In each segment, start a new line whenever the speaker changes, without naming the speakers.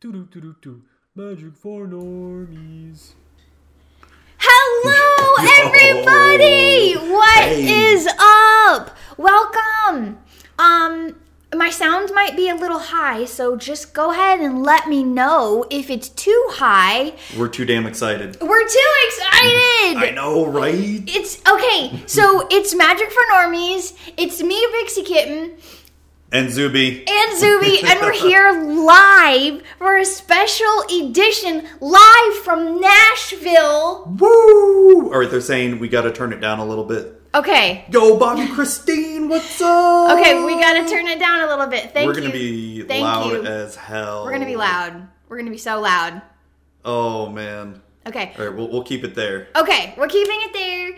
Doo doo doo doo doo. Magic for normies.
Hello, everybody! What is
Hey.
up? Welcome. Um, my sound might be a little high, so just go ahead and let me know if it's too high.
We're too damn excited.
We're too
I
excited.
know, right?
It's okay. So it's Magic for Normies. It's me, Pixie Kitten,
And Zuby.
and Zuby, and we're here live for a special edition, live from Nashville.
Woo! All right, they're saying we got to turn it down a little bit.
Okay.
Yo, Bobby Christine, what's up?
Okay, we gotta turn it down a little bit. Thank
We're
you.
gonna be
Thank
loud
you.
as hell.
We're gonna be loud. We're gonna be so loud.
Oh man.
Okay.
All right, we'll, we'll keep it there.
Okay, we're keeping it there.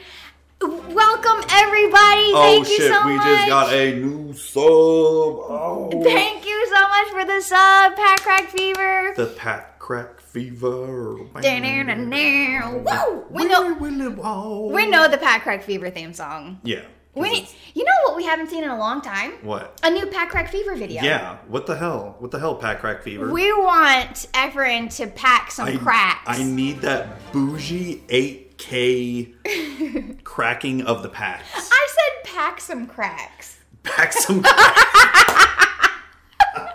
W- Welcome everybody.
oh
Thank you
shit,
so
we
much.
just got a new sub. Oh.
Thank you so much for the sub, Pack Crack Fever.
the Pat Crack Fever.
Da-na-na-na. Woo! We know we know the Pack Crack Fever theme song.
Yeah.
We you know what we haven't seen in a long time?
What?
A new Pack Crack Fever video.
Yeah. What the hell? What the hell, Pat Crack Fever?
We want Efren to pack some
I,
cracks.
I need that bougie 8K cracking of the packs.
I said pack some cracks.
Pack some crack.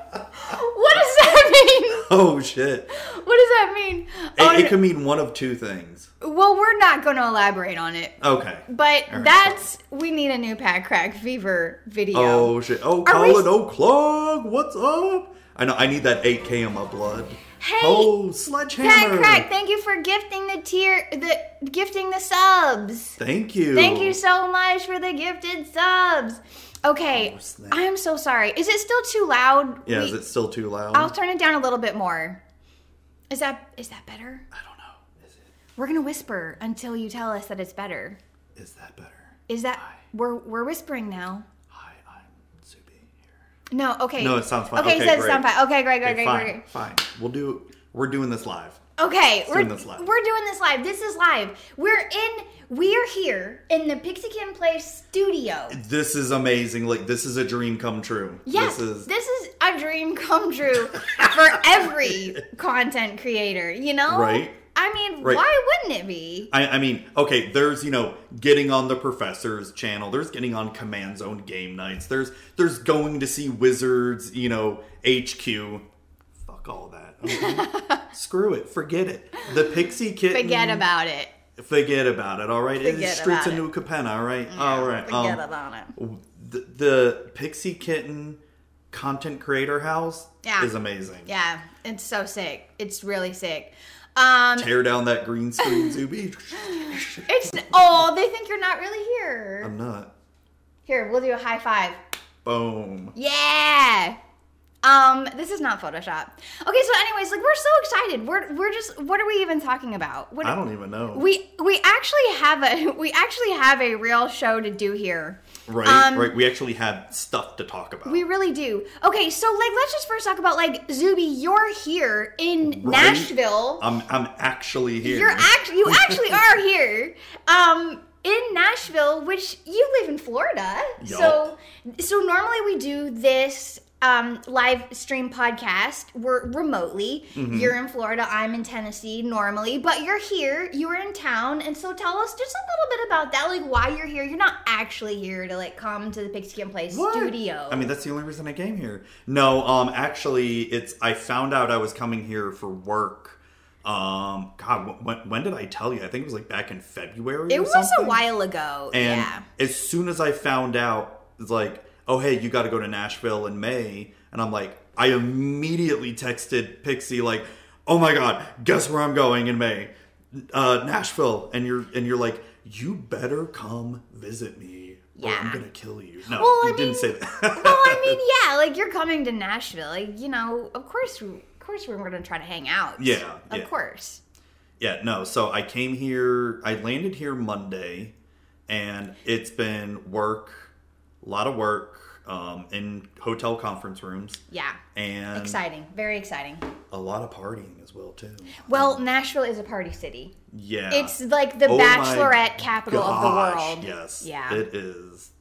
What does that mean?
Oh, shit.
What does that mean? Oh,
It,
no-
it could mean one of two things.
well, we're not going to elaborate on it,
Okay.
but
right,
that's we need a new Pat Crack Fever video.
Oh, shit. Oh,
we
Colin
s-
O'Clock. What's up? I know. I need that 8K in my blood.
hey,
oh,
Pat
sledgehammer.
Crack, thank you for gifting the tier, the gifting the subs.
Thank you.
Thank you so much for the gifted subs. Okay,
Oh, snap.
I am so sorry. Is it still too loud?
Yeah,
We-
is it still too loud?
I'll turn it down a little bit more. Is that is that better?
I don't know. Is it?
We're gonna whisper until you tell us that it's better.
Is that better?
Is that we're we're whispering now?
Hi, I'm Zuby here.
No, okay.
No, it sounds fine.
Okay,
Okay,
so it
great.
sounds fine. Okay, great, great,
Okay,
great,
fine,
great, great.
fine. We'll do. We're doing this live.
Okay, we're
doing this live.
we're doing this live. This is live. We're in. We're here in the Pixie Can Play studio.
This is amazing. Like this is a dream come true.
Yes,
This is.
a dream come true for every content creator. You know,
Right.
I mean,
Right.
why wouldn't it be?
I, I mean, okay. There's you know getting on the professor's channel. There's getting on Command Zone game nights. There's there's going to see Wizards. You know HQ. Fuck all that. okay? Screw it. Forget it. The Pixie Kitten.
Forget about it.
Forget about it. All right. It is
Forget
streets
about
of
it.
New Capenna. All right. all right. um,
Forget about it.
the, the Pixie Kitten content creator house
Yeah.
is amazing.
Yeah, it's so sick. It's really sick. Um,
Tear down that green screen, Zuby.
it's oh, they think you're not really here.
I'm not.
Here, we'll do a high five.
Boom.
Yeah. Um, this is not Photoshop. Okay, so anyways, like we're so excited. We're we're just what are we even talking about? What
I don't even know.
we we actually have a we actually have a real show to do here.
right,
um,
right. We actually have stuff to talk about.
We really do. Okay, so like let's just first talk about like Zuby, you're here in
Right?
Nashville.
I'm I'm actually here.
You're act you actually are here. Um in Nashville, which you live in Florida.
Yup.
So so normally we do this um, live stream podcast we're remotely
Mm-hmm.
you're in florida i'm in tennessee normally but you're here you were in town and so tell us just a little bit about that like why you're here you're not actually here to like come to the pixie and play
What?
studio
I mean, that's the only reason I came here. No, um, actually, it's I found out I was coming here for work. Um, God, when, when did I tell you? I think it was like back in February.
it
or
was a
something.
while ago
And
yeah
as soon as I found out, it's like, oh, hey, you got to go to Nashville in May. And I'm like, I immediately texted Pixie, like, oh my God, guess where I'm going in May? Uh, Nashville. And you're, and you're like, you better come visit me. Or
Yeah.
I'm going to kill you. No,
Well, I
you didn't say
mean-
that.
well, I mean, yeah, like you're coming to Nashville, like you know, of course, we- of course, we're gonna try to hang out.
Yeah,
of
yeah.
course.
yeah, no. So I came here, I landed here Monday, and it's been work, a lot of work um, in hotel conference rooms.
Yeah,
And
exciting, very exciting.
a lot of partying as well too.
Well, Nashville is a party city.
Yeah,
It's like the
Oh my
bachelorette capital of the
gosh,
world.
Yes,
Yeah.
it is.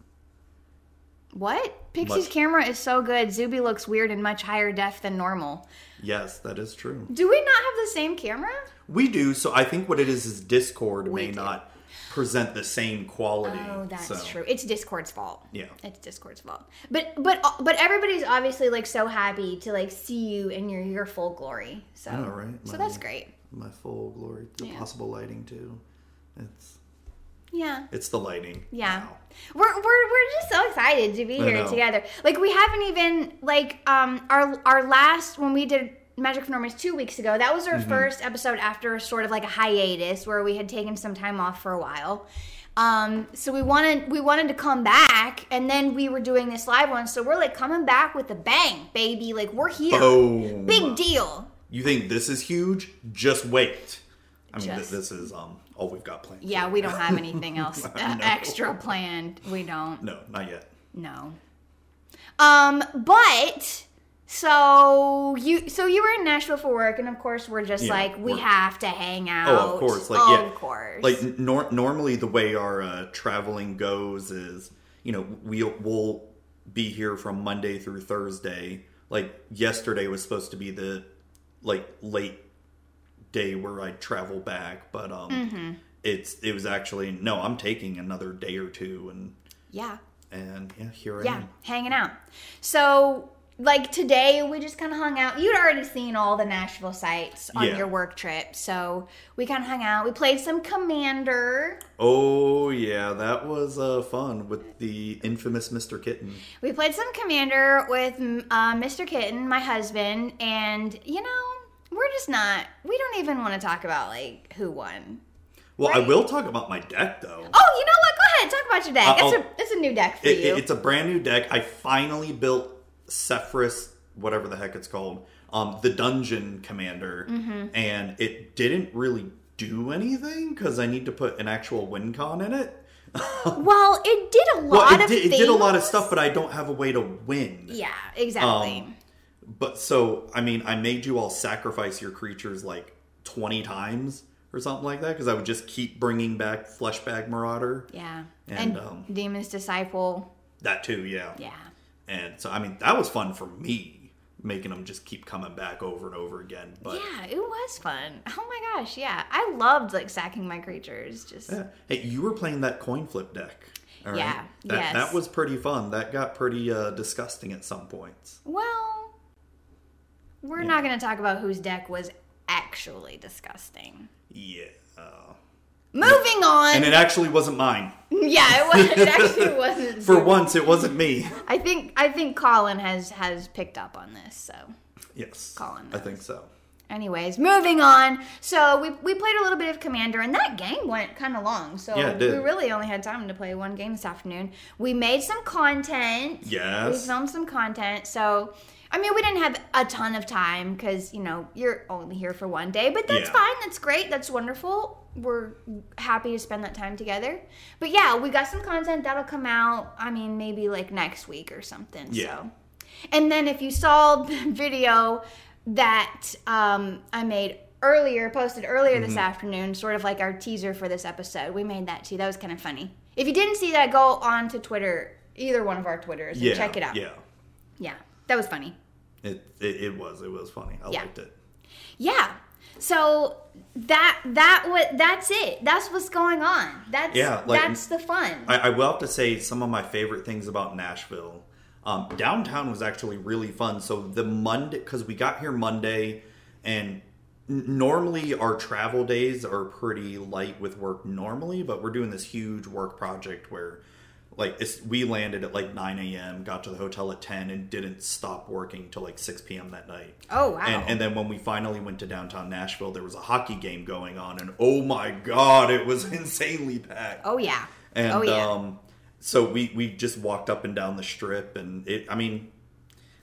What? Pixie's
Much-
camera is so good. Zuby looks weird in much higher def than normal.
Yes, that is true.
Do we not have the same camera?
We do. So I think what it is is Discord
We
may
do.
not present the same quality.
Oh, that's
so,
true. It's Discord's fault.
Yeah.
It's Discord's fault. But but but everybody's obviously like so happy to like see you in your your full glory. So
Yeah, right?
So
My-
that's great.
My full glory. The
Yeah.
possible lighting too. It's
Yeah.
it's the lighting.
Yeah.
now.
We're, we're, we're just so excited to be
I
here
know.
together. Like we haven't even like um our our last when we did Magic for Normans two weeks ago, that was our
Mm-hmm.
first episode after sort of like a hiatus where we had taken some time off for a while. Um so we wanted we wanted to come back and then we were doing this live one, so we're like coming back with a bang, baby. Like we're here.
Boom.
Big deal.
Oh, You think this is huge? Just wait. I mean, th-
Just-
this is um all we've got planned.
Yeah, we don't have anything else uh,
know.
extra planned. We don't.
No, not yet.
No. Um, but so you so you were in Nashville for work, and of course we're just
Yeah,
like we
work.
have to hang out.
Oh, of course. Like, yeah.
of course.
Like nor- normally, the way our uh, traveling goes is, you know, we'll we'll be here from Monday through Thursday. Like yesterday was supposed to be the like late day where I travel back, but um,
Mm-hmm.
it's it was actually no, I'm taking another day or two, and
yeah,
and yeah, here I
yeah,
am.
hanging out. So like today we just kind of hung out. You'd already seen all the Nashville sites on
Yeah.
your work trip, so we kind of hung out. We played some Commander.
Oh yeah, that was uh, fun with the infamous Mr. Kitten.
We played some Commander with mm, uh, Mr. Kitten, my husband, and you know, we're just not. We don't even want to talk about like who won.
Well, I
Right.
will talk about my deck though.
Oh, you know what? Go ahead, talk about your deck. It's
Uh-oh.
a it's a new deck for
It-
you.
it- it's a brand new deck. I finally built Sephiris, whatever the heck it's called, um, the dungeon commander,
Mm-hmm.
and it didn't really do anything because I need to put an actual win con in it.
well, it did a lot
Well, it
of
did, it did a lot of
things.
stuff, but I don't have a way to win.
Yeah, exactly.
Um, But so, I mean, I made you all sacrifice your creatures like 20 times or something like that because I would just keep bringing back Fleshbag Marauder.
yeah,
and,
and,
um,
Demon's Disciple.
That too, yeah.
Yeah,
And so, I mean, that was fun for me, making them just keep coming back over and over again. But
yeah, it was fun. Oh my gosh, yeah, I loved like sacking my creatures. Just
yeah. hey, you were playing that coin flip deck. all right?
Yeah,
That,
yes.
that was pretty fun. That got pretty uh, disgusting at some points.
Well, we're not going to talk about whose deck was actually disgusting.
Yeah. Uh,
Moving on.
and it actually wasn't mine.
yeah, it, was, it actually wasn't.
For once, it wasn't me.
I think I think Colin has has picked up on this. So,
yes.
Colin
I think so.
anyways, moving on. So we we played a little bit of Commander, and that game went kind of long. So
Yeah, it did.
we really only had time to play one game this afternoon. We made some content. We
Yes.
filmed some content, so I mean, we didn't have a ton of time because you know you're only here for one day, but that's
Yeah.
fine. That's great. That's wonderful. We're happy to spend that time together. But yeah, we got some content that'll come out. I mean, maybe like next week or something.
Yeah.
So, and then if you saw the video that um, I made earlier, posted earlier
Mm-hmm.
this afternoon, sort of like our teaser for this episode, we made that too. That was kind of funny. If you didn't see that, go on to Twitter, either one of our Twitters,
Yeah.
and check it out.
Yeah.
Yeah, that was funny.
It, it, it was. It was funny. I
Yeah.
liked it.
Yeah. So that that what that's it. That's what's going on. That's
Yeah, like-
that's the fun.
I, I will have to say some of my favorite things about Nashville. Um, downtown was actually really fun. So the Monday, because we got here Monday, and n- normally our travel days are pretty light with work normally, but we're doing this huge work project where, like, it's, we landed at like 9 a.m., got to the hotel at 10, and didn't stop working till like 6 p.m. that night.
oh wow.
And, and then when we finally went to downtown Nashville, there was a hockey game going on, and oh my god, it was insanely packed.
oh yeah.
And
oh yeah.
um so we we just walked up and down the strip and it I mean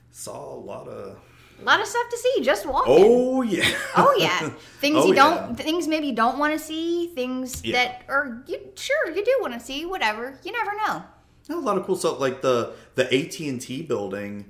saw a lot of
a lot of stuff to see. Just walking.
Oh yeah.
Oh, yeah, things
Oh,
you don't,
yeah.
things maybe you don't want to see, things
Yeah.
that are you sure you do want to see, whatever. You never know.
a lot of cool stuff like the the AT&T building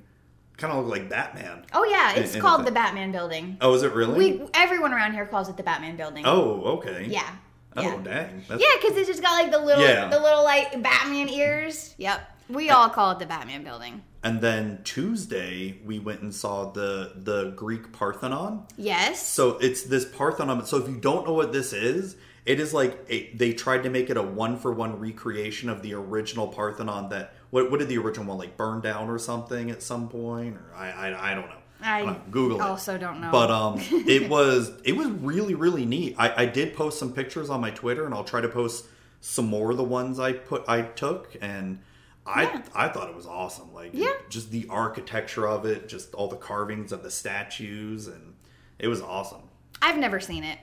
kind of looked like Batman.
Oh yeah, it's
and
called
the-
the Batman Building.
Oh, is it really?
We everyone around here calls it the Batman Building.
oh, okay.
yeah.
Oh,
yeah.
dang. That's,
Yeah, because it's just got like the little
Yeah.
the little like Batman ears. Yep. We all call it the Batman building.
And then Tuesday we went and saw the the Greek Parthenon.
Yes.
So it's this Parthenon. So if you don't know what this is, it is like a, they tried to make it a one for one recreation of the original Parthenon. That what what did the original one like burn down or something at some point? Or I I, I don't know.
I
don't know. Google it.
also don't know.
But um, it was it was really really neat. I, I did post some pictures on my Twitter, and I'll try to post some more of the ones I put I took, and I I thought it was awesome. Like
Yeah.
just the architecture of it, just all the carvings of the statues, and it was awesome.
I've never seen it.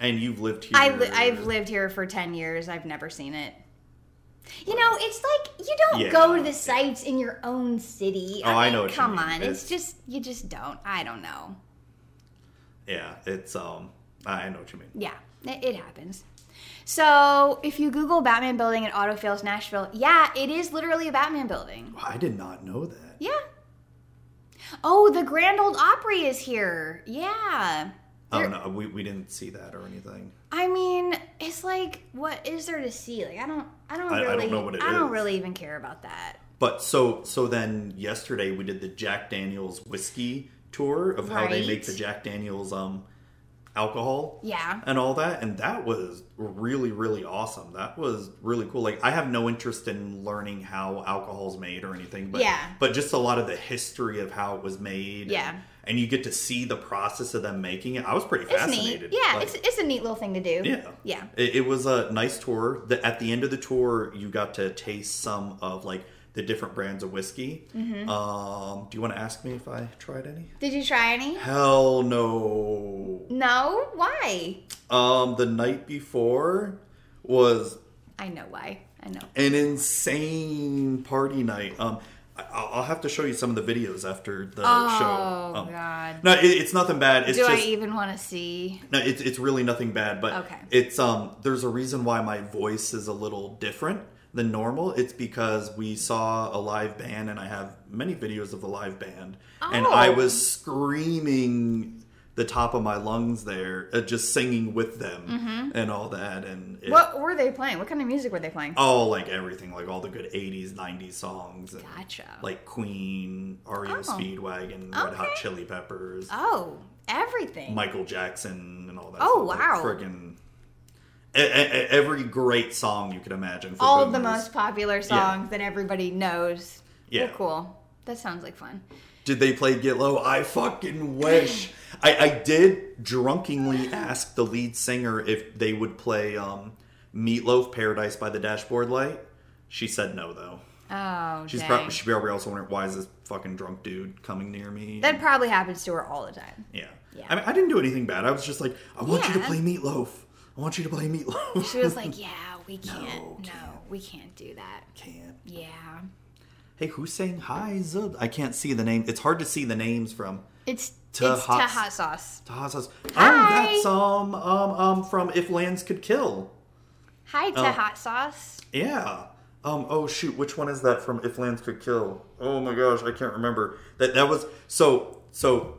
And you've lived here.
I li- I've lived here for 10 years. I've never seen it. You know, it's like you don't
Yeah.
go to the sites in your own city.
Oh, I know what you
Come
mean.
on, it's,
It's-
just you just don't. I don't know.
Yeah, it's um. I know what you mean.
Yeah, it, it happens. So if you Google Batman building at autofails Nashville, yeah, it is literally a Batman building.
I did not know that.
Yeah. Oh, the Grand Old Opry is here. Yeah.
Oh
There-
no, we, we didn't see that or anything.
I mean, it's like, what is there to see? Like, I don't, I don't
I- I
really,
don't know what it
I don't
is.
really even care about that.
But so so then yesterday we did the Jack Daniels whiskey tour of how they make
Right.
the Jack Daniels um alcohol.
Yeah.
And all that and that was really really awesome. That was really cool. Like I have no interest in learning how alcohol's made or anything, but
Yeah.
but just a lot of the history of how it was made.
Yeah.
And, and you get to see the process of them making it. I was pretty
It's neat.
fascinated.
Yeah,
Like,
it's it's a neat little thing to do.
yeah.
Yeah.
It, it was a nice tour. The, at the end of the tour, you got to taste some of like the different brands of whiskey.
Mm-hmm.
Um, do you want to ask me if I tried any?
Did you try any?
Hell no.
No. Why?
Um, the night before was
I know why. I know.
an insane party night. Um, I, I'll I'll have to show you some of the videos after the show.
Oh,
Um,
God.
No, it, it's nothing bad. It's
Do
just
I even want to see?
No, it's it's really nothing bad, but
Okay.
it's um there's a reason why my voice is a little different than normal. It's because we saw a live band and I have many videos of the live band and I
Oh.
was screaming the top of my lungs there uh, just singing with them and all that and it,
Mm-hmm. What were they playing? What kind of music were they playing?
all like everything like all the good 80s 90s songs and
Gotcha.
like Queen, REO
Oh.
Speedwagon, Red Hot
Okay.
Chili Peppers.
oh, everything.
Michael Jackson and all that.
Oh,
stuff.
wow.
Like, friggin' e- e- e- every great song you could imagine. For
All of the
boomers.
most popular songs that everybody knows.
Yeah.
Well, cool. That sounds like fun.
Did they play Get Low? I fucking wish. I, I did drunkenly ask the lead singer if they would play um, Meatloaf Paradise by the Dashboard Light. She said no, though.
Oh,
She's
dang.
probably, she probably also wondered why is this fucking drunk dude coming near me?
that probably happens to her all the time.
yeah.
Yeah.
I mean, I didn't do anything bad. I was just like, I want you to
Yeah.
play Meatloaf. I want you to play Meatloaf.
She was like, "Yeah, we can't. No,
can't.
we can't do that.
Can't.
Yeah,
Hey, who's saying hi, Zub? I can't see the name. It's hard to see the names from
it's
To
it's
hot-
to hot sauce.
Tahasas. Oh,
Hi.
that's um um um from If Lands Could Kill.
Hi to
Oh.
hot sauce.
Yeah. Um. Oh shoot, which one is that from If Lands Could Kill? Oh my gosh, I can't remember. That that was so so.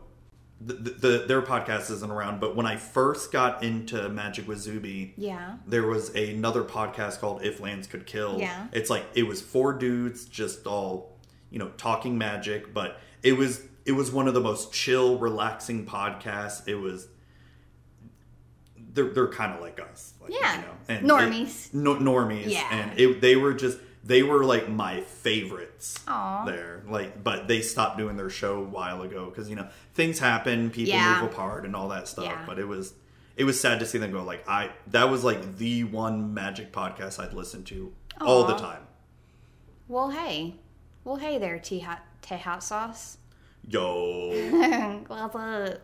The, the their podcast isn't around, but when I first got into Magic with Zubi,
Yeah.
there was another podcast called If Lands Could Kill.
Yeah.
It's like it was four dudes just all, you know, talking magic, but it was it was one of the most chill, relaxing podcasts. It was they're they're kind of like us. Like,
Yeah.
and
Normies.
it- no, normies.
Yeah.
And it, they were just they were like my favorites
Aw.
there. Like but they stopped doing their show a while ago cuz you know, things happen, people
Yeah.
move apart and all that stuff,
Yeah.
but it was it was sad to see them go like i that was like the one magic podcast i'd listen to all the
Aw.
time
Well, hey. Well, hey there, tea hot, tea hot sauce.
yo
What's up?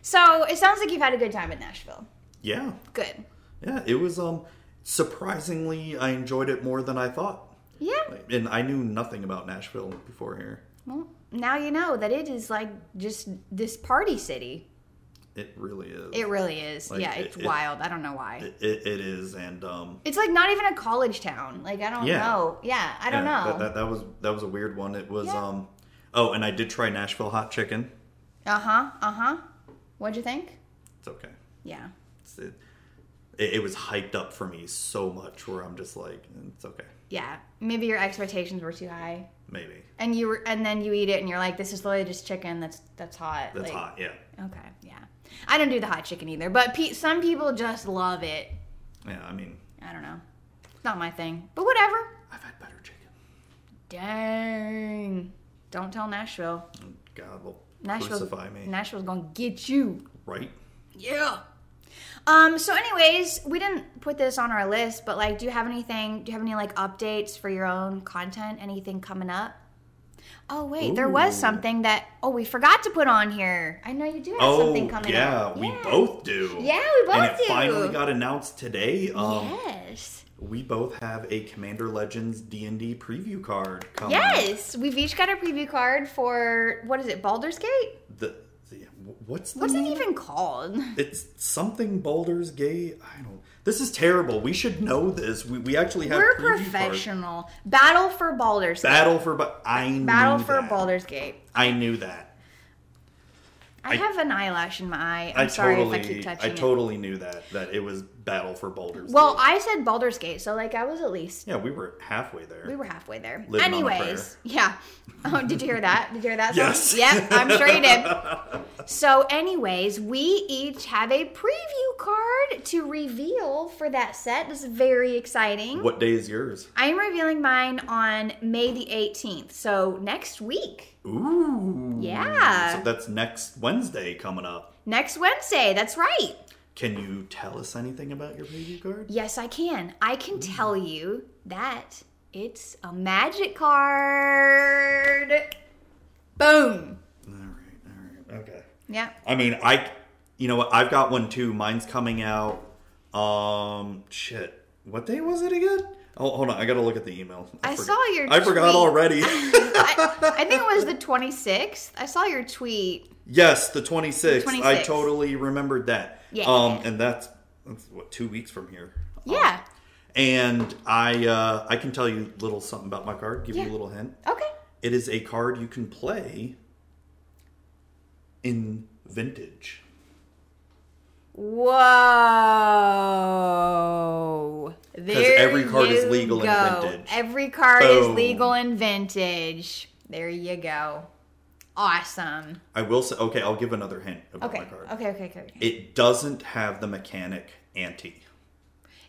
so it sounds like you've had a good time in Nashville.
yeah
Good.
yeah it was um surprisingly i enjoyed it more than i thought
Yeah.
and i knew nothing about nashville before here
Well, now you know that it is like just this party city.
it really is
It really is.
Like,
yeah,
it-
it's
it-
wild. I don't know why.
it, it, it is and um
it's like not even a college town. Like I don't
Yeah.
know. Yeah, I don't
yeah,
know.
that, that, that was that was a weird one it was
Yeah.
um oh and i did try nashville hot chicken
Uh huh. Uh huh. Uh-huh, What'd you think?
it's okay
Yeah.
It's- it, it, it was hyped up for me so much where I'm just like, "Mm, it's okay,
Yeah, maybe your expectations were too high,
maybe
and you were, and then you eat it, and you're like, "This is the latest chicken. That's that's hot."
that's
like,
hot, yeah,
Okay, yeah. I don't do the hot chicken either, but pe- some people just love it.
yeah. I mean,
I don't know. It's not my thing, but whatever.
I've had better chicken.
Dang. Don't tell Nashville.
God will
Nashville.
crucify me,
Nashville's gonna get you.
right?
Yeah. Um, so anyways, we didn't put this on our list, but like do you have anything do you have any like updates for your own content? Anything coming up? Oh wait, there was
Ooh.
something that oh we forgot to put on here. I know you do have
Oh
something coming
yeah,
up.
we both do.
Yeah, we both
and it
do.
finally got announced today. Um,
yes.
We both have a Commander Legends D and D preview card coming.
Yes. We've each got a preview card for what is it, Baldur's Gate?
The, the- what's the
What's it
name?
even called?
It's something Baldur's Gate. I don't. This is terrible. We should know this. We, we actually have
We're
preview cards.
professional. Battle for Baldur's Gate.
Battle for but I knew
Battle for
that.
Baldur's Gate.
I knew that.
I,
I-
have an eyelash in my eye.
i
I'm sorry
totally.
if I keep touching
I totally knew that that it was Battle for Baldur's.
it. Well,
Gate.
I said Baldur's Gate, so like I was at least
yeah, we were halfway there.
we were halfway there.
Living on a prayer.
Anyways, yeah. Oh, did you hear that? Did you hear that? Song?
Yes.
Yep, I'm sure you did. So, anyways, we each have a preview card to reveal for that set. This is very exciting.
What day is yours?
I am revealing mine on May the 18th, so next week.
Ooh.
Yeah.
So that's next Wednesday coming up.
Next Wednesday, that's right.
Can you tell us anything about your preview card?
Yes, I can. I can
Hmm.
tell you that it's a magic card. Boom.
All right. All right. Okay.
Yeah.
I mean, I, you know what? I've got one too. Mine's coming out. Um, shit. What day was it again? Oh, hold on. I gotta look at the email.
I
forgot-
saw your
I forgot
tweet.
already.
I, I think it was the 26th. I saw your tweet.
yes, the twenty sixth.
The
I
26th.
totally remembered that.
Yeah.
Um, and that's that's what two weeks from here. Um,
Yeah.
and I, uh, I can tell you a little something about my card. Give you
Yeah.
a little hint.
Okay.
It is a card you can play in vintage.
Whoa. There
every card is
you
legal in
go.
vintage.
Every card is
Boom.
legal in vintage. There you go. Awesome.
I will say. Okay, I'll give another hint about
Okay.
Oh my card.
Okay, okay, okay. It,
it doesn't have the mechanic anti.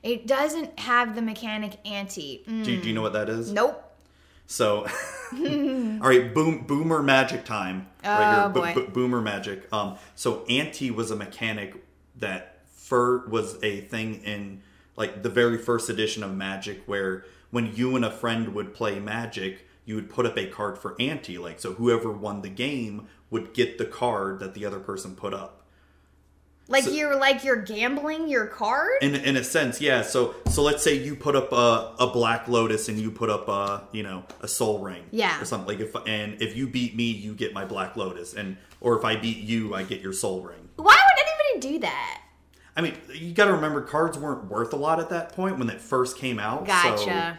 it doesn't have the mechanic anti. Mm,
Do, do you know what that is?
Nope.
So, all right, boom, boomer magic time.
Oh,
right
boy.
boomer magic. Um, so anti was a mechanic that fur was a thing in like the very first edition of Magic, where when you and a friend would play Magic, you would put up a card for anti. Like so, whoever won the game would get the card that the other person put up.
Like
So-
you're like you're gambling your card?
in in a sense, yeah. So so let's say you put up a, a black lotus and you put up a you know a soul ring,
Yeah.
or something. Like if and if you beat me, you get my black lotus, and or if I beat you, I get your soul ring.
Why would anybody do that?
I mean, you got to remember, cards weren't worth a lot at that point when it first came out.
Gotcha.
So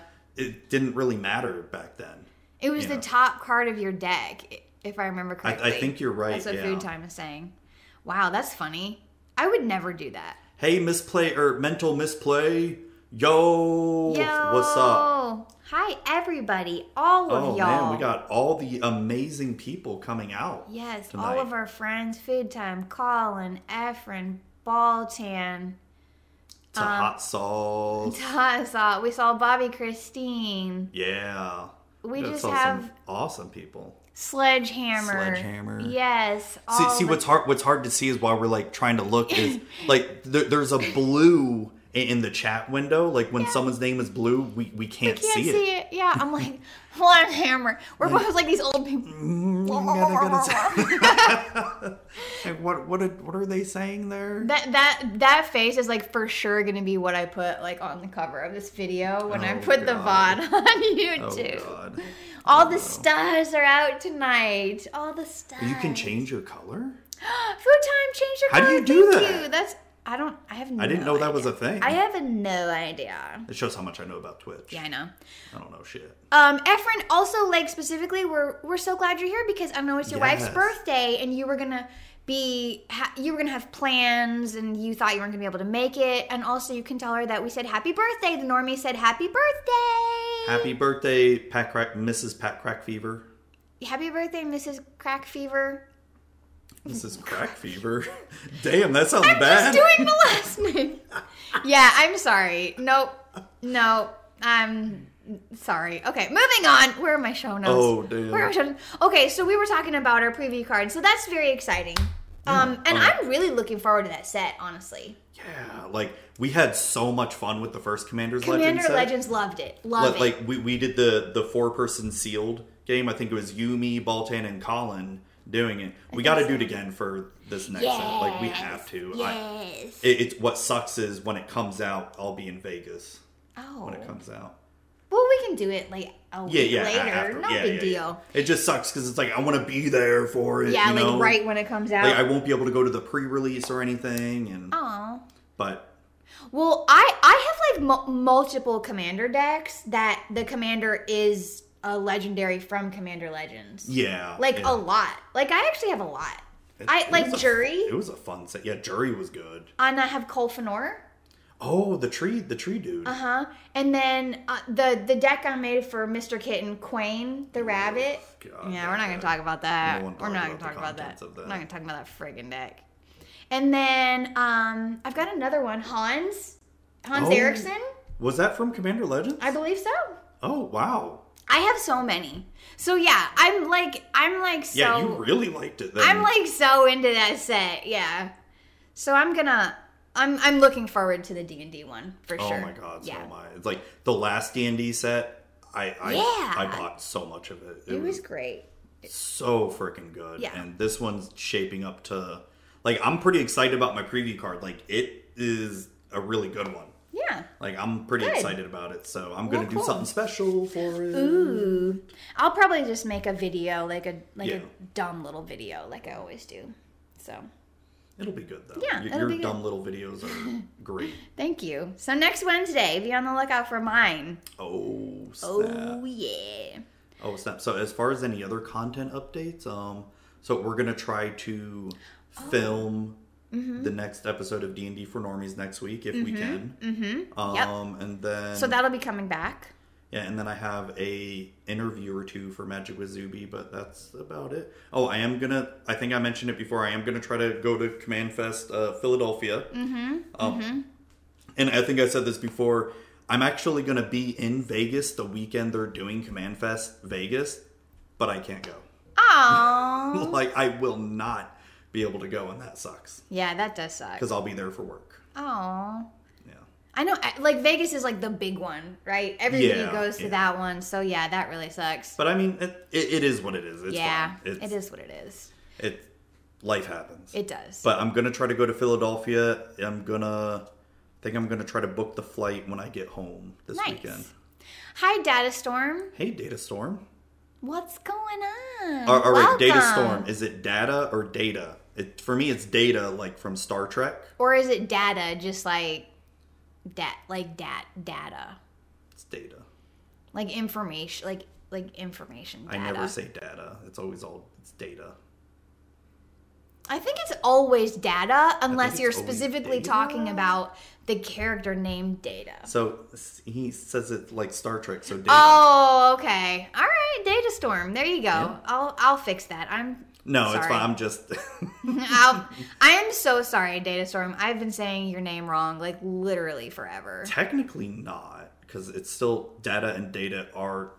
it didn't really matter back then.
It was
Yeah.
the top card of your deck, if I remember
I,
correctly.
I think you're right.
That's what
yeah.
Food Time is saying. Wow, that's funny. I would never do that.
Hey, misplay or mental misplay. Yo, what's up?
Hi, everybody. All
Oh
of y'all.
man, we got all the amazing people coming out.
yes, all
tonight.
of our friends. Food Time, Colin, Efren, Baltan,
to hot sauce.
Taza. We saw Bobby Christine,
Yeah.
We
That
just
saw
have-
some awesome people.
Sledgehammer.
Sledgehammer.
Yes.
See,
all
see
the-
what's hard what's hard to see is why we're like trying to look is like there, there's a blue i- in the chat window. Like when someone's name is blue, we, we can't,
can't
see, it.
Yeah, I'm like, Sledgehammer. We're both like these old people.
Mm, gotta- gotta say- Like, what what are- what are they saying there?
That that that face is like for sure gonna be what I put like on the cover of this video when I
Oh,
put the
God.
VOD on
oh
YouTube.
god. Oh.
All the stars are out tonight. All the stars.
You can change your color?
Food time, change your
How do
color.
you
Thank
do that?
You. That's I don't. I have. No
I didn't know that was a thing.
I have no idea.
it shows how much I know about Twitch.
Yeah, I know.
I don't know shit.
Um, Efren, also like specifically, we're we're so glad you're here because I know it's your wife's
Yes.
birthday and you were gonna be ha- you were gonna have plans and you thought you weren't gonna be able to make it and also you can tell her that we said happy birthday the normie said happy birthday
Happy birthday, Pat Crack, Mrs. Pat Crack Fever.
happy birthday mrs crack fever
Mrs. Crack Fever. Damn, that sounds
just
bad.
doing the last name yeah i'm sorry nope no i'm sorry okay moving on where are my show notes
Oh, damn.
where are my show notes? okay so we were talking about our preview card so that's very exciting um and
Oh.
i'm really looking forward to that set honestly
yeah, like we had so much fun with the first Commander's Legend.
commander
set.
legends loved it love
Like,
it
like we, we did the the four person sealed game. I think it was Yumi, Baltan, and Colin doing it. We got to do it again for this next set. Like we have to. I,
yes
it, it's what sucks is when it comes out. I'll be in Vegas
Oh.
when it comes out.
Well, we can do it like a
Yeah,
week
yeah.
later.
after-
no
yeah,
big
yeah,
deal.
yeah. It just sucks because it's like I want to be there for it.
Yeah,
you
like
know?
right when it comes out.
Like I won't be able to go to the pre-release or anything, and
Aw.
but
Well, I I have like m- multiple commander decks that the commander is a legendary from Commander Legends.
yeah,
Like
yeah.
a lot. Like I actually have a lot.
It-
I
it
like
was a-
Jury.
it was a fun set. Yeah, jury was good.
and I have Colfinor.
Oh, the tree, the tree dude.
Uh huh. And then uh, the the deck I made for Mr. Kitten Quain the rabbit.
God,
yeah, we're not
that
gonna
guy.
talk about that.
We won't
we're
talk
not
about
gonna talk
the
about that.
contents of that.
We're not gonna talk about that friggin' deck. And then um, I've got another one, Hans Hans
Oh.
Erickson.
Was that from Commander Legends?
I believe so.
oh wow.
I have so many. So yeah, I'm like I'm like so.
Yeah, you really liked it. Then.
I'm like so into that set. Yeah. So I'm gonna. I'm I'm looking forward to the D and D one for
oh
sure.
my god, so
Yeah.
am I. It's like the last D and D set. I I,
Yeah.
I bought so much of it.
It was great.
so freaking good.
Yeah.
And this one's shaping up to like I'm pretty excited about my preview card. Like it is a really good one.
Yeah.
Like I'm pretty
Good.
excited about it. So I'm gonna
Well,
do
cool.
something special for it.
Ooh. I'll probably just make a video, like a like
Yeah.
a dumb little video, like I always do. So
It'll be good though.
Yeah,
Your-
it'll
your
be good.
dumb little videos are great.
thank you. So next Wednesday, be on the lookout for mine.
Oh snap.
Oh yeah.
Oh snap! So as far as any other content updates, um, so we're gonna try to
Oh.
film
Mm-hmm.
the next episode of D and D for Normies next week if we can. Mm-hmm.
Yep.
Um, and then
So that'll be coming back.
yeah, and then I have a interview or two for Magic with Zuby, but that's about it. Oh, I am gonna. I think I mentioned it before. I am gonna try to go to Command Fest uh, Philadelphia. Mm-hmm. Um, And I think I said this before. I'm actually gonna be in Vegas the weekend they're doing Command Fest Vegas, but I can't go.
Oh.
like I will not be able to go, and that sucks
yeah, that does suck.
because I'll be there for work.
Oh.
Yeah.
I know, I- like Vegas is like the big one, right? Everybody
Yeah,
goes to
yeah.
that one, so yeah, that really sucks.
But I mean, it, it, it is what it is. It's
yeah,
fine. It's,
it is what it is.
It life happens.
It does.
But I'm gonna try to go to Philadelphia. I'm gonna I think I'm gonna try to book the flight when I get home this
Nice.
weekend.
Hi, Data Storm.
Hey, Data Storm. Uh,
What's going on?
All- all right, Data
Welcome.
Storm. Is it data or data? It, for me, it's data, like from Star Trek.
Or is it data just like dat like dat data?
It's data.
Like information like like information data.
I never say data. It's always all it's data.
I think it's always data unless
it's
you're
always
specifically
data.
talking about the character named data.
So s- he says it like Star Trek. So data.
Oh, okay. All right, data storm. There you go. I'll I'll fix that. I'm
no, it's
sorry.
fine. I'm just.
I'll, I am so sorry, Data Storm. I've been saying your name wrong like literally forever.
technically not because it's still data and data are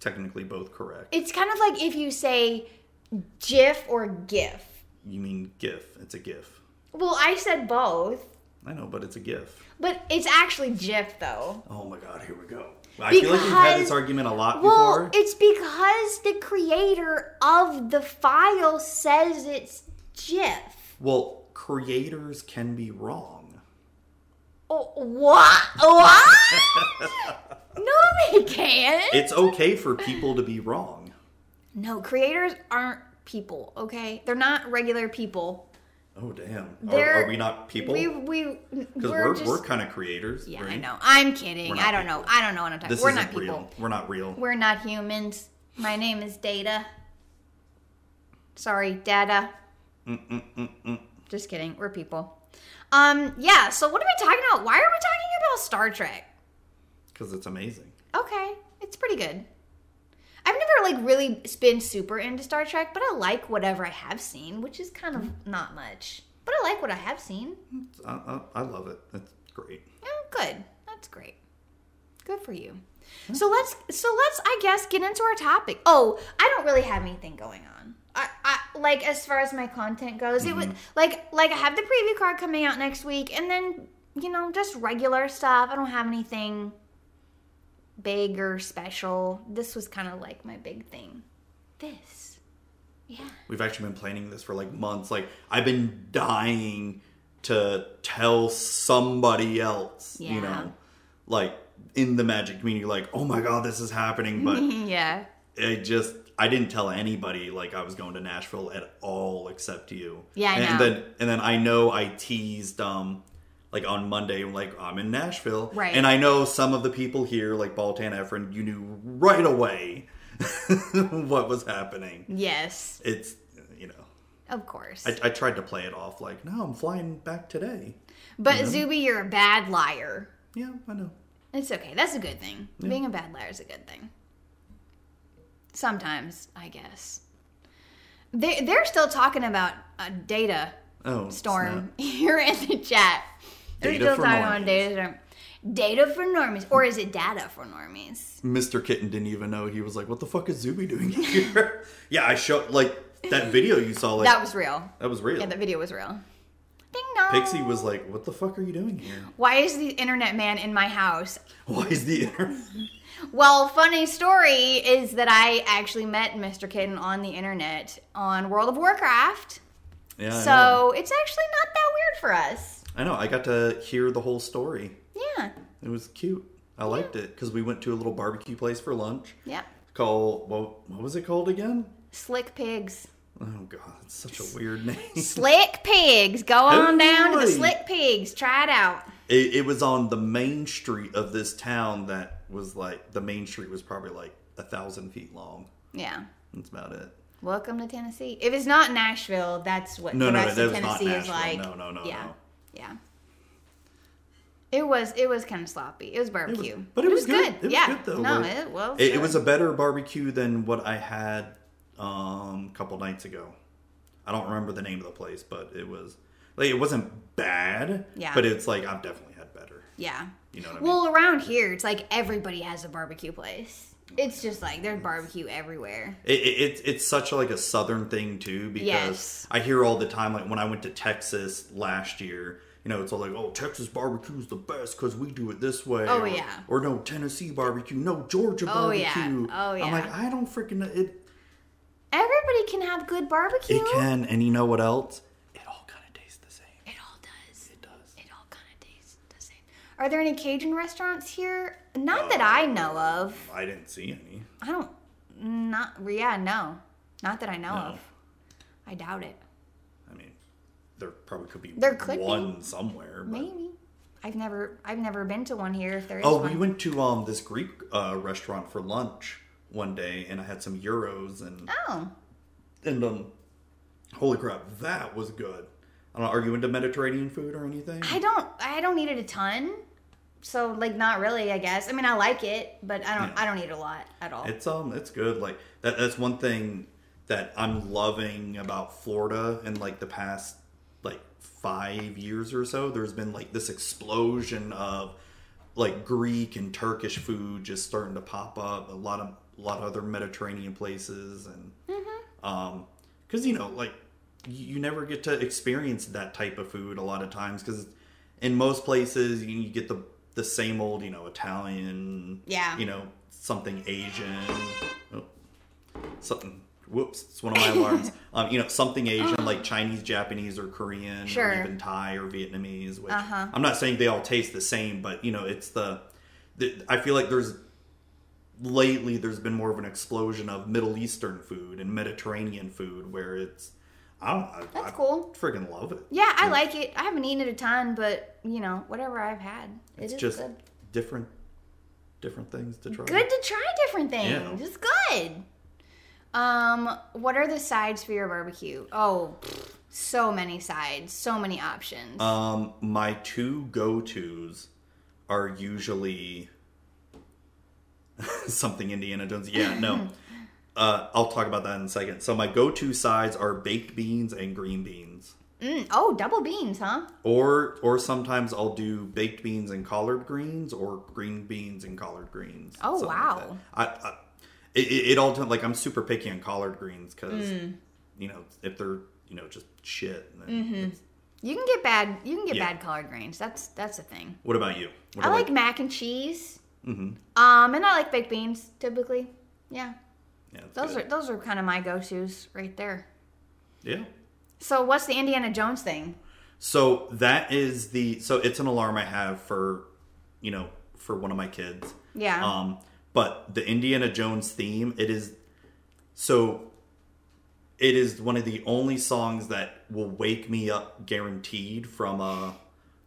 technically both correct.
It's kind of like if you say GIF or GIF.
You mean GIF? It's a GIF.
Well, I said both,
I know, but it's a GIF.
but it's actually GIF though.
Oh my god, here we go. I feel like we've had this
Because-
argument a lot
Well,
before.
it's because the creator of the file says it's GIF.
well, creators can be wrong.
Oh, what? What? no, they can't.
It's okay for people to be wrong.
no, creators aren't people. Okay, they're not regular people.
Oh damn. Are,
They're-
are we not people?
We
Because
we
we're
we're,
we're,
just.
kind of creators.
yeah, I
right?
know. I'm kidding.
not
I don't know. I don't know what I'm talking.
This
We're
isn't
not people.
real. We're not real.
We're not humans. My name is Data. Sorry, Data. Just kidding. We're people. Um, yeah, so what are we talking about? Why are we talking about Star Trek?
because it's amazing.
Okay, it's pretty good. I've never like really been super into Star Trek, but I like whatever I have seen, which is kind of not much. But I like what I have seen.
I, I, I love it. It's great.
Oh, good. That's great. Good for you. So let's so let's I guess get into our topic. Oh, I don't really have anything going on. I, I like as far as my content goes, it would like like I have the preview card coming out next week, and then you know just regular stuff. I don't have anything big or special. This was kind of like my big thing. This, yeah.
We've actually been planning this for like months. Like I've been dying to tell somebody else,
Yeah.
you know, like in the magic community, like, oh my god, this is happening. But
yeah.
I just I didn't tell anybody like I was going to Nashville at all except you.
Yeah, I
and
know.
then and then I know I teased um like on Monday like I'm in Nashville.
Right.
And I know some of the people here, like Baltan Efren, you knew right away what was happening.
Yes.
It's you know.
Of course.
I, I tried to play it off like, no, I'm flying back today.
but Zuby, you're a bad liar.
Yeah, I know.
It's okay. That's a good thing. Being a bad liar is a good thing. Sometimes, I guess. They they're still talking about a data
Oh
storm here in the chat. They're
Data
still
for
talking about
normies.
data storm. Data for normies, or is it data for normies?
snap. Mr. Kitten didn't even know. He was like, What the fuck is Zuby doing here? yeah, I showed like that video you saw like
That was real.
that was real.
Yeah, that video was real. Ding dong.
Pixie was like, "What the fuck are you doing here?
Why is the internet man in my house?
Why is the internet?"
Well, funny story is that I actually met Mr. Kitten on the internet on World of Warcraft.
Yeah, I know.
So it's actually not that weird for us.
I know. I got to hear the whole story.
Yeah.
It was cute. I liked it because we went to a little barbecue place for lunch.
Yeah.
Called what? What was it called again?
Slick pigs.
Oh god, it's such a weird name.
Slick pigs. Go on down to the
Hooray.
slick pigs. Try it out.
it, it was on the main street of this town that was like the main street was probably like a thousand feet long.
Yeah.
That's about it.
Welcome to Tennessee. If it's not Nashville, that's what
No,
the
no,
rest
that
of
was not
Tennessee is like.
Nashville. No, no, no,
Yeah.
no.
Yeah. It was it was kind of sloppy. It was
It was-
barbecue,
but it, was, good. It was
yeah,
good though.
no,
like,
it was.
It, it was
good.
a better barbecue than what I had um, a couple nights ago. I don't remember the name of the place, but it was like it wasn't bad.
Yeah.
But it's like I've definitely had better.
yeah.
You know what I mean?
Well, around here, it's like everybody has a barbecue place. It's just like there's barbecue everywhere.
It, it, it's it's such like a southern thing too because
Yes.
I hear all the time like when I went to Texas last year. You know, it's all like, oh, Texas barbecue's the best because we do it this way.
Oh,
or,
yeah.
Or no, Tennessee barbecue, no Georgia
Oh,
barbecue.
yeah. Oh, yeah.
I'm like, I don't freaking know. It,
Everybody can have good barbecue.
It can, and you know what else? It all kind of tastes the same.
It all does.
It does.
It all kind of tastes the same. Are there any Cajun restaurants here? Not that I know of.
I didn't see any.
I don't. Not. Yeah, no. Not that I know
No.
of. I doubt it.
I mean, there probably could be
There could be.
one somewhere. But...
Maybe. I've never. I've never been to one here. If there is
Oh,
one.
we went to um this Greek uh, restaurant for lunch one day, and I had some euros and
Oh.
and um, holy crap, that was good. I don't know, are you into Mediterranean food or anything?
I don't. I don't eat it a ton. So like, not really. I guess. I mean, I like it, but I don't.
Yeah.
I don't eat a lot at all.
It's um, it's good. Like that. That's one thing that I'm loving about Florida in like the past like five years or so. There's been like this explosion of like Greek and Turkish food just starting to pop up. A lot of a lot of other Mediterranean places and um, because you know like you you never get to experience that type of food a lot of times because in most places you, you get the the same old you know Italian
Yeah.
you know something Asian oh, something whoops it's one of my alarms um you know something Asian like Chinese Japanese or Korean
Sure.
or even Thai or Vietnamese which
Uh-huh.
I'm not saying they all taste the same but you know it's the, the I feel like there's lately there's been more of an explosion of Middle Eastern food and Mediterranean food where it's I don't know. I,
That's
I
cool.
Freaking love it.
yeah, I like it. I haven't eaten it a ton, but you know, whatever I've had, it
It's
is
just
good.
different different things to try.
Good to try different things.
Yeah.
It's good. Um, what are the sides for your barbecue? Oh, pfft, So many sides, so many options.
Um, my two go tos are usually something Indiana Jones. Yeah, no. uh, I'll talk about that in a second. So my go to sides are baked beans and green beans.
Mm, oh, double beans, huh?
Or or sometimes I'll do baked beans and collard greens, or green beans and collard greens.
Oh,
something like
wow.
that. I, I, it, it it all depends. Like I'm super picky on collard greens because
Mm.
you know if they're you know just shit. Then
Mm-hmm.
it's-
You can get bad. You can get
Yeah.
bad collard greens. That's that's a thing.
What about you? What
I
about-
like mac and cheese. Mm-hmm. Um, and I like baked beans typically. Yeah,
yeah, it's
those
good.
are those are kind of my go tos right there.
yeah.
So what's the Indiana Jones thing?
So that is the so it's an alarm I have for you know for one of my kids.
Yeah.
Um, but the Indiana Jones theme, it is so it is one of the only songs that will wake me up guaranteed from uh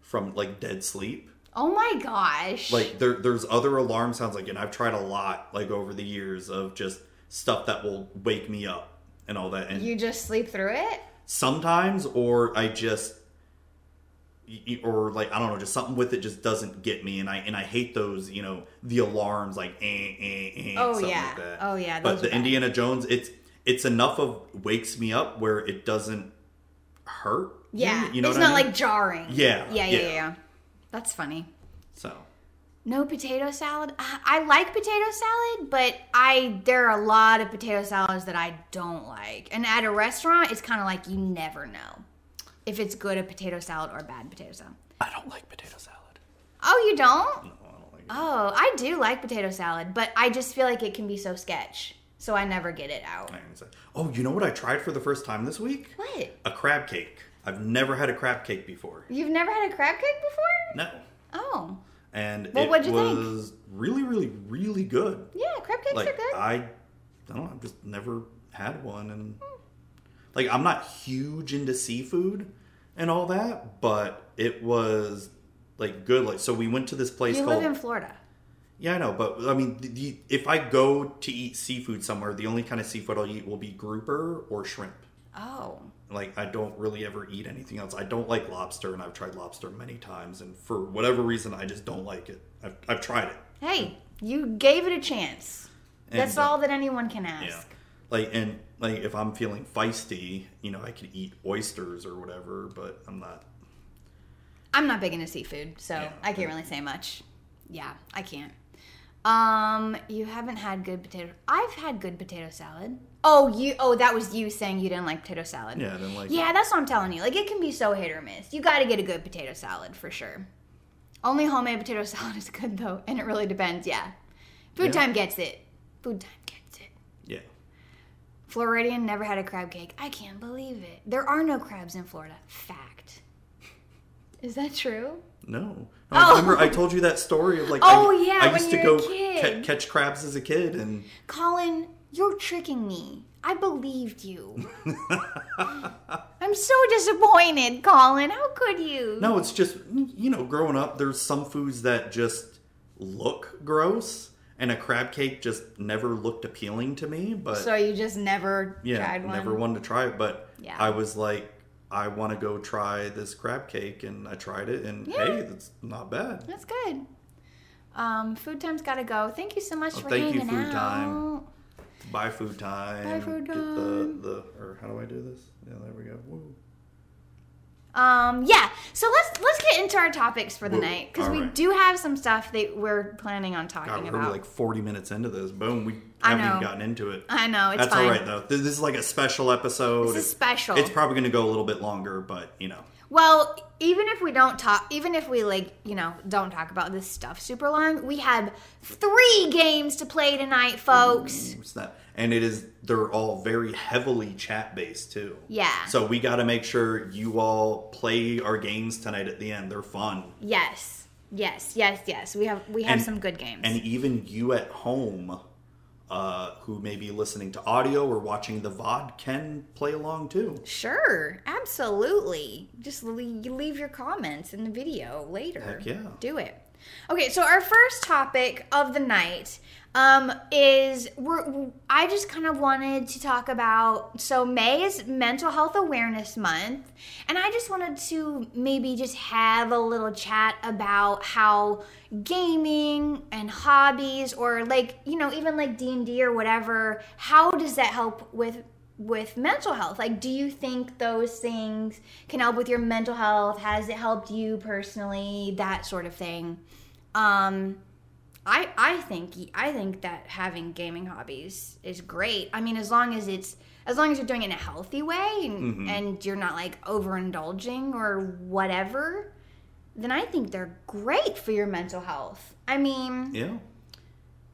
from like dead sleep.
oh my gosh!
Like there there's other alarm sounds like and I've tried a lot like over the years of just stuff that will wake me up and all that and
you just sleep through it.
sometimes or I just y- y- or like I don't know, just something with it just doesn't get me, and I and I hate those, you know, the alarms like eh, eh, eh,
Oh,
something
yeah.
like that.
Oh, yeah,
But
those
the
are bad.
Indiana Jones, it's it's enough of wakes me up where it doesn't hurt. me,
Yeah,
you know
it's
what
not
I mean?
like jarring.
Yeah,
yeah, yeah,
yeah.
yeah, yeah. That's funny.
so.
No potato salad. I, I like potato salad, but I there are a lot of potato salads that I don't like. And at a restaurant, it's kind of like you never know if it's good a potato salad or bad potato salad.
I don't like potato salad.
Oh, you don't?
No, I don't like it.
Oh, I do like potato salad, but I just feel like it can be so sketch, so I never get it out.
I ain't say- Oh, you know what I tried for the first time this week?
What?
A crab cake. I've never had a crab cake before.
You've never had a crab cake before?
No.
Oh,
And
Well,
it
what'd you think?
was really, really, really good.
yeah, crab cakes are
like
good.
I, I don't know, I've just never had one, and like I'm not huge into seafood and all that, but it was like good. Like so, we went to this place
you
called
live in Florida.
yeah, I know, but I mean, the, the, if I go to eat seafood somewhere, the only kind of seafood I'll eat will be grouper or shrimp.
Oh,
Like I don't really ever eat anything else. I don't like lobster, and I've tried lobster many times, and for whatever reason, I just don't like it. I've, I've tried it.
hey, you gave it a chance. That's
And, uh,
all that anyone can
Yeah.
ask.
Like and like if I'm feeling feisty, you know, I could eat oysters or whatever, but I'm not.
I'm not big into seafood, so
Yeah.
I can't really say much. Yeah, I can't. Um, you haven't had good potato. I've had good potato salad. Oh, you. Oh, that was you saying you didn't like potato salad.
Yeah, I didn't like
Yeah, that's what I'm telling you. Like it can be so hit or miss. You got to get a good potato salad for sure. Only homemade potato salad is good though, and it really depends. Yeah, food
Yeah.
time gets it. Food time gets it.
Yeah.
Floridian never had a crab cake. I can't believe it. There are no crabs in Florida. Fact. Is that true?
No. No, I
Oh.
remember I told you that story of like
Oh,
I,
yeah,
I
when
used to
you
go
were a kid.
ca- catch crabs as a kid and
Colin, you're tricking me. I believed you. I'm so disappointed, Colin. How could you?
no, it's just you know, growing up there's some foods that just look gross and a crab cake just never looked appealing to me, but
So you just never
yeah,
tried one?
never wanted to try it, but
Yeah.
I was like I want to go try this crab cake and I tried it and
Yeah.
hey, it's not bad.
That's good. Um, food time's got to go. Thank you so much for
Oh, thank you,
hanging
food
out.
time. Buy food time.
Buy food
Get
time.
the, the or how do I do this? Yeah, there we go. Woo.
Um, yeah. So let's let's get into our topics for the
Woo.
night because we
Alright.
do have some stuff that we're planning on talking
God, we're
about.
like 40 minutes into this. Boom, we
I
haven't even
know.
gotten into it.
I know it's
That's
fine.
all right though. This, this is like a special episode.
This is special.
It's probably going to go a little bit longer, but you know.
Well, even if we don't talk, even if we like, you know, don't talk about this stuff super long, we have three games to play tonight, folks.
It's not, and it is. They're all very heavily chat based too.
Yeah.
So we got to make sure you all play our games tonight. At the end, they're fun,
Yes, yes, yes, yes. We have we have
And-
some good games.
and even you at home, uh, who may be listening to audio or watching the VOD, can play along too.
sure, absolutely. Just le- you leave your comments in the video later.
Heck yeah.
do it. Okay, so our first topic of the night um, is we're, I just kind of wanted to talk about. So, May is Mental Health Awareness Month, and I just wanted to maybe just have a little chat about how gaming and hobbies, or like, you know, even like D&D or whatever, how does that help with with mental health like do you think those things can help with your mental health has it helped you personally that sort of thing um I I think I think that having gaming hobbies is great. I mean, as long as it's as long as you're doing it in a healthy way and, and you're not like overindulging or whatever, then I think they're great for your mental health. I mean,
Yeah.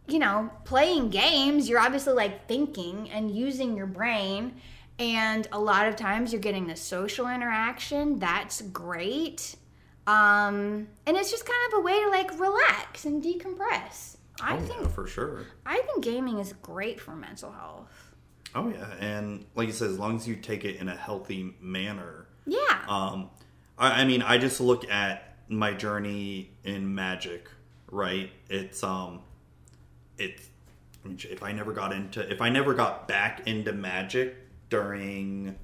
you know, playing games, you're obviously like thinking and using your brain. And a lot of times you're getting the social interaction. That's great. Um, and it's just kind of a way to like relax and decompress. I
Oh,
think
yeah, for sure.
I think gaming is great for mental health.
Oh yeah, and like you said, as long as you take it in a healthy manner.
Yeah.
Um, I, I mean, I just look at my journey in magic, right? It's um, it's if I never got into if I never got back into magic during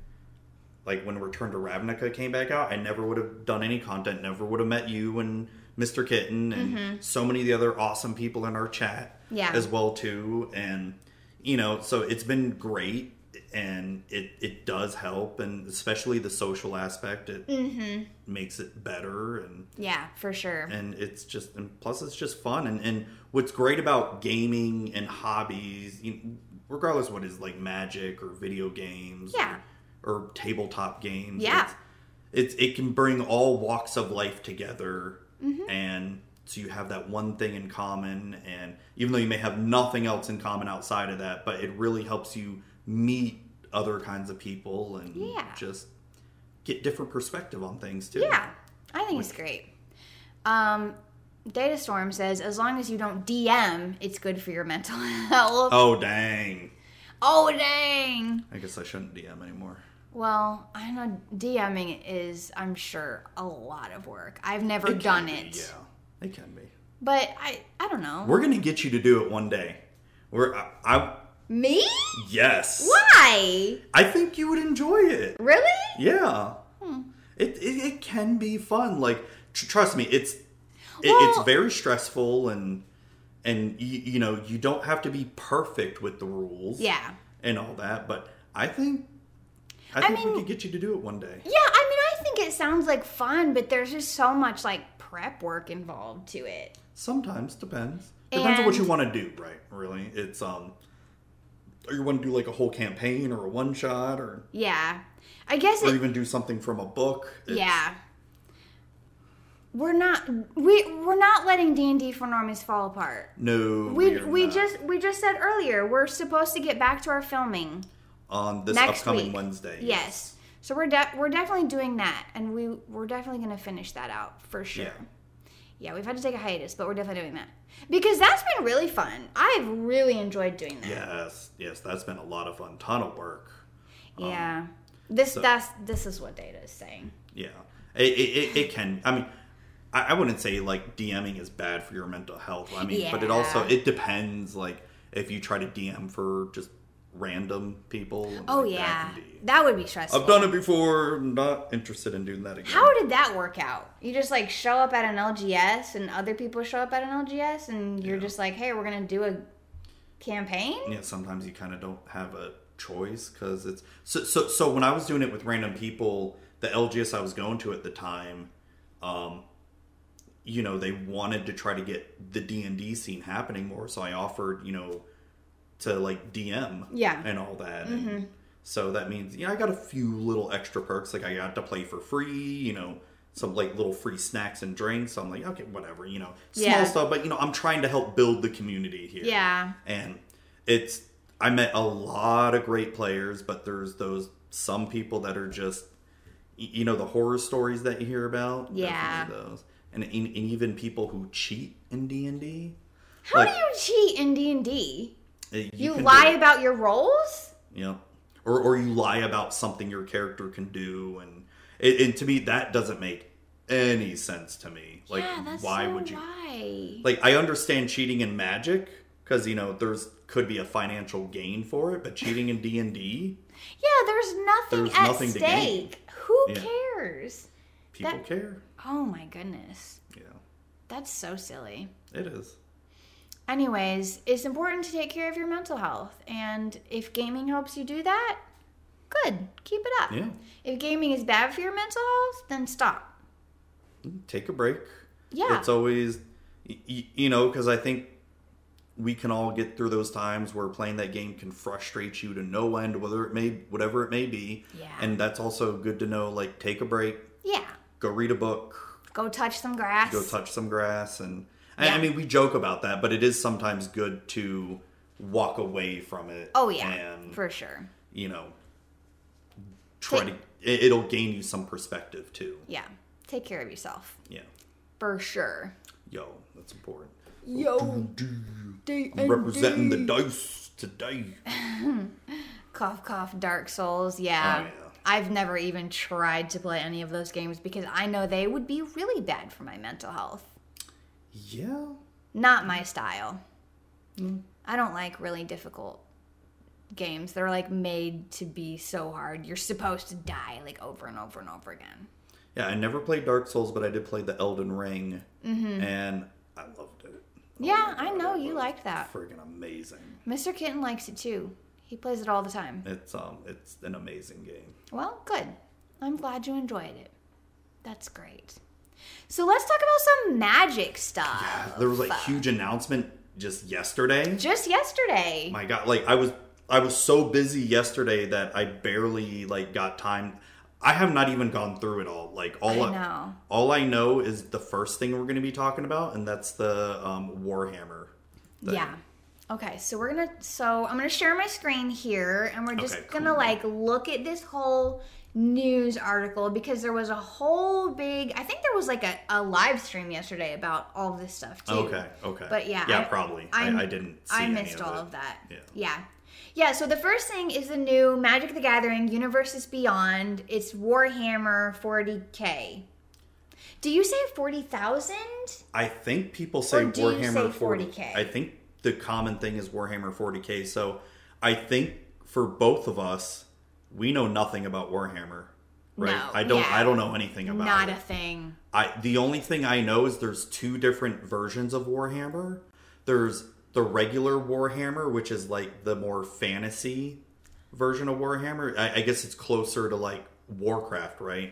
like when Return to Ravnica came back out, I never would have done any content, never would have met you and Mr. Kitten and so many of the other awesome people in our chat
Yeah.
as well too. And you know, so it's been great and it it does help and especially the social aspect it makes it better and
yeah, for sure.
and it's just and plus it's just fun and and what's great about gaming and hobbies you regardless of what is like magic or video games
Yeah.
or, or tabletop games
Yeah.
it's, it's it can bring all walks of life together
Mm-hmm.
and so you have that one thing in common and even though you may have nothing else in common outside of that but it really helps you meet other kinds of people and
Yeah.
just get different perspective on things too
Yeah, I think it's great. Um, Data Storm says as long as you don't DM, it's good for your mental health.
oh dang
oh dang.
I guess I shouldn't DM anymore.
Well, I know DMing is, I'm sure, a lot of work. I've never done it,
Yeah, it can be.
but I, I don't know.
We're gonna get you to do it one day. We're I, I
Me?
yes.
Why?
I think you would enjoy it.
Really?
Yeah.
Hmm.
It, it it can be fun. Like tr- trust me, it's it,
Well-
it's very stressful and and you, you know you don't have to be perfect with the rules.
Yeah.
And all that, but I think I think
mean-
we could get you to do it one day.
Yeah, I mean, I think it sounds like fun, but there's just so much like prep work involved to it.
Sometimes depends. Depends on what you
And-
want to do, right? Really, it's um, or you want to do like a whole campaign or a one shot or
Yeah, I guess
or
it.
even do something from a book. It's-
Yeah, we're not we we're not letting D and D for normies fall apart.
No,
We
are
we
not.
just we just said earlier we're supposed to get back to our filming.
on this
next
upcoming
week.
Wednesday.
Yes. So we're de- we're definitely doing that, and we we're definitely gonna finish that out for sure.
Yeah.
Yeah. we've had to take a hiatus, but we're definitely doing that because that's been really fun. I've really enjoyed doing that.
Yes, yes, that's been a lot of fun. Ton of work.
Yeah. This
Um, so-
that's this is what data is saying.
Yeah, it it, it, it can. I mean, I, I wouldn't say like DMing is bad for your mental health. I mean, but it also
Yeah.
it depends. Like if you try to DM for just random people.
Oh
like, that
yeah,
can be-
that would be stressful.
I've done it before. I'm not interested in doing that again.
How did that work out? You just like show up at an LGS, and other people show up at an LGS, and you're just like, hey, we're gonna do a campaign.
yeah, sometimes you kind of don't have a choice because it's so, so. So when I was doing it with random people, the LGS I was going to at the time, um, you know, they wanted to try to get the D and D scene happening more. So I offered, you know, to like DM,
Yeah. Mm-hmm.
and all that. And so that means you know I got a few little extra perks. Like I got to play for free, you know, some like little free snacks and drinks. So I'm like, okay, whatever, you know, small
Yeah.
stuff. But you know, I'm trying to help build the community here.
Yeah.
And it's I met a lot of great players, but there's those some people that are just y- you know the horror stories that you hear about.
Yeah.
Definitely those, and, and and even people who cheat in D and D. eh,
How do you cheat in D and D?
You,
You
can do
lie
it,
about your roles?
you know, or or you lie about something your character can do, and and- and to me that doesn't make any sense to me. Like,
yeah, that's
why
so
would you?
Why?
Like, I understand cheating in Magic because you know there's could be a financial gain for it, but cheating in D and D,
yeah, there's nothing
There's
at
nothing to gain.
stake. Who
Yeah.
cares?
people
That-
care.
Oh my goodness,
Yeah,
that's so silly.
it is.
Anyways, it's important to take care of your mental health, and if gaming helps you do that, good, keep it up.
Yeah,
If gaming is bad for your mental health, then stop.
take a break.
Yeah.
it's always y- y- you know because I think we can all get through those times where playing that game can frustrate you to no end, whether it may whatever it may be.
Yeah.
and that's also good to know. Like, take a break,
yeah.
go read a book,
Go touch some grass.
go touch some grass and I- I
Yeah.
mean we joke about that, but it is sometimes good to walk away from it.
oh yeah,
and
for sure.
you know, try to
Take-
it- it'll gain you some perspective too.
Yeah, take care of yourself
Yeah,
for sure.
yo, that's important.
Yo, D and
Representing the
D.
dice today.
cough cough Dark Souls. Yeah.
Oh, yeah.
I've never even tried to play any of those games because I know they would be really bad for my mental health.
Yeah,
Not
Mm.
my style. I don't like really difficult games. They're like made to be so hard. You're supposed to die like over and over and over again.
yeah. I never played Dark Souls, but I did play the Elden Ring,
Mm-hmm.
and I loved it.
yeah, I know you
like
like that.
Friggin' amazing.
Mr. Kitten likes it too. He plays it all the time.
It's um, it's an amazing game.
Well, good. I'm glad you enjoyed it. That's great. So let's talk about some magic stuff.
There was like huge announcement just yesterday.
Just yesterday.
my god like i was i was so busy yesterday that i barely like got time i have not even gone through it all like all
I
i,
know.
all i know is the first thing we're going to be talking about and that's the um, warhammer thing.
Yeah. Okay, so we're gonna. So I'm gonna share my screen here, and we're just
Okay,
gonna
cool.
like look at this whole news article because there was a whole big. I think there was like a, a live stream yesterday about all this stuff too.
okay okay
But yeah,
yeah
I-
probably
I'm-
I, I didn't see
I
any
missed all
it.
of that.
Yeah.
Yeah. Yeah, so the first thing is the new Magic the Gathering Universes Beyond. It's Warhammer 40K. Do you say 40,000?
i think people say
Or do you
warhammer
say 40K?
i think the common thing is warhammer 40k so i think for both of us we know nothing about warhammer right
No,
i don't
yeah.
i don't know anything about
Not
it.
a thing.
I the only thing I know is there's two different versions of Warhammer. There's the regular Warhammer, which is like the more fantasy version of Warhammer. I, I guess it's closer to like Warcraft, right?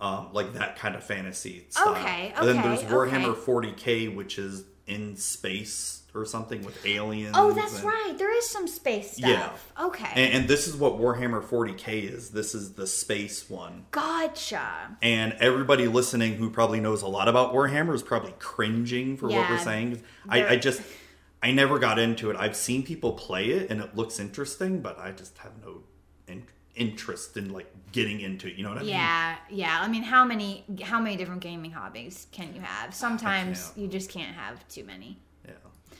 Um, like that kind of fantasy style.
Okay,
And then there's
okay,
Warhammer
okay.
40k, which is in space or something with aliens.
Oh, that's
and-
right. There is some space stuff.
Mm-hmm. Yeah.
Okay.
And, and this is what Warhammer 40k is. This is the space one.
gotcha.
And everybody listening who probably knows a lot about Warhammer is probably cringing for what
Yeah,
we're saying. I,
they're-
I just, I never got into it. I've seen people play it and it looks interesting, but I just have no in- interest in like getting into it. You know what I mean?
Yeah, yeah. I mean, how many how many different gaming hobbies can you have? Sometimes
can't.
you just can't have too many.
Yeah.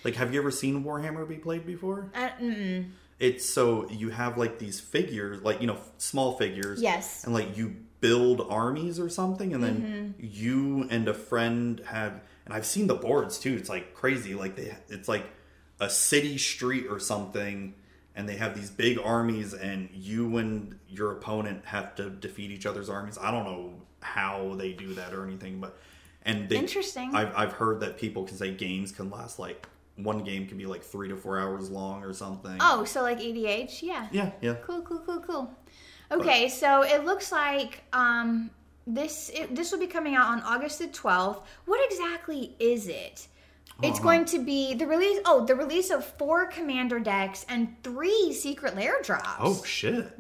Like, have you ever seen Warhammer be played before?
Uh, mm-mm.
It's so you have like these figures, like, you know, f- small figures.
Yes.
And like you build armies or something, and then
Mm-hmm.
you and a friend have. And I've seen the boards too. It's like crazy. Like they, it's like a city street or something, and they have these big armies, and you and your opponent have to defeat each other's armies. I don't know how they do that or anything, but and they,
Interesting.
I've I've heard that people can say games can last like one game can be like three to four hours long or something.
Oh, so like EDH? Yeah.
yeah, yeah.
Cool, cool, cool, cool. Okay, so it looks like um, this it, this will be coming out on August the twelfth. What exactly is it?
Uh-huh.
It's going to be the release. Oh, the release of four commander decks and three secret lair drops.
Oh shit.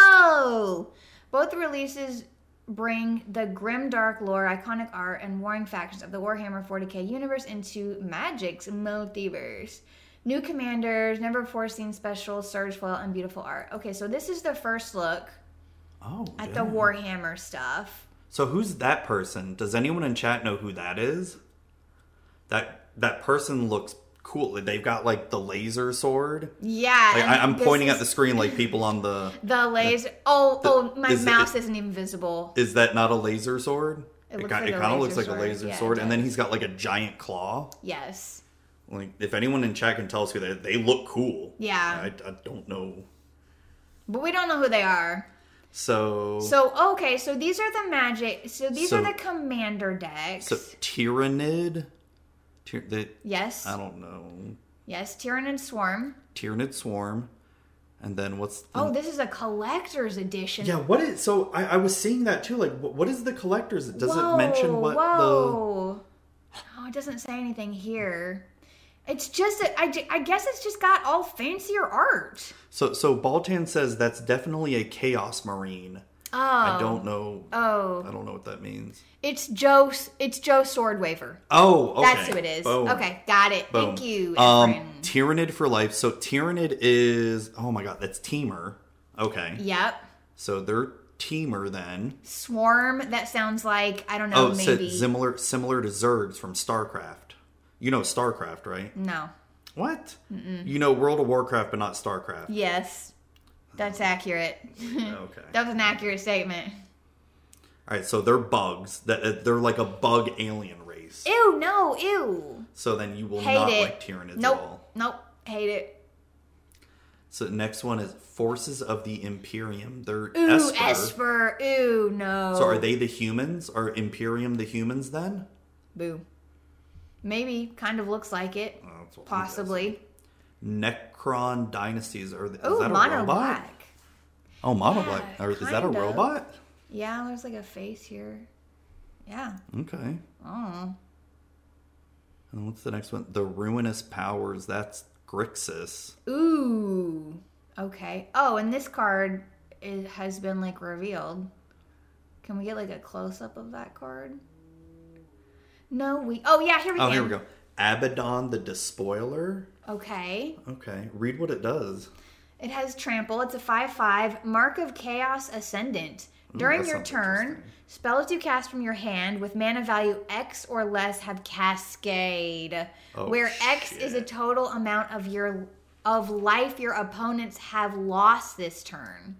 Whoa! Both releases bring the grim dark lore, iconic art, and warring factions of the Warhammer 40k universe into Magic's multiverse. New commanders, never before seen special surge foil and beautiful art. Okay, so this is the first look
Oh.
at
yeah.
the Warhammer stuff.
So who's that person? Does anyone in chat know who that is? That that person looks cool. They've got like the laser sword.
Yeah,
Like,
and
I, I'm
this
pointing at
is
the screen like people on the.
the laser. Oh, oh, my
is it-
mouse is isn't even visible.
Is that not a laser sword?
It,
It,
looks
got-
like
it
a
kind of
laser
looks like a
sword.
laser
Yeah, it
sword, and then
does.
he's got like a giant claw.
Yes.
Like, if anyone in chat can tell us who they they look cool.
Yeah.
I, I don't know.
But we don't know who they are.
So, so,
So okay, so these are the magic. So these
So-
are the commander decks.
Tyranid? Tyr- the,
yes.
I don't know.
Yes, Tyranid Swarm.
Tyranid Swarm. And then what's the.
Oh, this is a collector's edition.
Hmm. Yeah, what is. So, I, I was seeing that too. Like, wh- what is the collector's? Does
whoa,
it mention what the.
whoa. No, it doesn't say anything here. It's just that I, ju- I guess it's just got all fancier art.
So, so Baltan says that's definitely a Chaos Marine.
Oh.
I don't know. I
Oh,
don't know what that means.
it's Joe. It's Joe Swordwaver.
Oh, okay.
That's who it is.
Boom.
Okay, got it.
Boom.
Thank you.
Um,
Efren.
Tyranid for life. So Tyranid is oh my god, that's Teamer. Okay,
yep.
so they're Teamer then.
Swarm. That sounds like I don't know.
Oh, so
maybe
similar similar to Zergs from StarCraft. You know StarCraft, right?
no.
What? You know World of Warcraft, but not StarCraft. Oh,
Yes, that's accurate.
Okay. All
That was an accurate statement.
right, so they're bugs. That uh, they're like a bug alien race.
Ew, no, ew.
so then you will
Hate
not
it.
like Tyranids
nope,
at all.
nope, hate it.
So the next one is Forces of the Imperium. They're
Ooh,
Esper.
Esper. Ooh, no.
So are they the humans? Are Imperium the humans then?
Boo. Maybe kind of looks like it.
Oh, that's what I'm
Possibly.
Necron dynasties are. The, is
Ooh,
that a
mono
robot?
black.
Oh, mono black.
Yeah,
Or is that a
kind of.
robot?
Yeah, there's like a face here. Yeah.
Okay.
Oh.
And what's the next one? The ruinous powers. That's Grixis.
Ooh. Okay. Oh, and this card it has been like revealed. Can we get like a close up of that card? No, we. Oh yeah, here we
Oh,
can.
here we go. Abaddon the Despoiler.
Okay.
Okay. Read what it does.
It has trample. It's a 5 5 mark of chaos ascendant. During
that
your
sounds
turn,
interesting.
spells you cast from your hand with mana value X or less have cascade,
Oh,
where X is a
shit.
total amount of your of life your opponents have lost this turn.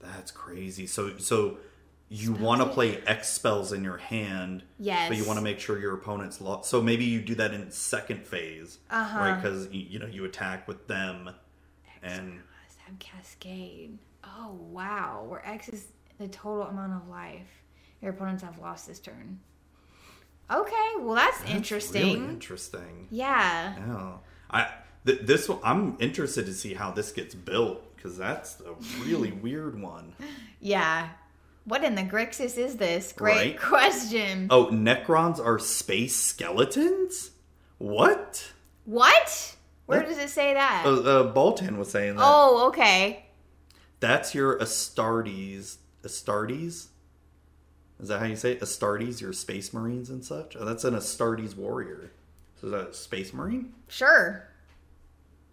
That's crazy. So, so you want to play X spells in your hand.
Yes.
But you want to make sure your opponent's lost. So maybe you do that in second phase,
Uh-huh.
right? Because you, you know you attack with them, and
Must have Uh, cascade. Oh wow, where X is the total amount of life your opponents have lost this turn. Okay, well that's,
It's
interesting.
really interesting.
yeah.
Yeah. I th- this one, I'm interested to see how this gets built because that's a really weird one.
Yeah. What in the Grixis is this? Great
Right.
question.
Oh, Necrons are space skeletons. What?
What? Where
That-
does it say that?
Uh, uh, Baltan was saying that.
oh, okay.
That's your Astartes. Astartes. Is that how you say it? Astartes? Your space marines and such. Oh, that's an Astartes warrior. So is that a space marine?
Sure.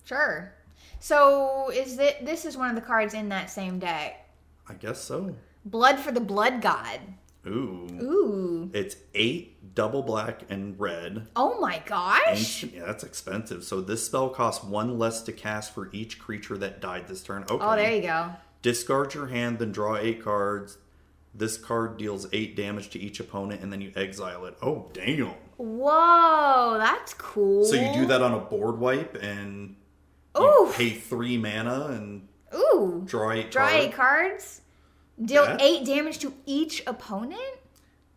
Sure. So is it this is one of the cards in that same deck.
I guess so.
Blood for the Blood God.
Ooh.
Ooh.
It's eight double black and red.
Oh my gosh.
Ancient, yeah, that's expensive. So this spell costs one less to cast for each creature that died this turn. Okay.
Oh, there you go.
Discard your hand, then draw eight cards. This card deals eight damage to each opponent, and then you exile it. Oh, damn!
Whoa, that's cool.
So you do that on a board wipe, and you
Ooh.
pay three mana and
Oough.
draw eight.
Draw
card.
eight cards. Deal
That-
eight damage to each opponent?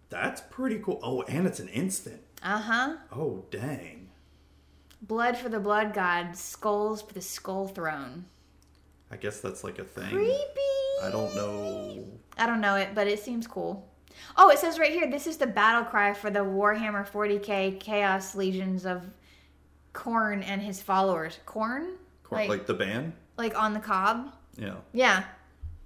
That's pretty cool. Oh, and it's an instant.
Uh-huh.
Oh, dang!
Blood for the blood god, skulls for the skull throne.
I guess that's like a thing.
Creepy.
I don't know.
I don't know it, but it seems cool. Oh, it says right here this is the battle cry for the Warhammer 40k Chaos Legions of Korn and his followers. Korn?
Cor-
Like-
like, the band,
Like on the cob?
yeah.
Yeah.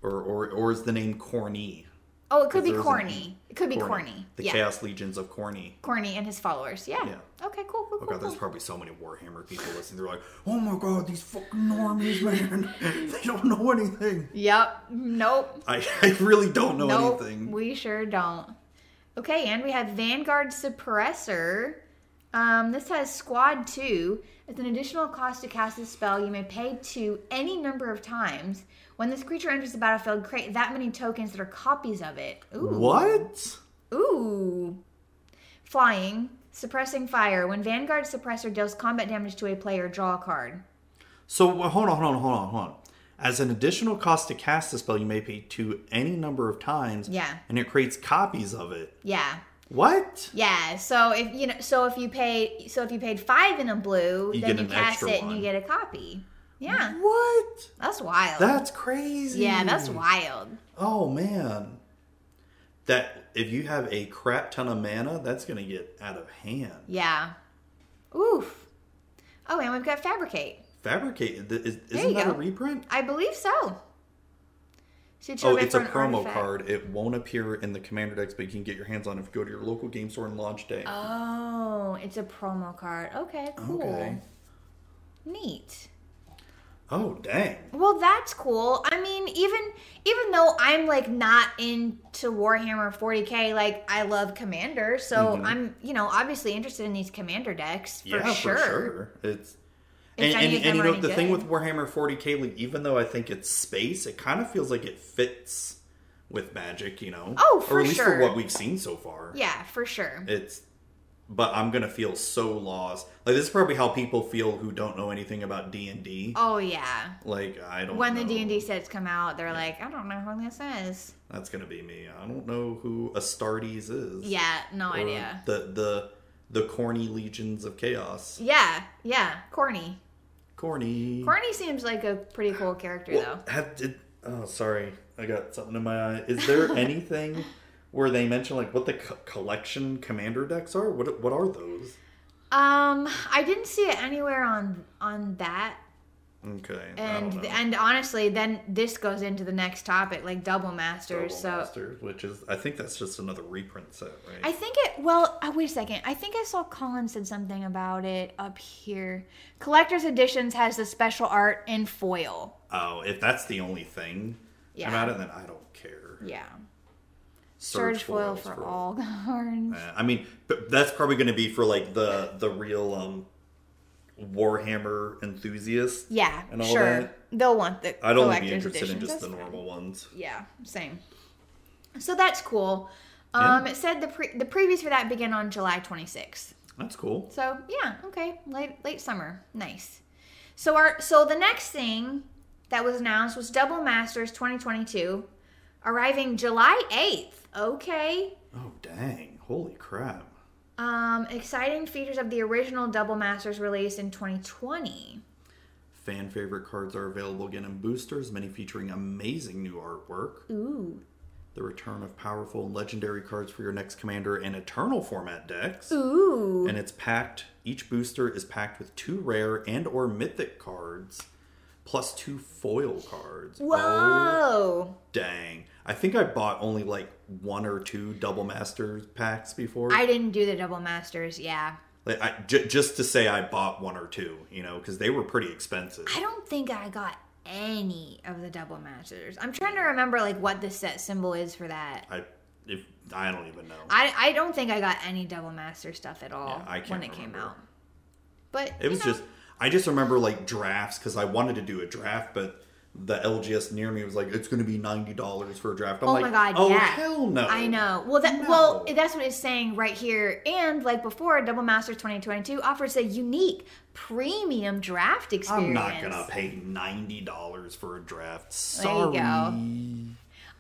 Or or or is the name Corny?
Oh, it could be
There's an
corny. It could be corny.
The
yeah.
Chaos Legions of Corny.
Corny and his followers. Yeah.
Yeah.
Okay, cool, cool,
Oh
cool.
god, there's
cool.
probably so many Warhammer people listening. They're like, oh my god, these fucking normies, man. they don't know anything.
Yep. Nope.
I, I really don't know
nope.
Oh, anything.
We sure don't. Okay, and we have Vanguard Suppressor. Um, this has squad two. It's an additional cost to cast this spell. You may pay two any number of times. When this creature enters the battlefield, create that many tokens that are copies of it. Ooh.
What?
Ooh. Flying. Suppressing fire. When Vanguard suppressor deals combat damage to a player, draw a card.
So wh- hold on, hold on, hold on, hold on. As an additional cost to cast the spell, you may pay two any number of times.
Yeah.
And it creates copies of it.
Yeah.
What?
Yeah. So if you know so if you pay so if you paid five in a blue, then
You get
you
an
cast
extra
it and
one.
you get a copy. Yeah.
What?
That's wild.
That's crazy.
yeah, that's wild.
Oh man. That if you have a crap ton of mana, that's gonna get out of hand.
Yeah. Oof. Oh, and we've got fabricate.
Fabricate th- is,
you
isn't that a
go.
reprint?
I believe so. Should show
Oh,
back
it's a
for an
promo
artifact.
card. It won't appear in the commander decks, but you can get your hands on it if you go to your local game store on launch day.
Oh, it's a promo card. Okay, cool.
Okay.
Neat.
Oh dang.
Well, that's cool. I mean, even even though I'm like not into Warhammer 40K, like I love Commander, so I'm you know obviously interested in these Commander decks for
Mm-hmm. yeah,
sure.
for sure. It's
If
and,
any
and,
of
and
them
you
are
know
any
the thing
good.
with Warhammer 40k, like, even though I think it's space, it kind of feels like it fits with Magic, you know.
Oh, for
or at least
sure.
for what we've seen so far.
Yeah, for sure.
It's, but I'm gonna feel so lost. Like this is probably how people feel who don't know anything about D and D.
Oh yeah.
Like I don't.
When
know.
the D and D sets come out, they're like, I don't know who this is.
That's gonna be me. I don't know who Astartes is.
Yeah, no
Or
idea.
The the the corny legions of chaos.
Yeah, yeah, corny.
Corny.
Corny seems like a pretty cool character though.
Hmm. Well, have- did- oh, sorry. I got something in my eye. Is there anything where they mention like what the co- collection commander decks are? What what are those?
Um, I didn't see it anywhere on on that
Okay. I
and
don't know.
and honestly then this goes into the next topic like double masters so
Double Masters, which is I think that's just another reprint set, right?
i think it well uh, wait a second i think i saw colin said something about it up here collector's editions has the special art in foil
oh, if that's the only thing
Yeah.
about it, then I don't care.
yeah
Surge
surge foil
foils
for,
for-
all cards
Uh, I mean, but that's probably going to be for like the the real um Warhammer enthusiasts.
yeah
and all
sure
that.
they'll want the
I'd only be
collector's
interested
edition.
in just the
That's fine.
normal ones.
Yeah, same. So that's cool. Um, It said the pre- the previews for that begin on July 26th.
That's cool.
So yeah, okay, late late summer, nice. So our so the next thing that was announced was Double Masters 2022, arriving July 8th. Okay.
Oh dang! Holy crap!
Um, exciting features of the original Double Masters released in 2020.
Fan favorite cards are available again in boosters, many featuring amazing new artwork.
Ooh.
The return of powerful and legendary cards for your next commander and eternal format decks.
Ooh.
And it's packed each booster is packed with two rare and or mythic cards plus two foil cards. Oh
Whoa.
dang. I think I bought only like one or two double masters packs before.
I didn't do the Double Masters. Yeah.
like I, j- just to say I bought one or two, you know, cuz they were pretty expensive.
I don't think I got any of the double masters. I'm trying to remember like what the set symbol is for that.
I if I don't even know.
I I don't think I got any double master stuff at all
Yeah, I can't
when it came
remember.
out. But
It was just I just remember like drafts because I wanted to do a draft, but the LGS near me was like, it's going to be ninety dollars for a draft. I'm
Oh
like,
my god!
oh
yeah,
hell no!
I know. Well, that well,
No.
that's what it's saying right here. And like before, Double Masters 2022 offers a unique premium draft experience.
I'm not gonna pay ninety dollars for a draft.
There
Sorry.
you go.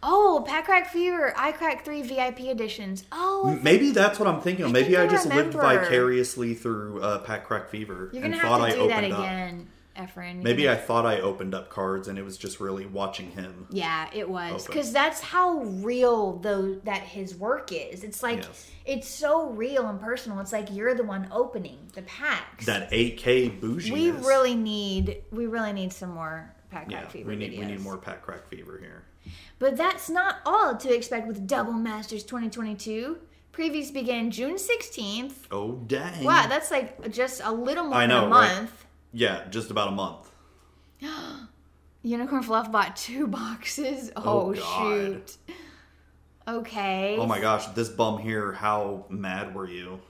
Oh, Pack Crack Fever, I Crack Three VIP editions. Oh, I
Maybe that's what I'm thinking. of. Maybe
think
I,
I
just lived
remember.
vicariously through uh, Pat Crack Fever
You're
and
gonna
thought
have to
I
do that
opened up.
again, Efren. You're
Maybe
gonna-
I thought I opened up cards, and it was just really watching him.
Yeah, it was
Open.
because that's how real though that his work is. It's like
Yes.
it's so real and personal. It's like you're the one opening the packs.
That AK bougie.
we really need we really need some more pack
yeah.
Crack fever
We need we need
videos.
more Pat Crack Fever here.
But that's not all to expect with Double Masters 2022. Previews begin June 16th.
Oh dang!
Wow, that's like just a little more
I
than
know,
a
right?
month.
Yeah, just about a month.
Unicorn Fluff bought two boxes. Oh,
Oh, God.
shoot. Okay.
Oh my gosh, this bum here, how mad were you?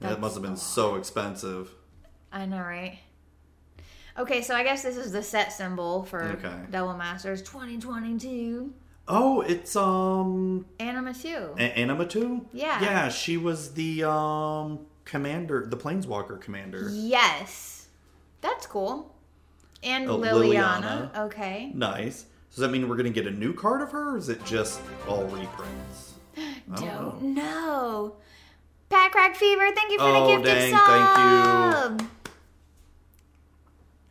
That's
that must have been so expensive.
I know, right? Okay, so I guess this is the set symbol for
Okay.
Double Masters 2022.
Oh, it's um
Anna Masu.
A- Animatu?
Yeah.
Yeah, she was the um commander, the planeswalker commander.
Yes. That's cool. And
Oh,
Liliana.
Liliana.
Okay.
Nice. Does that mean we're gonna get a new card of her, or is it just all reprints? I
Don't, know. Pack Rack Fever, thank you for
Oh,
the gifted
dang,
sub.
thank
Thank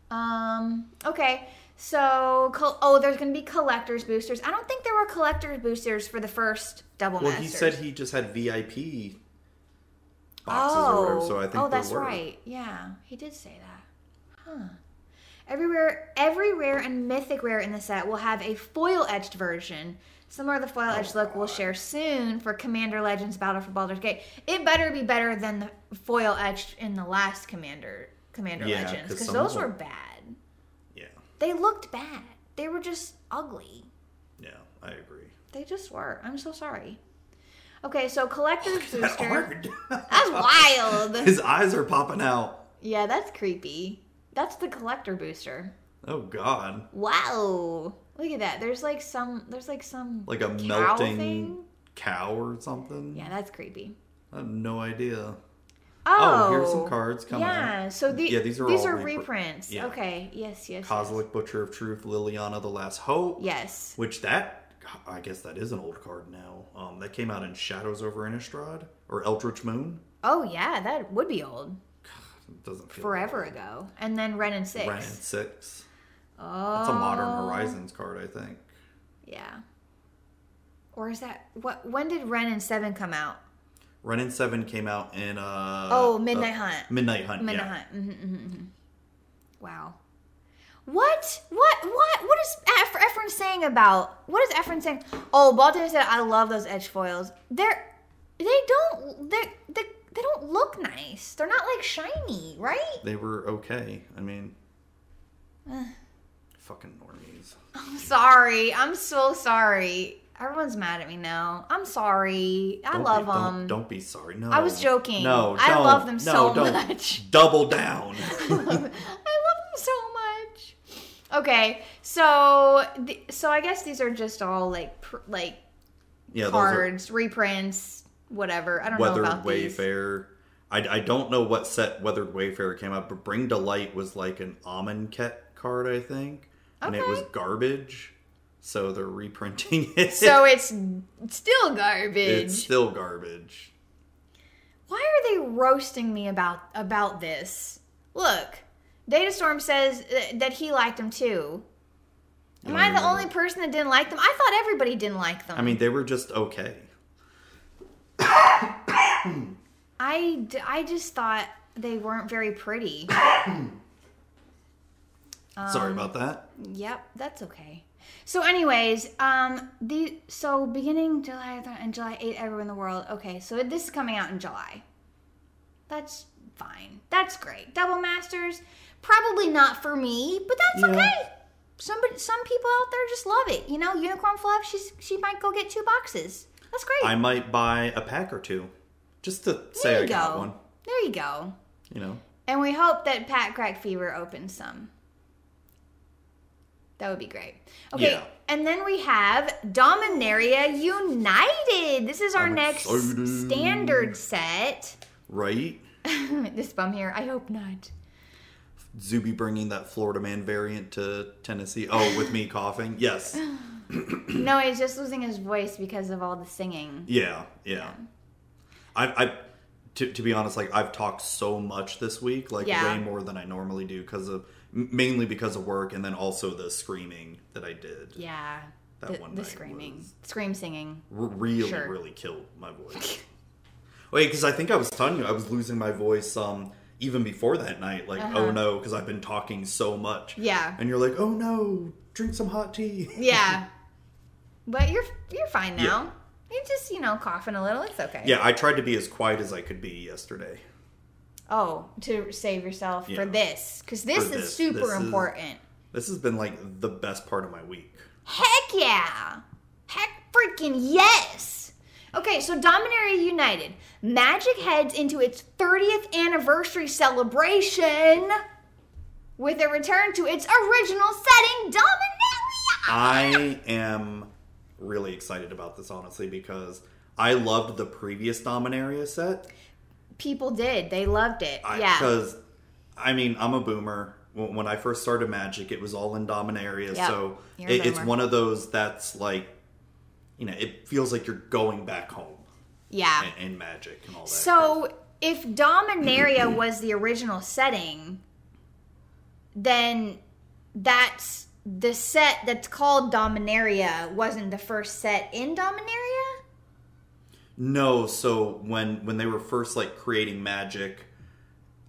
you. Um, okay. So, col- oh, there's going to be collector's boosters. I don't think there were collector's boosters for the first Double
Well, he
Masters.
said he just had VIP boxes or whatever, so I think
oh,
there
that's
were.
right. Yeah, he did say that. Huh. Every rare, every rare and mythic rare in the set will have a foil etched version. Similar to the foil etched
Oh,
look we'll share soon for Commander Legends Battle for Baldur's Gate. It better be better than the foil etched in the last Commander Commander
Yeah,
Legends
'cause
because
some of
those were
them-
bad.
Yeah,
They looked bad. They were just ugly.
yeah, I agree.
They just were. I'm so sorry. Okay, so collector's
That
booster.
art.
That's wild.
His eyes are popping out.
Yeah, that's creepy. That's the collector booster.
Oh God,
Wow. Look at that. There's like some there's like some
like a melting cow or something.
Yeah, that's creepy.
I have no idea.
Oh,
Oh, here's some cards coming up.
Yeah, so the,
Yeah, these are all repr-
reprints.
yeah.
Okay. Yes, yes.
Cosmic Butcher of Truth, Liliana the Last Hope.
Yes.
Which that I guess that is an old card now. Um, that came out in Shadows over Innistrad or Eldritch Moon.
Oh yeah, that would be old.
It doesn't feel
Forever ago. And then Ren and Six.
Right, and six.
Oh.
That's a Modern Horizons card, I think.
Yeah. Or is that what when did Ren and Seven come out?
Ren and Seven came out in uh
Oh,
uh,
Midnight Hunt.
Midnight Hunt.
Midnight
yeah.
Hunt. hmm Wow. What? What? What? What is Ef- Efren saying about? What is Efren saying? Oh, Baltimore said, "I love those edge foils. They're they don't they they they don't look nice. They're not like shiny, right?
They were okay. I mean,
Eh.
fucking normies.
I'm sorry. I'm so sorry. Everyone's mad at me now. I'm sorry. I
Don't
love
be, don't-
them.
Don't, be sorry. No,
I was joking.
No,
I
don't.
love them
No,
so
don't.
much.
Double down.
I love them so much. Okay, so the, so I guess these are just all like pr- like
yeah, those are-
cards, reprints, whatever. I don't know
Weathered
about these.
Wayfair. I, I don't know what set Weathered Wayfair came out, but Bring to Light was like an Amonkhet card, I think. And it
Okay.
was garbage. So they're reprinting it.
So it's still garbage.
it's still garbage.
Why are they roasting me about about this? Look, Data Storm says uh, that he liked them too. Am
don't
I the
remember.
only person that didn't like them? I thought everybody didn't like them.
I mean, they were just okay.
I, d- I just thought they weren't very pretty.
Sorry about that.
Yep, that's okay. So, anyways, um, the so beginning July th- and July 8th everywhere in the world. Okay, so this is coming out in July. That's fine. That's great. Double Masters, probably not for me, but that's
Yeah.
okay. Somebody, some people out there just love it. You know, Unicorn Fluff. She's she might go get two boxes. That's great.
I might buy a pack or two just to say
there
I
you
got
go.
one.
There you go.
You know,
And we hope that Pat Crack Fever opens some. That would be great. Okay.
Yeah.
And then we have Dominaria United. This is our
I'm
next
excited.
standard set.
right?
this bum here. I hope not.
Zuby bringing that Florida man variant to Tennessee. Oh, with me coughing. Yes.
No, he's just losing his voice because of all the singing.
Yeah, yeah. I, I, to, to be honest, like I've talked so much this week, like
Yeah.
way more than I normally do, because of m- mainly because of work, and then also the screaming that I did.
Yeah.
That
the,
one
the
night
screaming.
was-
Scream singing.
R- really,
Sure.
really killed my voice. Wait, because I think I was telling you I was losing my voice um even before that night. Like, oh no, because I've been talking so much.
Uh-huh. Yeah.
And you're like, oh no, drink some hot tea.
Yeah. but you're you're fine
Yeah.
now. You're just, you know, coughing a little. It's okay.
yeah, I tried to be as quiet as I could be yesterday.
Oh, to save yourself
Yeah.
for this. Because this
For
is
this.
super
This is-
important.
This has been like the best part of my week.
Heck yeah! Heck freaking yes! Okay, so Dominaria United. Magic heads into its 30th anniversary celebration with a return to its original setting, Dominaria!
I am really excited about this, honestly, because I loved the previous Dominaria set.
People did. They loved it. yeah.
Because, I mean, I'm a boomer. When when I first started Magic, it was all in Dominaria.
Yep.
So
You're a
it, it's
boomer.
one of those that's like, you know, it feels like you're going back home
Yeah.
in, in Magic and all that.
So if Dominaria was the original setting, then that's the set that's called Dominaria wasn't the first set in Dominaria?
No, so when when they were first like creating magic,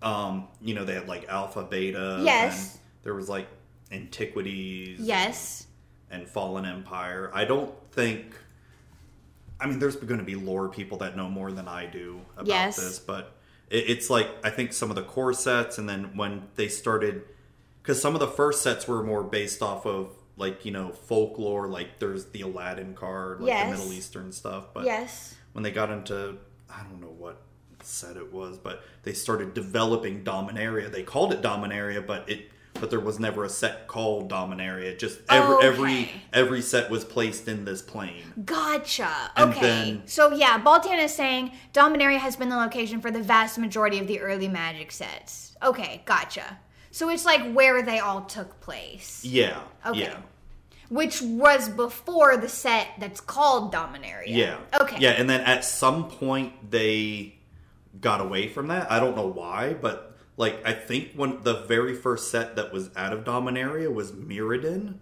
um, you know, they had like alpha, beta,
Yes.
and there was like antiquities
Yes.
and fallen empire. I don't think I mean there's gonna be lore people that know more than I do about
Yes.
this, but it, it's like I think some of the core sets and then when they started because some of the first sets were more based off of like, you know, folklore, like there's the Aladdin card, like
Yes.
the Middle Eastern stuff. But
Yes.
when they got into I don't know what set it was, but they started developing Dominaria. They called it Dominaria, but it but there was never a set called Dominaria. Just every every
Okay.
every set was placed in this plane.
Gotcha.
And
Okay.
then-
so yeah, Baltan is saying Dominaria has been the location for the vast majority of the early magic sets. Okay, gotcha. So it's like where they all took place,
Yeah.
Okay.
Yeah.
which was before the set that's called Dominaria.
Yeah.
Okay.
Yeah, and then at some point they got away from that. I don't know why, but like I think when the very first set that was out of Dominaria was Mirrodin.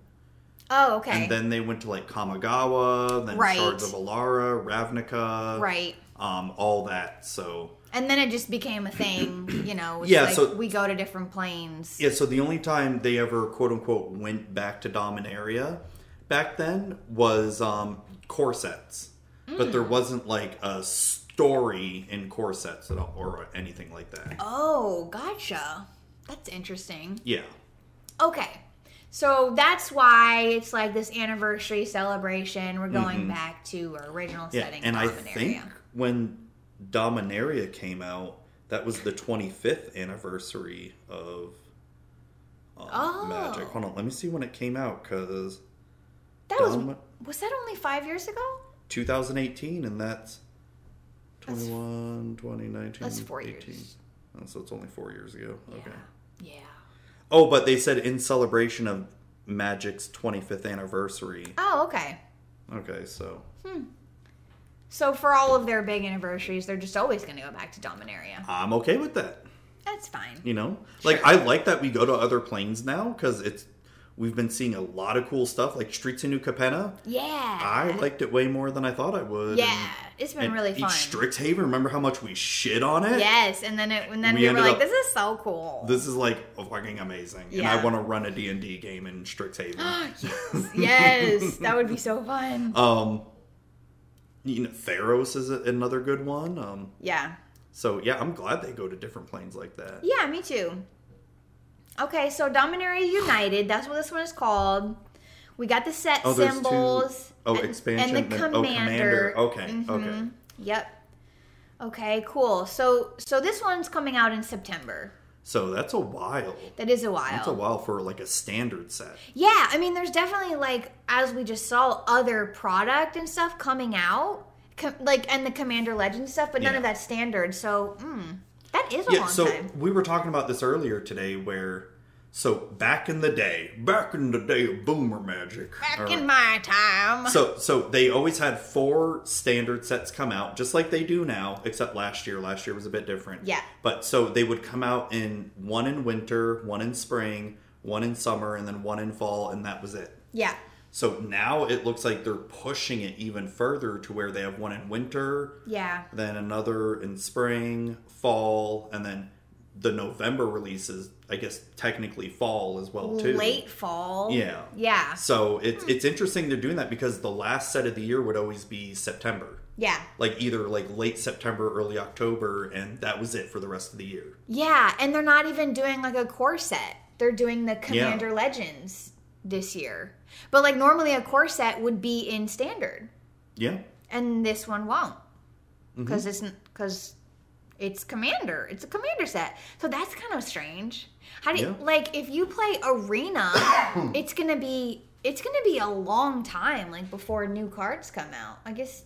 Oh, okay.
And then they went to like Kamigawa, then
Right.
Shards of Alara, Ravnica,
right.
um, all that. So
And then it just became a thing, you know. It's
Yeah,
Like
so-
we go to different planes.
yeah, so the only time they ever quote unquote went back to Dominaria back then was um, corsets, but
Mm.
there wasn't like a story in corsets at all or anything like that.
Oh, gotcha. That's interesting.
Yeah,
Okay. So that's why it's like this anniversary celebration. We're going back to our original
Mm-hmm. yeah,
setting.
and I
Dominaria.
think when Dominaria came out, that was the 25th anniversary of. Um,
Oh.
Magic. Hold on, let me see when it came out because
that was
Dom-
was that only five years ago?
2018 and that's
That's-
21 2019
that's four
18.
years.
Oh, so it's only four years ago okay
Yeah. Yeah.
oh but they said in celebration of magic's 25th anniversary
Oh, okay.
okay so
So for all of their big anniversaries, they're just always going to go back to Dominaria.
i'm okay with that
That's fine.
you know like i like that we go to other planes now because it's we've been seeing a lot of cool stuff like streets in new capenna
Yeah.
i liked it way more than i thought i would
yeah, it's been
and,
really
and
fun.
East Strixhaven, remember how much we shit on it?
Yes, and then it, and then
We
we, were
ended
like,
up-
"This is so cool."
this is like fucking amazing and
Yeah.
i want to run a d&d game in strixhaven
yes, that would be so fun.
um you know theros is a- another good one um
yeah,
so yeah i'm glad they go to different planes like that
yeah, me too. Okay, so Dominaria United, that's what this one is called. We got the set
Oh, there's two-
symbols.
oh,
and-
expansion,
and the
then- oh,
commander. Mm-hmm.
commander. Okay, okay.
Yep. Okay, cool. So, so this one's coming out in September.
so that's a while
That is a while.
that's a while for like a standard set
Yeah, I mean, there's definitely like as we just saw other product and stuff coming out, com- like and the Commander Legends stuff, but none of
Yeah.
that's standard. So mm, that is a
yeah
long
so
time.
we were talking about this earlier today where so back in the day back in the day of boomer magic
Back
or-
in my time.
so so they always had four standard sets come out just like they do now except last year last year was a bit different
Yeah.
but so they would come out in one in winter one in spring one in summer and then one in fall and that was it
yeah,
so now it looks like they're pushing it even further to where they have one in winter
yeah,
then another in spring fall and then the november releases i guess technically fall as well too
late fall.
Yeah.
yeah,
so it's it's interesting they're doing that because the last set of the year would always be September,
yeah,
like either like late September, early October, and that was it for the rest of the year.
yeah. And they're not even doing like a core set; they're doing the Commander Legends this year. But like normally, a core set would be in standard.
Yeah,
and this one won't
Mm-hmm.
because it's because it's commander it's a commander set so that's kind of strange how do you
Yeah.
like if you play arena it's gonna be it's gonna be a long time, like before new cards come out. I guess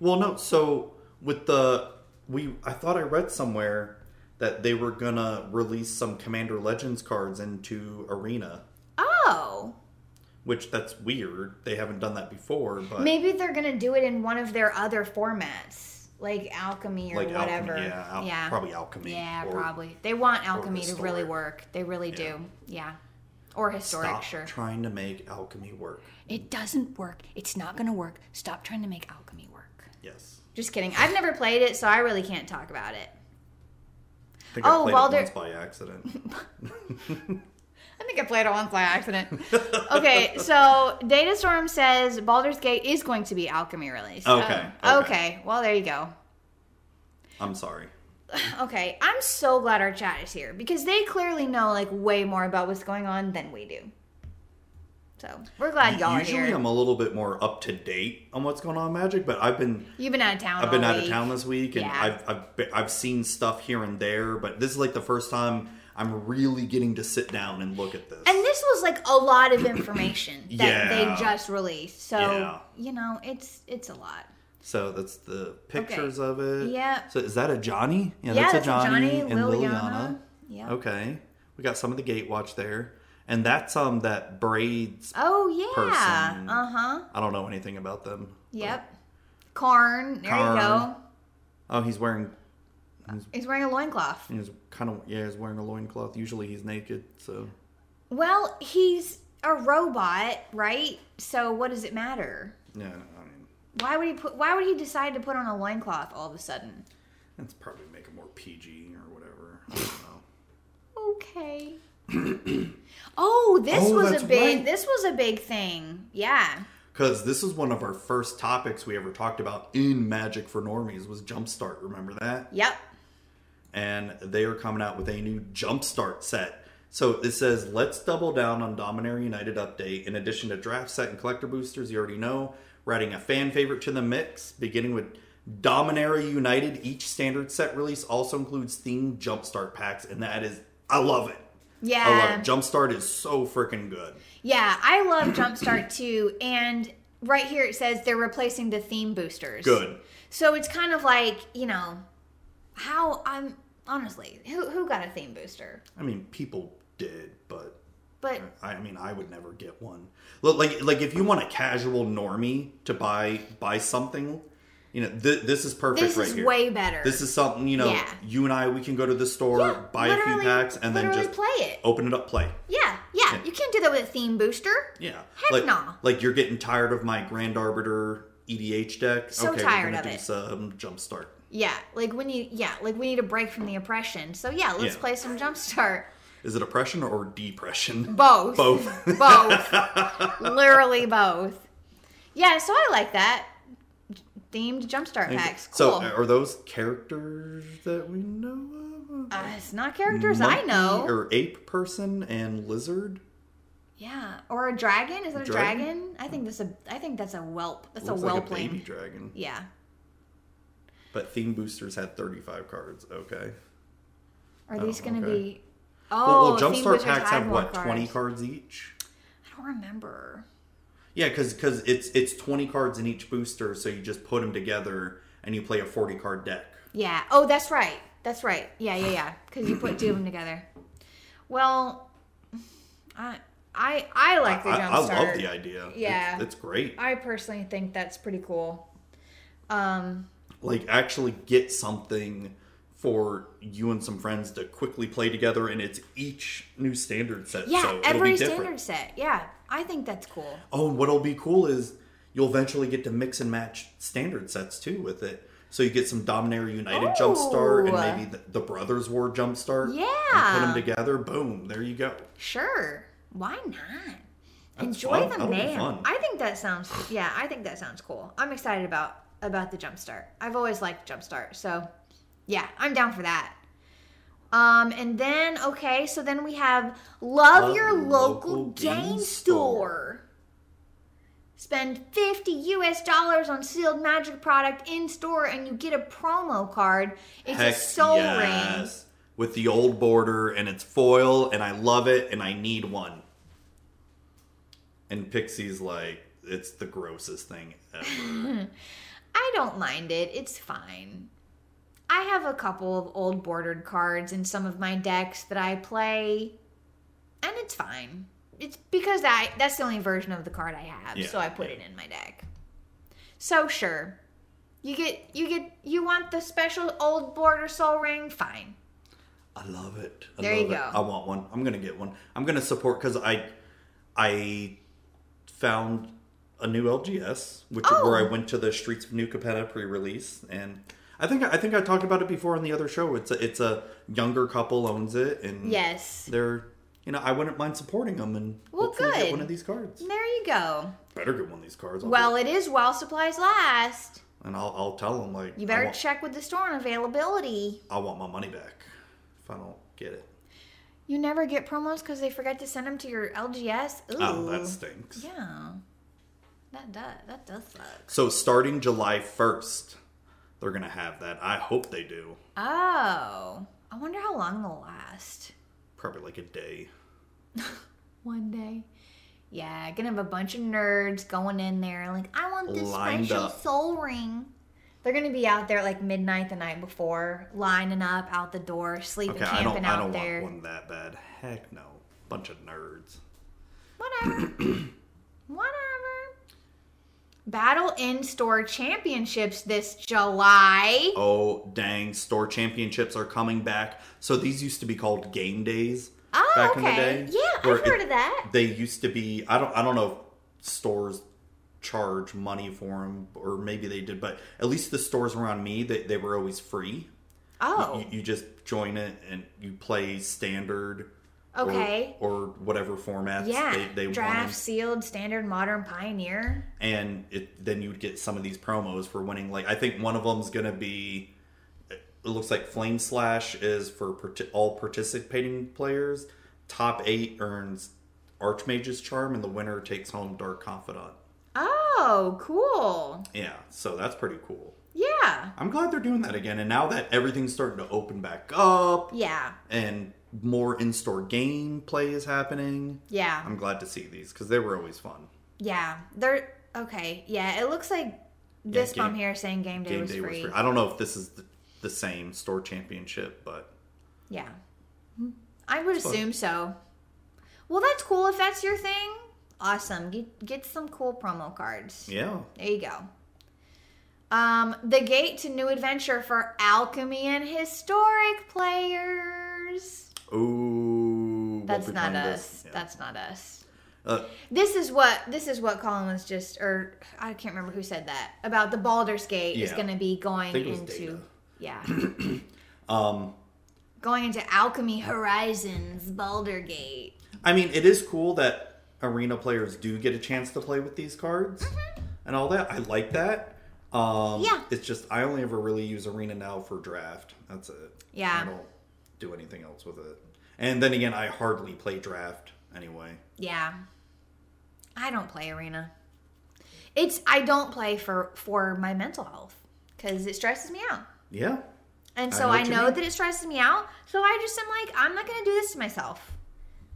Well, no. So with the we, I thought I read somewhere that they were gonna release some Commander Legends cards into Arena,
Oh.
which that's weird. They haven't done that before, but
Maybe they're gonna do it in one of their other formats, like alchemy or
like
whatever.
alchemy, yeah, al- probably alchemy.
Yeah,
or
probably. They want alchemy to really
historic.
work. They really
Yeah.
do. Yeah. Or historic,
Stop
sure.
trying to make alchemy work.
it doesn't work. It's not gonna work. Stop trying to make alchemy work.
Yes.
Just kidding. I've never played it, so I really can't talk about it.
I think
Oh,
I played
while
it
they're-
once by accident.
I think I played it once by accident. okay, so Data Storm says Baldur's Gate is going to be alchemy released.
Okay,
Oh,
okay.
okay. Well, there you go.
I'm sorry.
Okay, I'm so glad our chat is here because they clearly know like way more about what's going on than we do. So we're glad y'all
Usually
are here.
I'm a little bit more up to date on what's going on in Magic, but I've been
You've been out of town.
I've been
all
out of
week.
town this week, and
Yeah.
I've I've, be- I've seen stuff here and there, but this is like the first time I'm really getting to sit down and look at this.
And this was like a lot of information that
Yeah.
they just released. So
Yeah.
you know, it's it's a lot.
so that's the pictures of it.
Yep.
So is that a Johnny? Yeah,
yeah,
that's a Johnny, and
Liliana.
Liliana. Oh.
Yeah.
Okay, we got some of the Gate Watch there, and that's um that braids.
Oh yeah.
Person.
Uh huh.
I don't know anything about them. but-
Yep. Karn. There you go.
Karn. Oh, he's wearing
He's wearing a loincloth.
he's kind of yeah he's wearing a loincloth. Usually he's naked, so
Well, he's a robot, right? So what does it matter?
yeah. I mean,
Why would he put? Why would he decide to put on a loincloth all of a sudden?
that's probably make it more PG or whatever. I don't know.
Okay. oh, this
Oh,
was
that's
a big.
right.
This was a big thing. Yeah.
Because this is one of our first topics we ever talked about in Magic for Normies was Jumpstart. Remember that?
Yep.
And they are coming out with a new Jumpstart set. So it says, let's double down on Dominaria United update. In addition to draft set and collector boosters you already know, we're adding a fan favorite to the mix, beginning with Dominaria United. Each standard set release also includes themed Jumpstart packs, and that is, I love it. I love
Yeah.
it. Jumpstart is so freaking good.
yeah. I love Jumpstart too, and right here it says they're replacing the theme boosters.
Good.
So it's kind of like you know how I'm honestly who who got a theme booster,
I mean, people did, but
but
I mean, I would never get one. Look, like like if you want a casual normie to buy buy something, you know, th- this is perfect
this
right
is
here.
way better.
this is something you know.
Yeah.
You and I, we can go to the store,
Yeah,
buy a few
literally-
packs, and then
literally
just Oh.
play it.
open it up, play.
Yeah, yeah. You can't do that with a theme booster.
Yeah,
Heck
like
nah.
like you're getting tired of my Grand Arbiter EDH deck.
So
okay,
tired
we're gonna
of
do
it.
Some jump start.
Yeah, like we need. Yeah, like we need a break from the oppression. So yeah, let's
Yeah.
play some Jumpstart.
Is it oppression or depression?
Both.
Both.
Both. Literally both. Yeah, so I like that themed Jumpstart packs. Cool.
So uh, are those characters that we know of?
uh, it's not characters I
Monkey
know.
Or ape person and lizard.
yeah, or a dragon? Is that a dragon?
Dragon?
I think that's a. I think that's a whelp. That's
Looks
a
like a
whelpling.
baby dragon.
yeah,
But theme boosters had 35 cards. Okay.
are these going to
okay.
be? Oh,
well,
theme
Jumpstart
boosters
packs
had
have
more
what 20 cards each.
I don't remember.
Yeah, because it's it's 20 cards in each booster, so you just put them together and you play a 40 card deck.
Yeah. Oh, that's right. That's right. Yeah, yeah, yeah. Because you put two of them together. Well, I I I like the
I, I
jump
love the idea. It's-
Yeah.
it's, great.
I personally think that's pretty cool. Um.
Like actually get something for you and some friends to quickly play together, and it's each new standard set.
Yeah.
so it'll
every
be
standard
different.
set. Yeah. I think that's cool.
Oh, and what'll be cool is you'll eventually get to mix and match standard sets too with it. So you get some Dominaria United Jumpstart
Oh.
and maybe the, the Brothers War Jumpstart.
Yeah.
And put them together. Boom. There you go.
Sure. Why not?
That's
Enjoy
fun.
the
That'll be
man.
fun.
I think that sounds. Yeah, I think that sounds cool. I'm excited about about the jumpstart. I've always liked jumpstart, so yeah, I'm down for that. Um, and then okay, so then we have love,
Love
your
your
local,
local
game,
game
store. Spend 50 US dollars on sealed magic product in store and you get a promo card. It's a soul ring.
With the old border and it's foil and I love it and I need one. And Pixie's like, it's the grossest thing ever.
I don't mind it. It's fine. I have a couple of old bordered cards in some of my decks that I play, and it's fine. It's because I that's the only version of the card I have,
Yeah,
so I put
yeah.
it in my deck. So sure. You get you get you want the special old border soul ring? Fine.
I love it. I
There
love
you
it.
go.
I want one. I'm gonna get one. I'm gonna support because I, I, found a new LGS, which
Oh.
where I went to the Streets of New Capetta pre-release, and I think I think I talked about it before on the other show. It's a it's a younger couple owns it, and
Yes.
they're you know I wouldn't mind supporting them and
Well,
hopefully get
good.
one of these cards.
There you go.
Better get one of these cards. I'll
Well,
be-
it is while supplies last.
and I'll I'll tell them like
You better
I want,
check with the store on availability.
I want my money back if I don't get it.
You never get promos because they forgot to send them to your LGS. Ooh.
Oh, that stinks.
Yeah. That does. That does suck.
So starting July 1st, they're going to have that. I hope they do.
Oh. I wonder how long they'll last.
Probably like a day.
One day. Yeah, gonna have a bunch of nerds going in there like, I want this
Lined
special
up.
soul ring. They're gonna be out there at like midnight the night before, lining up out the door, sleeping,
Okay, I
camping
don't I
out
don't
there.
want one that bad. Heck no. Bunch of nerds.
Whatever. Whatever. Battle in store championships this July.
Oh, dang. Store championships are coming back. So these used to be called game days
Oh,
back
okay.
in the day.
Yeah,
where
I've heard of that.
They used to be I don't I don't know if stores charge money for them or maybe they did, but at least the stores around me they, they were always free.
Oh,
You, you just join it and you play standard. or-
okay.
Or, whatever formats
yeah.
they, they
Draft,
want.
sealed, standard, modern, pioneer.
And it, then you'd get some of these promos for winning. Like, I think one of them's going to be. It looks like Flame Slash is for parti- all participating players. Top eight earns Archmage's Charm, and the winner takes home Dark Confidant.
Oh, cool.
Yeah, so that's pretty cool.
Yeah.
I'm glad they're doing that again. And now that everything's starting to open back up
Yeah.
and more in store gameplay is happening,
Yeah.
I'm glad to see these because they were always fun.
Yeah. They're okay. Yeah, it looks like this
game-
mom here is saying game day,
game
was,
day
free.
was free. I don't know if this is the, the same store championship, but
Yeah. I would assume so. Well, that's cool if that's your thing. Awesome. Get get some cool promo cards.
yeah,
There you go. Um, the gate to new adventure for alchemy and historic players.
ooh,
That's
won't be
not
playing
us.
this. Yeah.
That's not us.
Uh,
This is what this is what Colin was just, or I can't remember who said that about the Baldur's Gate is
Yeah.
going to be going
think it was
into,
Data.
yeah,
um,
going into Alchemy Horizons Baldur Gate.
I mean, it is cool that arena players do get a chance to play with these cards and all that. I like that. Um,
Mm-hmm. Yeah.
it's just I only ever really use arena now for draft. That's it.
Yeah.
I don't do anything else with it. And then again, I hardly play draft anyway.
Yeah. I don't play arena. It's I don't play for for my mental health cuz it stresses me out.
Yeah,
And
I
so
know
I
what you
know
mean.
that it stresses me out, so I just am like I'm not going to do this to myself.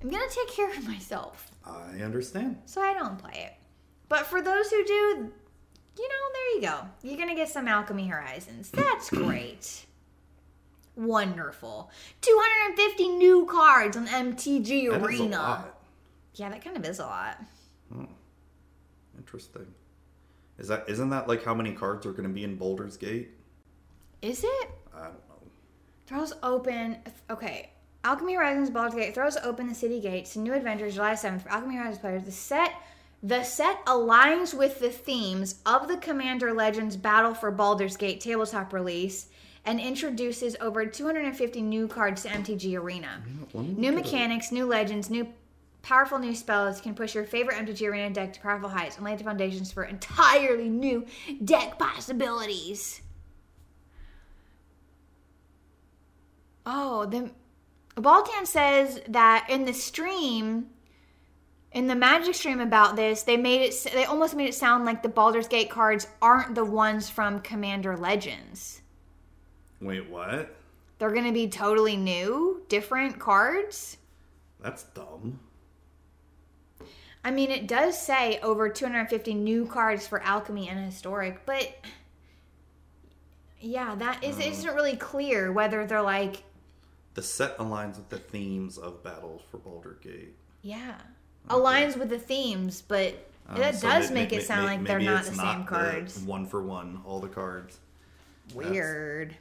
I'm going to take care of myself.
I understand.
So I don't play it. But for those who do, you know, there you go. You're going to get some Alchemy Horizons. That's great. Wonderful. 250 new cards on MTG
That is a
Arena.
lot.
Yeah, that kind of is a lot.
Interesting. Is that isn't that like how many cards are going to be in Boulder's Gate?
Is it?
I don't know.
Throws open. Okay. Alchemy Horizons Baldur's Gate throws open the city gates to new adventures July 7th for Alchemy Horizons players. The set the set aligns with the themes of the Commander Legends Battle for Baldur's Gate tabletop release and introduces over 250 new cards to MTG Arena. New mechanics, new legends, new powerful new spells can push your favorite MTG Arena deck to powerful heights and lay the foundations for entirely new deck possibilities. Oh, the Baltan says that in the stream, in the Magic stream about this, they made it. s- They almost made it sound like the Baldur's Gate cards aren't the ones from Commander Legends.
Wait, what?
They're going to be totally new, different cards.
That's dumb.
I mean, it does say over 250 new cards for alchemy and historic, but yeah, that is it
Oh.
isn't really clear whether they're like,
The set aligns with the themes of battles for Boulder Gate.
yeah, aligns with the themes, but
Um,
that
so
does
may-
make
may-
it sound
may-
like they're
maybe
not
it's
the same cards.
One for one, all the cards.
Weird.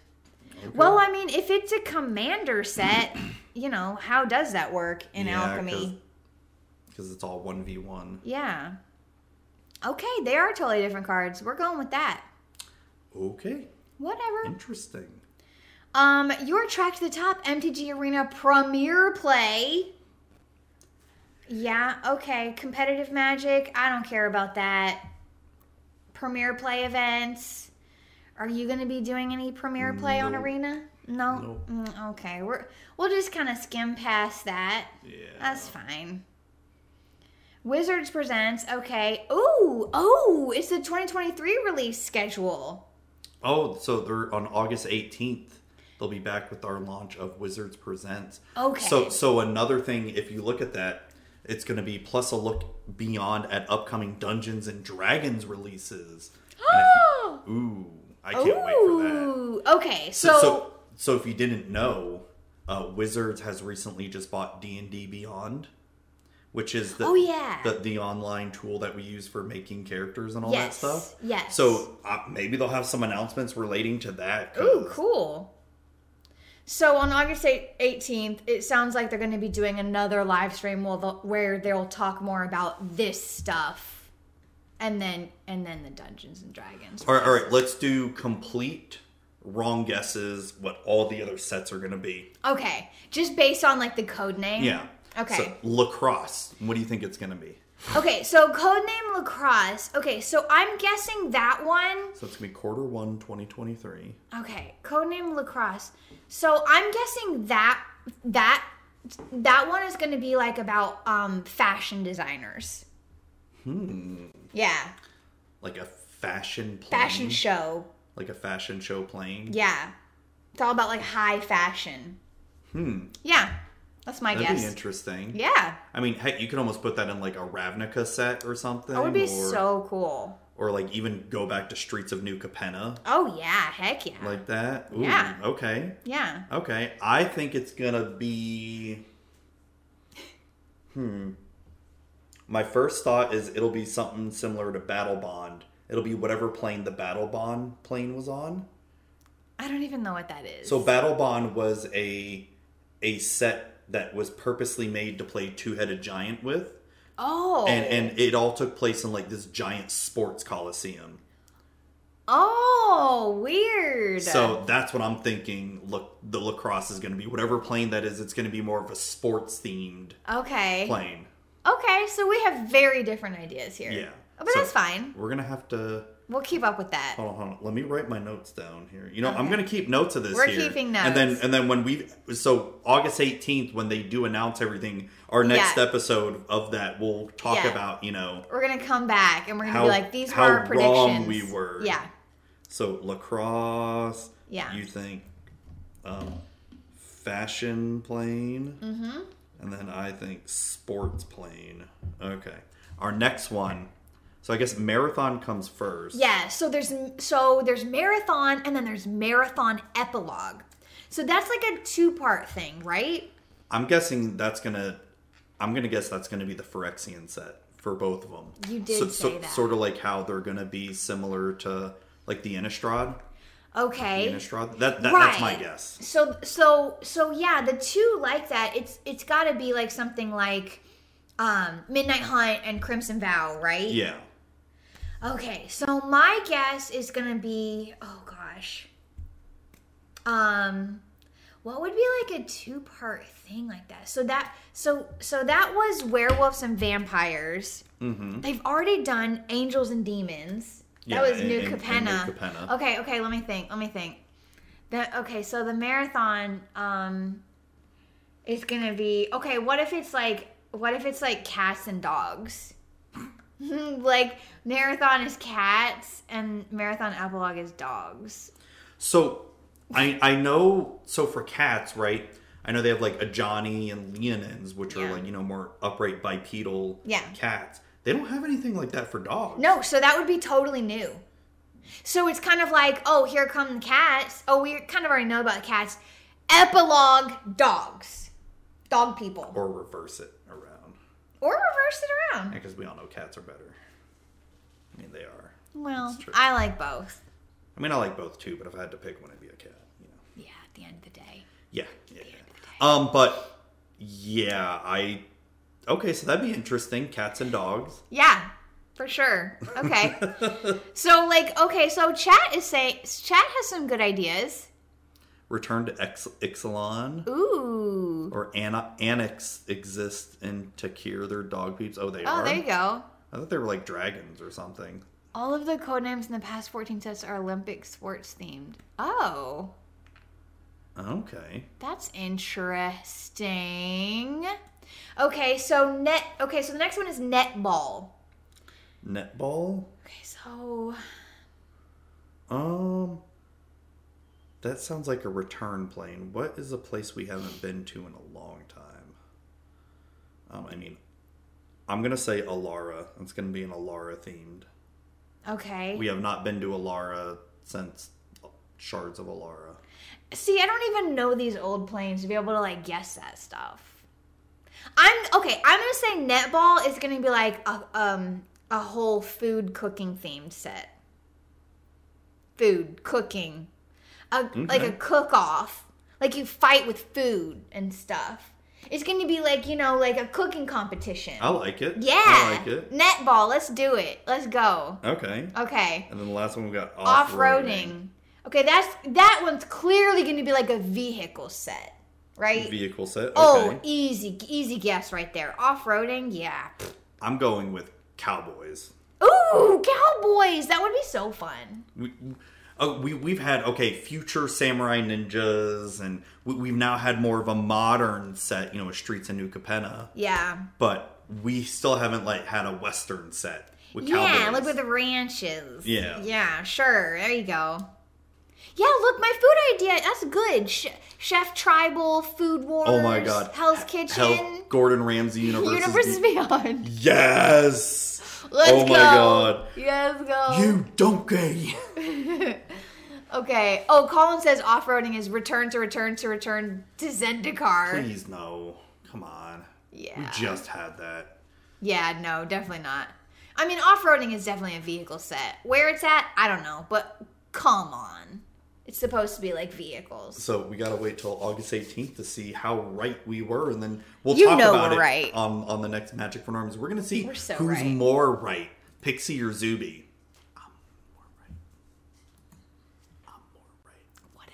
Well, I mean, if it's a commander set, you know, how does that work in alchemy?
Because it's all 1v1.
Yeah. Okay, they are totally different cards. We're going with that.
Okay.
Whatever.
Interesting.
Um, your track to the top MTG Arena Premier Play. Yeah, okay. Competitive Magic, I don't care about that. Premier Play events. Are you going to be doing any Premier Play on
No.
Arena? No.
No.
Mm, okay. We're we'll just kind of skim past that.
Yeah.
That's fine. Wizards presents. Okay. Ooh, oh, it's the 2023 release schedule.
Oh, so they're on August 18th. They'll be back with our launch of Wizards Presents.
Okay.
So so another thing if you look at that, it's going to be plus a look beyond at upcoming Dungeons and Dragons releases.
Oh.
And if- ooh, I can't wait for that.
Ooh. Okay.
So
So,
so, so if you didn't know, uh, Wizards has recently just bought D&D Beyond, which is the
Oh, yeah.
the, the online tool that we use for making characters and all that
yes.
stuff.
Yes.
So uh, maybe they'll have some announcements relating to that. 'cause-
Ooh, cool. So on August eight- 18th, it sounds like they're going to be doing another live stream where they'll- where they'll talk more about this stuff, and then and then the Dungeons and Dragons.
All right, all right, let's do complete wrong guesses what all the other sets are going to be.
Okay, just based on like the code name.
Yeah.
Mm-hmm. Okay.
So, lacrosse. What do you think it's going to be?
Okay, so codename lacrosse. Okay, so I'm guessing that one.
So it's going to be quarter one, 2023.
Okay, codename lacrosse. So I'm guessing that that that one is going to be like about um fashion designers. Hmm. Yeah,
Like a fashion plane.
fashion show.
Like a fashion show plane.
Yeah, it's all about like high fashion. Hmm. Yeah, that's my
That'd be
guess.
interesting.
Yeah,
I mean, heck, you can almost put that in like a Ravnica set or something.
that would be
or,
so cool.
or like even go back to Streets of New Capenna
Oh yeah, heck yeah.
like that. Ooh,
Yeah.
Okay.
yeah.
Okay, I think it's gonna be. Hmm. My first thought is it'll be something similar to Battle Bond. It'll be whatever plane the Battle Bond plane was on.
I don't even know what that is.
So Battle Bond was a a set that was purposely made to play Two Headed Giant with,
oh,
and and it all took place in like this giant sports coliseum.
Oh, weird.
So that's what I'm thinking. Look, the lacrosse is gonna be whatever plane that is. It's gonna be more of a sports themed
okay,
plane.
okay. So we have very different ideas here.
Yeah.
Oh, but
So- Oh.
that's fine.
We're gonna have to
We'll keep up with that.
hold on, hold on. Let me write my notes down here. You know, I'm gonna keep notes of this.
We're
here.
keeping
and then
notes.
and then when we so August 18th when they do announce everything, our next
Yeah.
episode of that we'll talk
Yeah.
about you know
We're gonna come back and we're gonna
How-
be like, these were
how
our predictions.
wrong we were.
Yeah,
so lacrosse.
Yeah.
You think, um, fashion plane, mm-hmm. and then I think sports plane. Okay, our next one. So I guess marathon comes first.
yeah. So there's so there's marathon and then there's marathon epilogue. So that's like a two part thing, right?
I'm guessing that's gonna. I'm gonna guess that's gonna be the Phyrexian set for both of them.
You did
so,
say that.
Sort of like how they're gonna be similar to like the Innistrad. The
Okay.
Innistrad. That, that that's my
Right.
guess.
So so so yeah, the two like that. It's it's got to be like something like um Midnight Hunt and Crimson Vow, right?
Yeah.
Okay, so my guess is gonna be oh gosh, um, what would be like a two part thing like that? So that so so that was werewolves and vampires. Mm-hmm. They've already done angels and demons.
Yeah,
that was
and-
New
and- and
Capenna.
New Capenna.
Okay, okay, let me think. Let me think. The, okay, so the marathon um is gonna be okay. What if it's like what if it's like cats and dogs? like marathon is cats and marathon epilogue is dogs.
So I I know. So for cats, right? I know they have like a Johnny and Leonins, which
Yeah.
are like you know more upright bipedal
Yeah.
cats. They don't have anything like that for dogs.
No, so that would be totally new. So it's kind of like, oh, here come the cats. Oh, we kind of already know about the cats. Epilogue dogs. Dog people.
Or reverse it around
Or reverse it around.
because we all know cats are better. I mean, they are.
Well,
That's true.
I like both.
I mean, I like both too, but if I had to pick one, it'd be a cat. You know.
Yeah, at the end of the day.
Yeah, yeah. yeah. Um, but yeah, I. Okay, so that'd be interesting. Cats and dogs.
Yeah, for sure. Okay. so like, okay, so chat is say chat has some good ideas.
Return to Ex- Ixalan
Ooh.
or Anna- Annex exist in Takir. They're dog peeps. Oh, they
Oh,
are.
there you go.
I thought they were like dragons or something.
All of the code names in the past 14 sets are Olympic sports themed. Oh,
Okay.
that's interesting. Okay, so net. Okay, so the next one is netball.
Netball?
Okay, so
Um. That sounds like a return plane. What is a place we haven't been to in a long time? Um, I mean, I'm going to say Alara. It's going to be an Alara themed.
okay.
We have not been to Alara since Shards of Alara.
See, I don't even know these old planes to be able to like guess that stuff. I'm okay. I'm gonna say netball is gonna be like a um a whole food cooking themed set. Food cooking, a, like a
Okay.
cook off. Like you fight with food and stuff. It's gonna be like you know like a cooking competition.
I like it.
yeah,
I like it.
netball. Let's do it. Let's go.
Okay.
Okay
And then the last one we got off roading.
off-roading. Okay, that's that one's clearly going to be like a vehicle set, right?
Vehicle set. Okay.
Oh, easy, easy guess right there. Off-roading, yeah.
I'm going with Cowboys.
Ooh, cowboys! That would be so fun.
We, oh, we, we've had, okay, future samurai ninjas, and we, we've now had more of a modern set, you know, with Streets of New Capenna,
Yeah,
but we still haven't, like, had a Western set with
yeah.
Cowboys.
Look with the ranches.
Yeah.
yeah. Sure. There you go. Yeah, look, my food idea. That's good. Sh- Chef Tribal, Food Wars.
Oh my god.
Hell's
Hell-
Kitchen,
Gordon Ramsay Universe. is-
Universe is Beyond.
Yes!
Let's
oh
go.
my god.
Yes, go.
You donkey!
Okay. Oh, Colin says off-roading is return to return to return to Zendikar.
Please no. Come on. We
Yeah.
just had that.
yeah, no, definitely not. I mean, off-roading is definitely a vehicle set. Where it's at, I don't know, but come on. It's supposed to be like vehicles.
So we gotta wait till August 18th to see how right we were, and then we'll
You
talk
know
about
we're
it
right.
on on the next Magic for Normies. We're gonna see
We're so
who's
right.
more right, Pixie or Zuby. I'm more right.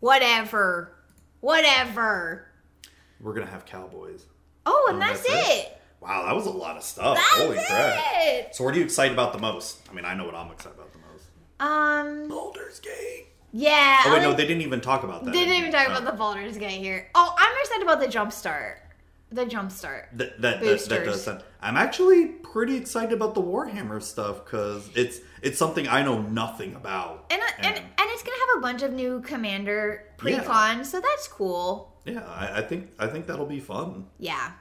Whatever. Whatever. Whatever.
We're gonna have cowboys.
Oh, and that's,
that's
it.
Wow, that was a lot of stuff.
That's
Holy crap!
it.
So, what are you excited about the most? I mean, I know what I'm excited about the most.
Um.
Baldur's Gate.
Yeah.
Oh wait,
I'm
no,
like-
they didn't even talk about that.
they didn't
did
even talk
Oh.
about the Baldur's Gate here. Oh, I'm excited about the jump start. The jump start.
That that, that, that
Boosters.
does sound. I'm actually pretty excited about the Warhammer stuff because it's it's something I know nothing about.
And, I- and and it's gonna have a bunch of new commander
Yeah.
pre-con, so that's cool.
yeah, I, I think I think that'll be fun.
Yeah,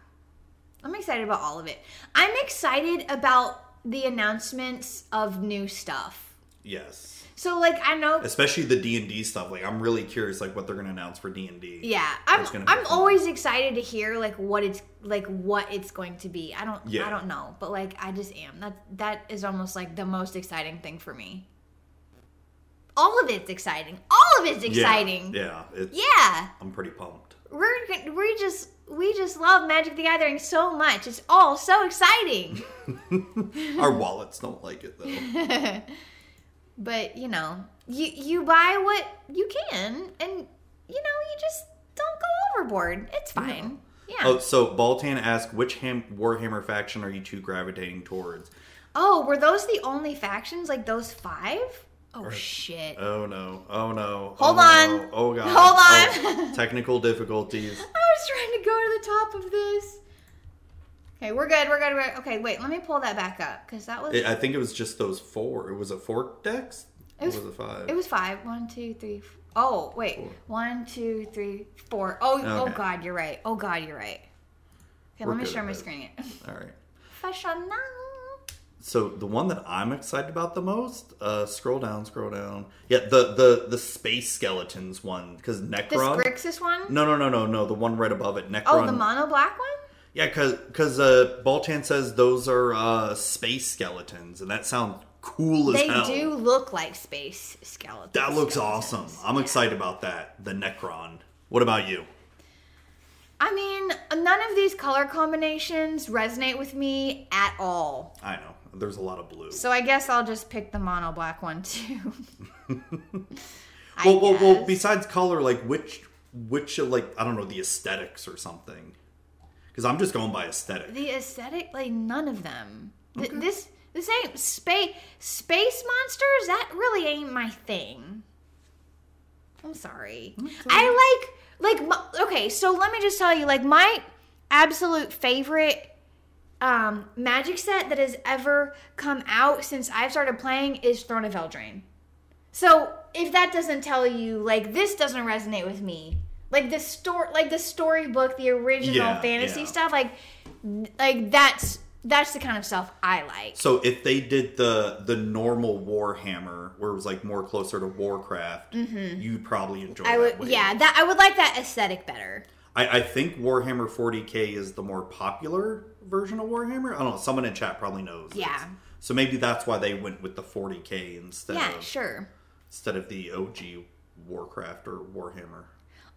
I'm excited about all of it. I'm excited about the announcements of new stuff.
Yes,
So like I know,
especially the D and D stuff. Like I'm really curious, like what they're gonna announce for D and D.
yeah, I'm
It's gonna be
I'm
fun.
always excited to hear like what it's like what it's going to be. I don't
Yeah.
I don't know, but like I just am. That that is almost like the most exciting thing for me. All of it's exciting. All of it's exciting.
Yeah, it's,
yeah.
I'm pretty pumped.
we're g- we just we just love Magic the Gathering so much. It's all so exciting.
Our wallets don't like it though.
but you know, you you buy what you can, and you know you just don't go overboard. It's fine. Yeah.
oh,
Oh,
so Baltan asked, which ham- Warhammer faction are you two gravitating towards?
Oh, were those the only factions? Like those five? Oh shit.
Oh no! Oh no!
Hold
oh,
on.
no. Oh god!
Hold on.
Oh, technical difficulties.
I was trying to go to the top of this. Okay, we're good. We're good. We're okay. Wait, let me pull that back up because that was
It, I think it was just those four. It was a four decks.
It was-
or was it five?
It was five. One, two, three. Four. Oh wait, one, two, three, four. Oh, oh
Okay.
God, you're right. Oh God, you're right. Okay,
We're
let me
good
share
at
my
this.
screen.
All right.
Fashion
So the one that I'm excited about the most, uh, scroll down, scroll down. Yeah, the the the space skeletons one because
This
Necron.
Grixis one.
No, no, no, no, no. The one right above it, Necron.
Oh, the mono black one.
yeah, because because uh, Baltan says those are uh, space skeletons, and that sounds cool as
They
hell.
do look like space skeletons.
That looks
skeletons.
awesome. I'm excited about that. The Necron. What about you?
I mean, none of these color combinations resonate with me at all.
I know there's a lot of blue.
So I guess I'll just pick the mono black one too. I
well, well, well.
guess.
Besides color, like which which of, like I don't know the aesthetics or something. Because I'm just going by aesthetic.
the aesthetic, like none of them. Th- this this ain't space space monsters. That really ain't my thing. I'm sorry. I like like my, okay. So let me just tell you, like my absolute favorite um, magic set that has ever come out since I've started playing is Throne of Eldraine. So if that doesn't tell you, like this doesn't resonate with me, like the story, like the storybook, the original
Yeah,
fantasy
yeah.
stuff, like th- like that's that's the kind of stuff I like.
So if they did the the normal Warhammer, where it was like more closer to Warcraft, you'd probably enjoy.
Mm-hmm. I
that
would,
way.
yeah, that I would like that aesthetic better.
I, I think Warhammer 40k is the more popular version of Warhammer. I don't know. Someone in chat probably knows. this.
Yeah.
So maybe that's why they went with the 40k instead
Yeah,
of
sure.
instead of the OG Warcraft or Warhammer.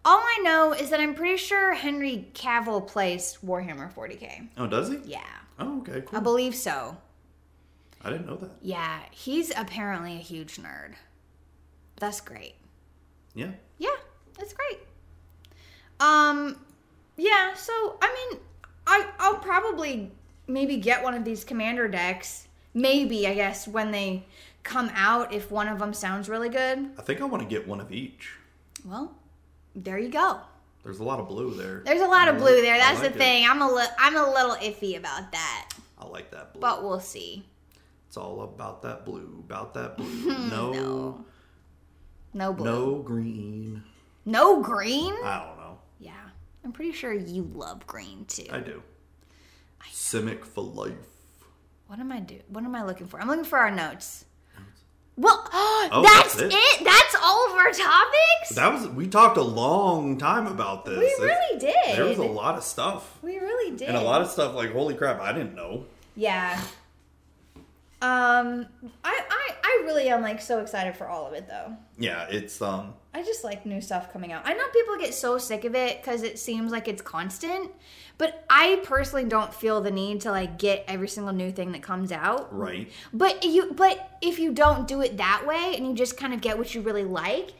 All I know is that I'm pretty sure Henry Cavill plays Warhammer 40k.
Oh, does he?
Yeah, Oh.
Oh, okay,
I
cool.
believe so.
I didn't know that.
Yeah, he's apparently a huge nerd. That's great.
Yeah.
Yeah, that's great. Um, yeah. So I mean, I I'll probably maybe get one of these commander decks. Maybe I guess when they come out, if one of them sounds really good,
I think I want to get one of each.
well, there you go.
There's a lot of blue there.
There's a lot of
I
blue
like-
there.
I
That's
like
the
it.
thing. I'm a li- I'm a little iffy about that,
I like that blue.
but we'll see.
It's all about that blue, about that blue. No, no,
No blue.
green.
No, green.
I don't know.
Yeah, I'm pretty sure you love green too.
I do. Simic for life.
What am I do? What am I looking for? I'm looking for our notes. Well, that's,
Oh, that's
it.
it.
That's all of our topics.
That was we talked a long time about this.
we
It's-
really
There was
did.
a lot of stuff.
we really did.
And a lot of stuff like holy crap, I didn't know.
yeah. Um, I I I really am like so excited for all of it though.
Yeah, it's um
I just like new stuff coming out. I know people get so sick of it because it seems like it's constant, but I personally don't feel the need to like get every single new thing that comes out.
right.
But you but if you don't do it that way and you just kind of get what you really like,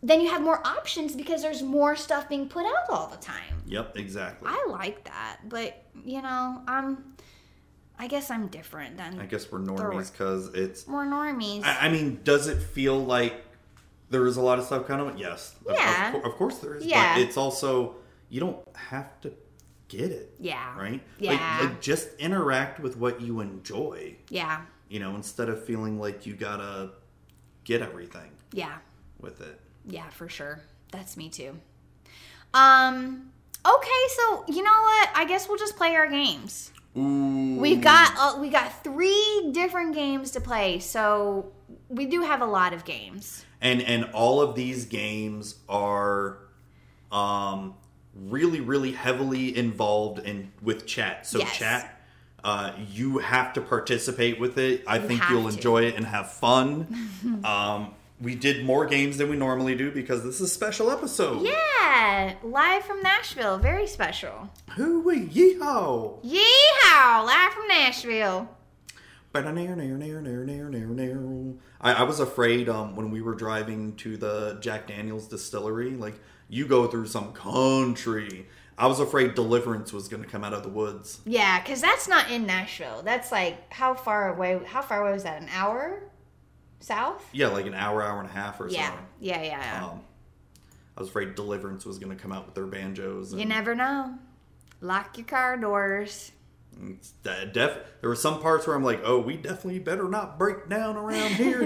then you have more options because there's more stuff being put out all the time.
Yep, exactly. I,
I like that, but you know, I'm I guess I'm different than
guess we're normies because it's
more normies.
I, I mean, does it feel like there is a lot of stuff kind of yes. Of-
Yeah.
Of, cour- of course there is.
Yeah.
But it's also you don't have to get it.
yeah.
Right?
Yeah.
Like, like just interact with what you enjoy,
Yeah.
you know, instead of feeling like you gotta get everything
Yeah.
with it.
Yeah, for sure. That's me too. Um okay, so you know what? I guess we'll just play our games.
Ooh.
We've got uh, we got 3 different games to play. So we do have a lot of games.
and and all of these games are um really really heavily involved in with chat so
Yes.
chat uh you have to participate with it i think
have
you'll
to.
enjoy it and have fun um we did more games than we normally do because this is a special episode
Yeah, live from Nashville, very special.
hoo yeehaw
Yeehaw, live from Nashville.
I, I was afraid um, when we were driving to the Jack Daniels distillery, like you go through some country. I was afraid Deliverance was going to come out of the woods.
Yeah, cuz that's not in Nashville. That's like how far away how far away was that? An hour south?
Yeah, like an hour, hour and a half or
Yeah.
so.
Yeah, yeah. yeah.
Um, I was afraid Deliverance was going to come out with their banjos. And
You never know. Lock your car doors.
it's de- def- there were some parts where I'm like, oh, we definitely better not break down around here.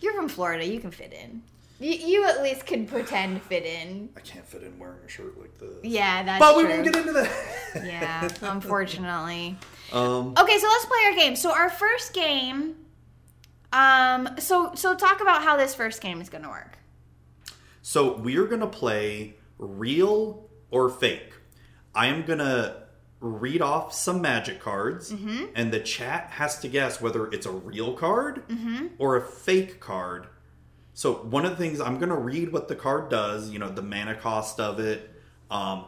You're from Florida. You can fit in. You, you at least can pretend to fit in.
I can't fit in wearing a shirt like this.
Yeah, that's
but we
true.
won't get into that.
yeah, unfortunately.
Um,
Okay, so let's play our game. So our first game. Um. So so talk about how this first game is gonna work.
so we are gonna play real or fake. I am gonna read off some magic cards, and the chat has to guess whether it's a real card or a fake card. So one of the things I'm gonna read what the card does. You know the mana cost of it. Um,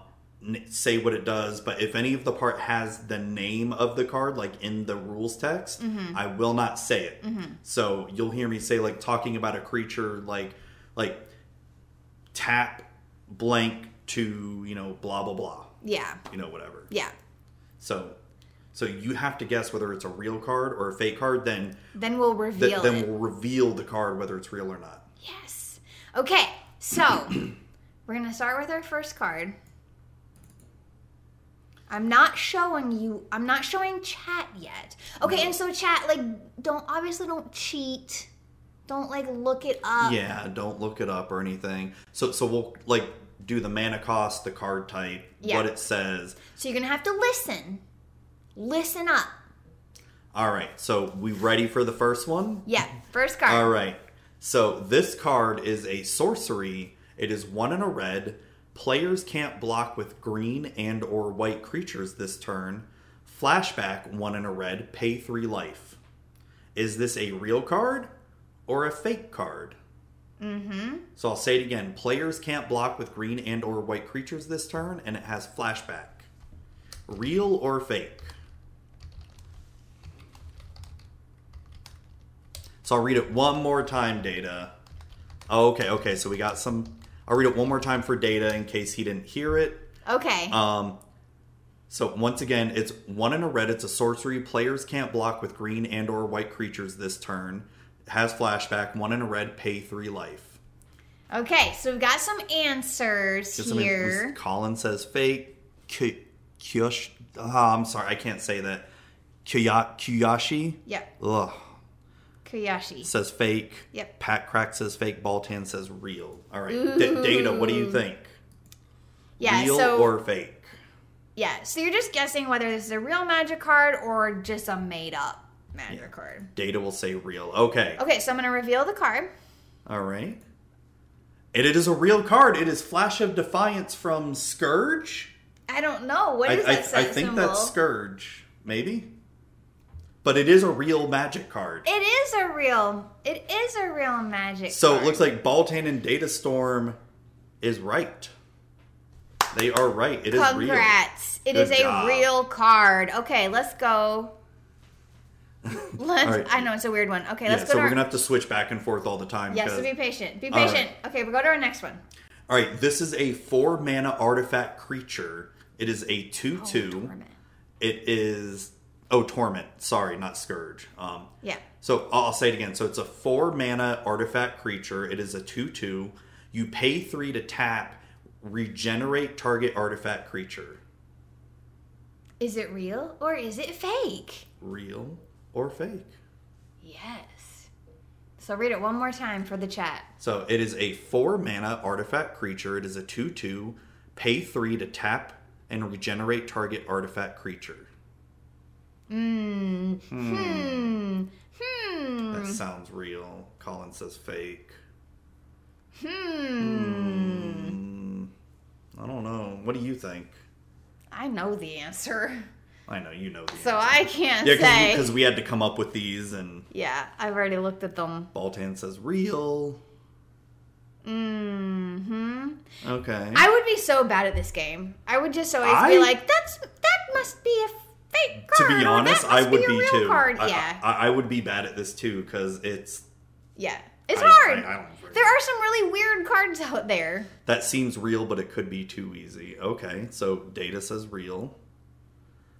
n- say what it does, but if any of the part has the name of the card, like in the rules text, I will not say it. So you'll hear me say like talking about a creature, like like tap blank to you know blah blah blah,
Yeah.
you know whatever.
Yeah.
So so you have to guess whether it's a real card or a fake card. Then
Then we'll
th-
reveal
then
it.
we'll reveal the card whether it's real or not.
Yes. Okay. So we're gonna start with our first card. I'm not showing you. I'm not showing chat yet. Okay, and so chat, like, don't obviously don't cheat. Don't like look it up.
Yeah, don't look it up or anything. So so we'll like do the mana cost, the card type,
Yeah.
what it says.
So you're gonna have to listen. Listen up.
All right. So we ready for the first one?
Yeah. First card.
All right. So this card is a sorcery. It is one in a red. Players can't block with green and or white creatures this turn. Flashback one in a red, pay 3 life. Is this a real card or a fake card? Mhm. So I'll say it again. Players can't block with green and or white creatures this turn and it has flashback. Real or fake? So I'll read it one more time, Data. Oh, okay, okay. So we got some. I'll read it one more time for Data in case he didn't hear it.
Okay.
Um, so once again, it's one in a red. It's a sorcery. Players can't block with green and/or white creatures this turn. Has flashback. One in a red. Pay three life.
okay. So we've got some answers
Just, I mean,
here.
Colin says fake. Ky- Kyosh. ah, I'm sorry, I can't say that. Kya- Kyoshi.
yep.
Ugh.
Koyashi.
says fake.
Yep.
Pat Crack says fake. Baltan says real. All right. D- data, what do you think?
Mm. Yeah.
real
so
or fake?
yeah. So you're just guessing whether this is a real magic card or just a made up magic
Yeah.
card.
Data will say real. Okay.
Okay. So I'm gonna reveal the card.
All right. And it is a real card. It is Flash of Defiance from Scourge.
I don't know. What
I,
is
I,
that
I
sy-
think
symbol?
that's Scourge, maybe. But it is a real magic card.
it is a real. It is a real magic.
so
card.
it looks like Baltan and Data Storm is right. They are right. It is
Congrats. It
Good
is a
job.
real card. Okay, let's go. Let's,
All right.
I know it's a weird one. Okay,
real.
let's go
yeah, so
to
we're
our,
gonna have to switch back and forth all the time.
Yeah, so
because-
be patient. Be
All right.
patient. Okay, we'll go to our next one.
All right, this is a four mana artifact creature. It is a two two.
Oh, Torment.
it is oh torment. Sorry, not scourge. Um,
Yeah.
so I'll I'll say it again. So it's a four mana artifact creature. It is a two two. You pay three to tap, regenerate target artifact creature.
Is it real or is it fake?
Real or fake?
Yes. So read it one more time for the chat.
So it is a four mana artifact creature. It is a two two. Pay three to tap and regenerate target artifact creature.
Hmm. Hmm. Hmm.
That sounds real. Colin says fake.
Hmm.
Mm, I don't know. What do you think?
I know the answer.
I know you know the
So
answer.
I can't
yeah,
say.
because we, had to come up with these, and
yeah, I've already looked at them.
Baltan says real.
Mm-hmm.
Okay.
I would be so bad at this game. I would just always be
I-
like, "That's that must be a fake
to
card."
be
or
honest,
that
I
must
would
be,
be,
a real
too.
Card.
I,
yeah,
I, I would be bad at this too because it's
yeah, it's
I-
hard.
I- I don't really-
there are some really weird cards out there.
that seems real, but it could be too easy. Okay, so Data says real.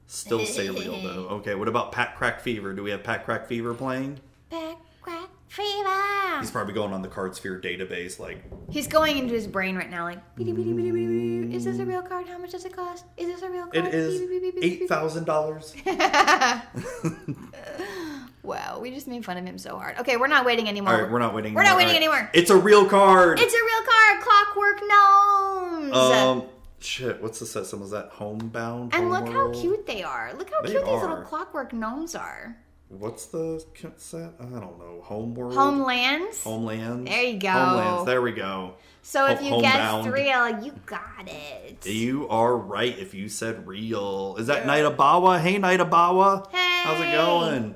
Still say real though. Okay, what about Pat Crack Fever? Do we have Pat Crack Fever playing?
Back, crack, fever.
He's probably going on the Card Sphere database, like
He's going into his brain right now, like, "Beady, beady, beady, beady, beady. is this a real card? How much does it cost? Is this a real
it
card? Beady,
is
beady, beady, beady,
eight thousand dollars.
beady." Wow, We just made fun of him so hard. Okay, we're not waiting anymore.
All right, we're not waiting.
We're not
anymore.
waiting
All right.
anymore.
It's a real card.
It's a real card, Clockwork Gnomes.
um, shit. What's the system? Was that Homebound?
and look how
Homeworld?
cute they are. Look how
oh. They
cute these little
are.
Clockwork Gnomes are.
What's the kit set? I don't know. Homeworld.
Homelands.
Homelands.
There you go.
Homelands. There we go.
so if
Ho-
you
Homebound.
guessed real, you got it.
You are right. If you said real, is that Naitabawa? Hey, Naitabawa.
Hey.
How's it going?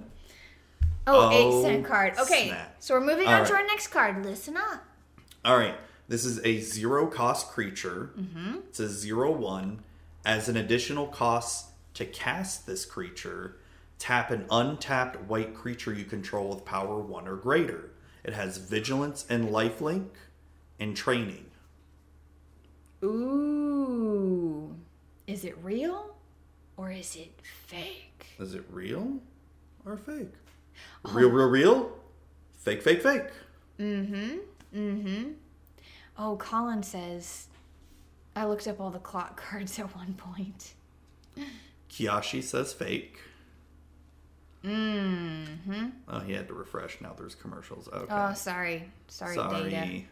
oh,
Oh,
eight cent card. Okay,
snap.
so we're moving
All
on to
right.
our next card. Listen up.
All right. This is a zero cost creature. It's a zero one. As an additional cost to cast this creature, tap an untapped white creature you control with power one or greater. It has vigilance and lifelink and training.
Ooh. Is it real or is it fake?
Is it real or fake? Real, real, real? Fake, fake, fake.
Oh, Colin says I looked up all the clock cards at one point.
Kiyashi says fake. Mm-hmm. Oh, he had to refresh. Now there's commercials. Okay.
Oh, sorry. Sorry,
Sorry.
data.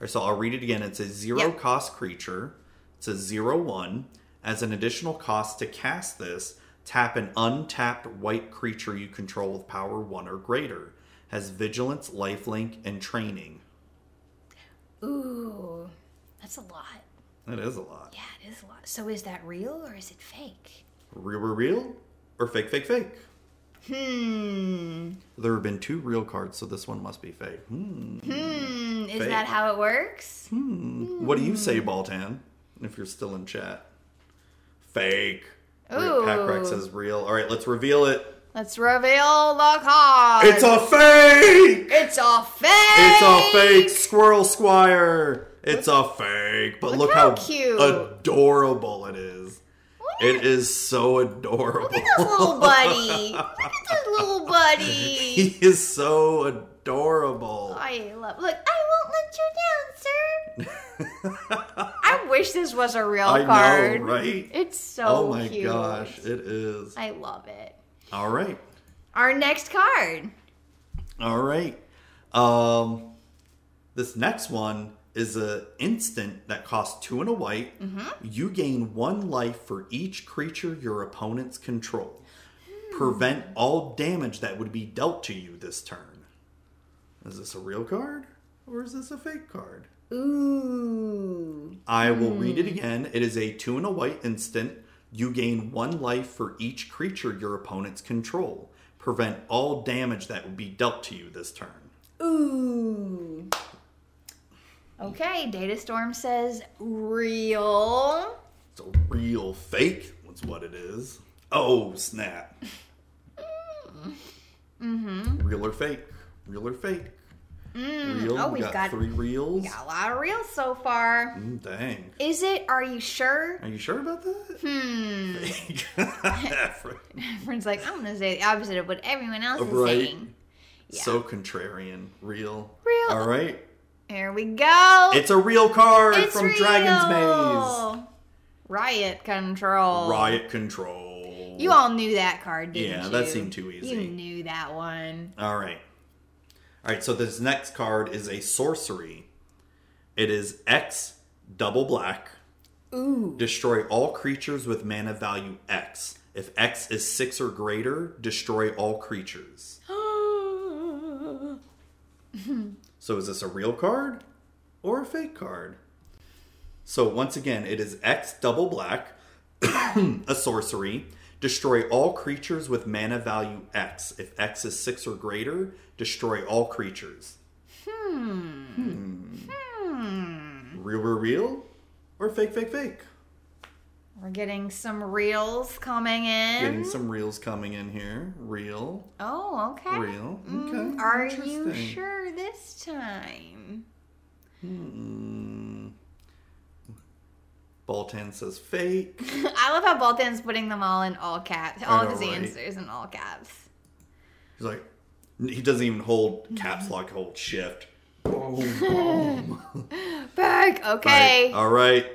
Or so I'll read it again. It's a zero
Yep.
cost creature. It's a zero one. As an additional cost to cast this, tap an untapped white creature you control with power one or greater. Has vigilance, lifelink, and training.
Ooh. That's a lot.
That is a lot.
Yeah, it is a lot. So is that real or is it fake?
Real, real, real, or fake, fake, fake.
Hmm.
There have been two real cards, so this one must be fake. Hmm.
Hmm. Is
Fake.
that how it works?
Hmm. What do you say, Baltan? If you're still in chat, fake.
Ooh.
Packrex says real. All right, let's reveal it.
Let's reveal the card.
It's a fake.
It's a fake.
It's a fake squirrel squire. It's a fake. But look,
Look
how,
how cute.
adorable it is.
What
It is so adorable.
Look at this little buddy. Look at this little buddy.
he is so adorable.
I love. Look, I won't let you down, sir. I wish this was a real
I
card.
know, right?
It's so
oh my
cute.
gosh, it is.
I love it.
All right.
Our next card.
All right. Um, this next one is a instant that costs two and a white. You gain one life for each creature your opponents control. Prevent all damage that would be dealt to you this turn. Is this a real card or is this a fake card?
Ooh.
I will read it again. It is a two and a white instant. You gain one life for each creature your opponents control. Prevent all damage that would be dealt to you this turn.
Ooh. Okay, Data Storm says real.
It's a real fake. That's what it is. Oh snap! mm-hmm. Real or fake? Real or fake? real.
oh,
we
we've
got,
got-
three reels.
Got a lot of real so far.
Mm, dang.
Is it? Are you sure?
Are you sure about that?
Hmm. Friend's like, I'm gonna say the opposite of what everyone else is
Right.
saying. Yeah.
So contrarian. Real.
Real.
All right.
Here we go.
It's a real card
It's
from Dragon's Maze.
real. Riot control.
Riot Control.
You all knew that card, didn't you?
Yeah, that seemed too easy.
You knew that one.
All right. All right, so this next card is a sorcery. It is X double black.
Ooh.
Destroy all creatures with mana value X. If X is 6 or greater, destroy all creatures. So is this a real card or a fake card? So once again, it is X double black, a sorcery. Destroy all creatures with mana value X. If X is 6 or greater, destroy all creatures. Hmm. Hmm. Real, real, real? Or fake, fake, fake?
We're getting some reels coming in.
Getting some reels coming in here. Real,
oh, okay.
real. Okay.
Mm, Are you
interesting.
sure this time?
Mm. Boltan says fake.
I love how Bolton's putting them all in all caps, all of his
know, right?
answers in all caps.
He's like, he doesn't even hold caps lock, hold shift.
Back. Okay.
All right.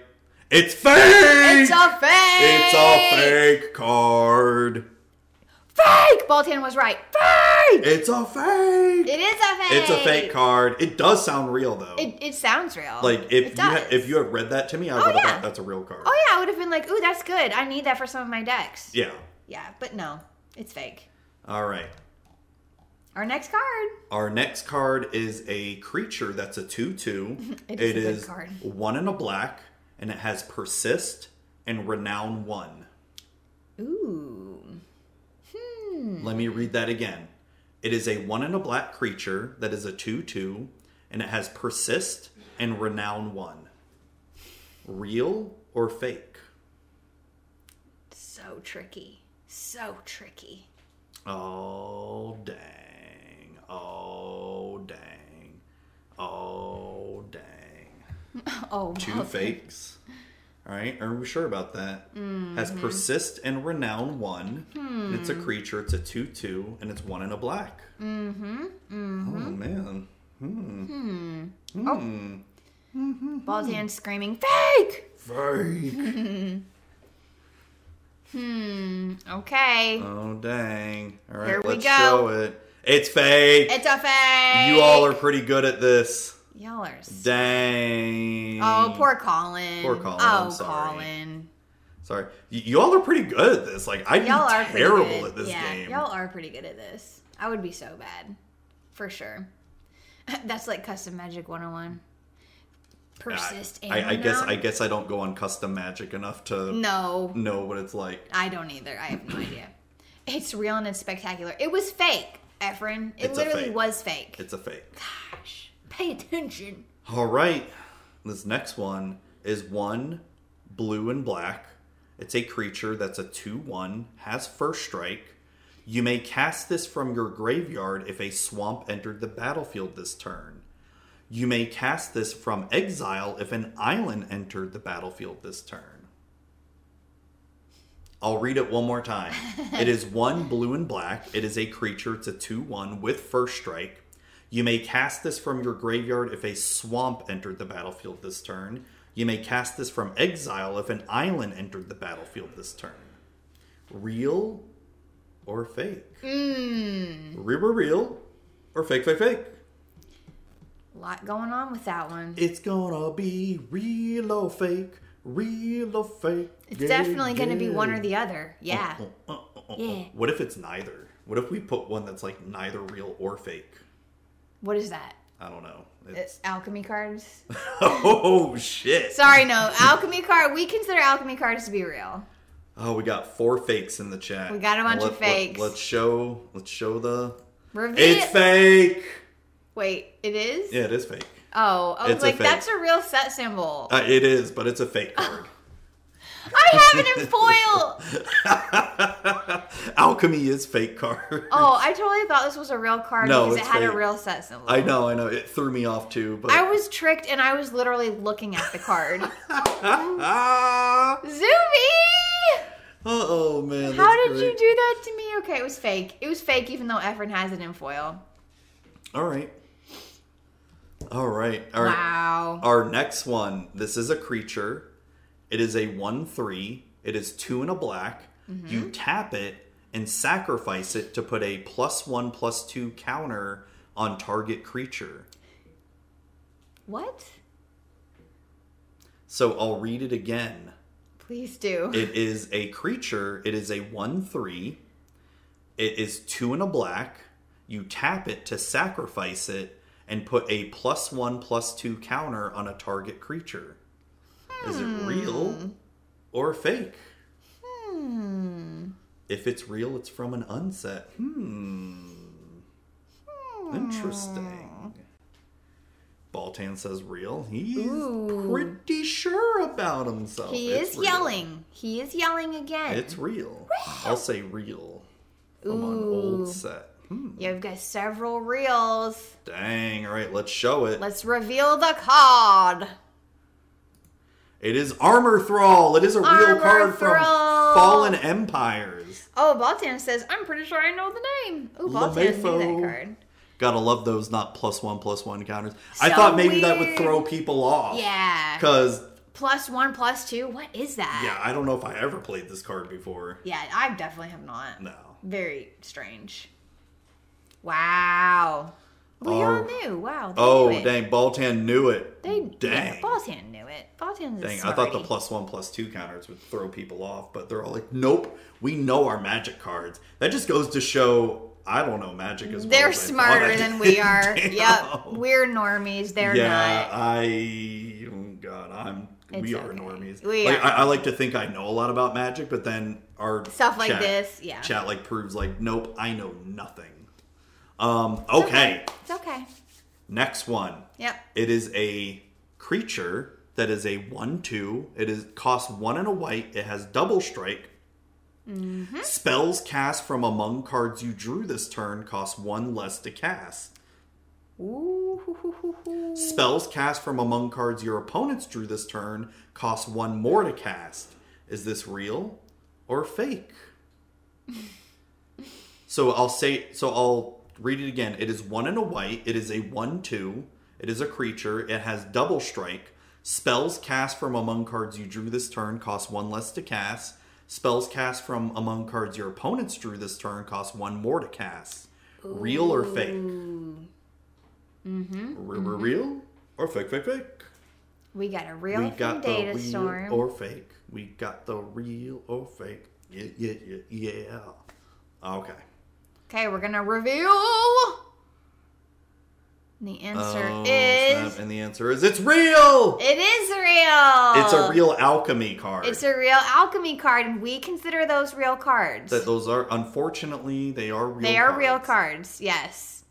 It's fake.
It's a fake.
It's a fake card.
Fake! Baltan was right. Fake!
It's a fake.
It is a fake.
It's a fake card. It does sound real though.
It, it sounds real.
like if
it
you ha-
does. Oh,
if you had read that to me, I would have
yeah.
thought that's a real card.
Oh yeah, I would have been like, ooh, that's good. I need that for some of my decks.
yeah.
Yeah, but no, it's fake.
All right.
Our next card.
Our next card is a creature that's a 2 2.
It is a good card.
one in a black, and it has persist and renown one.
Ooh. Hmm.
Let me read that again. It is a one in a black creature that is a 2 2, and it has persist and renown one. Real or fake?
So tricky. So tricky.
Oh, dang. Oh, dang. Oh, dang.
Oh,
two fakes. All right, are we sure about that? Has
Mm-hmm.
persist and renown one.
Hmm.
and It's a creature. It's a two-two, and it's one in a black. Mm-hmm. Oh
mm-hmm.
man.
Baltan screaming, fake!
Fake.
Hmm, Okay.
oh dang. All right,
Here we
let's
go.
show it. It's fake.
it's a fake!
You all are pretty good at this.
Y'all are s-
Dang.
Oh, poor Colin.
Poor Colin,
Oh,
I'm sorry.
Colin.
Sorry. Y- y'all are pretty good at this. Like I'd
Y'all are
be
pretty
terrible
good.
at this
yeah,
game.
Y'all are pretty good at this. I would be so bad. For sure. That's like custom magic 101. Persist
I,
and
I, I guess I
renown.
guess I don't go on custom magic enough to
Mm. No,
know what it's like.
I don't either. I have no idea. It's real and it's spectacular. It was fake, Efren. It
It's a
literally
fake.
was fake.
It's a fake.
Gosh, pay attention.
All right. This next one is one blue and black. It's a creature that's a 2 1, has first strike. You may cast this from your graveyard if a swamp entered the battlefield this turn. You may cast this from exile if an island entered the battlefield this turn. I'll read it one more time. it is one blue and black. It is a creature. It's a 2 1 with first strike. You may cast this from your graveyard if a swamp entered the battlefield this turn. You may cast this from exile if an island entered the battlefield this turn. Real or fake?
Mm.
Real or real or fake, fake, fake?
A lot going on with that one.
It's gonna be real or fake, real or fake.
It's definitely going to be one or the other. Yeah. Yeah.
What if it's neither? What if we put one that's like neither real or fake?
What is that?
I don't know. It's
It's alchemy cards.
oh shit.
Sorry, no. Alchemy card. We consider alchemy cards to be real.
Oh, we got four fakes in the chat.
We got a bunch of fakes.
Let, us show. Let's show the.
Reveal.
It's fake.
Wait, it is.
Yeah, it is fake.
Oh, I was
It's a
like,
fake.
that's a real set symbol.
Uh, it is, but it's a fake
Oh.
card.
I have it in foil.
Alchemy is fake card.
Oh, I totally thought this was a real card
No,
because it
it's
had a
fake.
real set symbol.
I know, I know. It threw me off too, but
I was tricked and I was literally looking at the card.
ah.
Zoomy!
Oh man.
How
that's
did
great.
you do that to me? Okay, it was fake. It was fake, even though Efren has it in foil.
All right. All right. All right.
Wow.
Our next one. This is a creature. It is a one three. It is two and a black. You tap it and sacrifice it to put a plus one plus two counter on target creature.
What?
So I'll read it again.
Please do.
It is a creature. It is a 1 3. It is 2 and a black. You tap it to sacrifice it and put a plus 1 plus 2 counter on a target creature. Is it
Hmm.
real or fake?
Hmm.
If it's real, it's from an unset. Hmm.
Hmm.
Interesting. Baltan says real. He's
Ooh.
pretty sure about himself.
he
It's
is
real.
yelling. He is yelling again.
It's real. I'll say real. From an
Ooh.
old set. Hmm,
yeah, we've got several reels.
Dang, all right, let's show it.
Let's reveal the card.
It is Armor Thrall. It is a real
Armor
card from
Thrall.
Fallen Empires.
Oh, Baltan says, I'm pretty sure I know the name. Ooh, Baltan knew that
LeMayfo.
card.
Gotta love those not plus one, plus one counters. I
So
thought maybe that would
weird.
throw people off.
Yeah.
Because,
Plus one, plus two. What is that?
yeah, I don't know if I ever played this card before.
Yeah, I definitely have not.
No.
Very strange. Wow. We all
Our-
knew. Wow. They
Oh,
knew it.
dang. Baltan knew it.
They
dang.
Yeah, Baltan knew it. Baltan's a
Dang, I thought the
smarty.
plus one, plus two counters would throw people off, but they're all like, nope, we know our magic cards. That just goes to show I don't know magic as well.
They're
as I thought I
smarter
did.
than we are.
oh, Damn.
Yep. We're normies. They're
yeah,
not.
I. Oh God, I'm.
It's
we are
okay.
normies.
We
like,
are.
I, I like to think I know a lot about magic, but then our
Stuff like
chat-
this, yeah.
Chat like proves like, nope, I know nothing. Um. Okay.
It's okay.
Next one.
Yep.
It is a creature that is a one-two. It is costs one and a white. It has double strike. Spells cast from among cards you drew this turn cost one less to cast.
Ooh. hoo, hoo, hoo, hoo.
Spells cast from among cards your opponents drew this turn cost one more to cast. Is this real or fake? so I'll say so I'll read it again. It is one and a white. It is a one two. It is a creature. It has double strike. Spells cast from among cards you drew this turn cost one less to cast. Spells cast from among cards your opponents drew this turn cost one more to cast. Real or fake?
Ooh.
R- r- real or fake, fake, fake.
We got a real from data storm.
or fake. We got the real or fake. Yeah, yeah, yeah, yeah. Okay.
okay, we're gonna reveal. The answer
Oh,
is
snap. and the answer is it's real.
it is real.
It's a real alchemy card.
It's a real alchemy card, and we consider those real cards.
that those are unfortunately they are real.
they are real cards. Yes,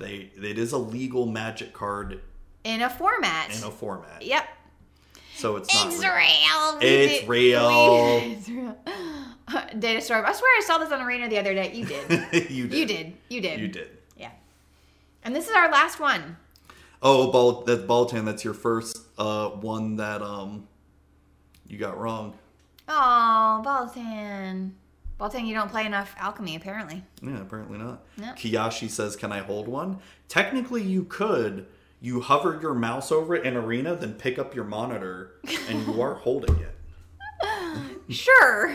They it is a legal magic card
in a format.
in a format.
yep.
So it's not.
It's
real.
real. We
It's
did-
real.
we- it's real. Data storm. I swear I saw this on Arena the other day. You did.
you did.
you did. You did.
You did.
Yeah. And this is our last one.
Oh, Bal- that Baltan. That's your first uh, one that um you got wrong.
Oh, Baltan. Baltan, you don't play enough alchemy, apparently.
Yeah, apparently not.
No.
Kiyashi says, "Can I hold one?" Technically, you could. You hover your mouse over it in arena, then pick up your monitor, and you are holding it.
Sure.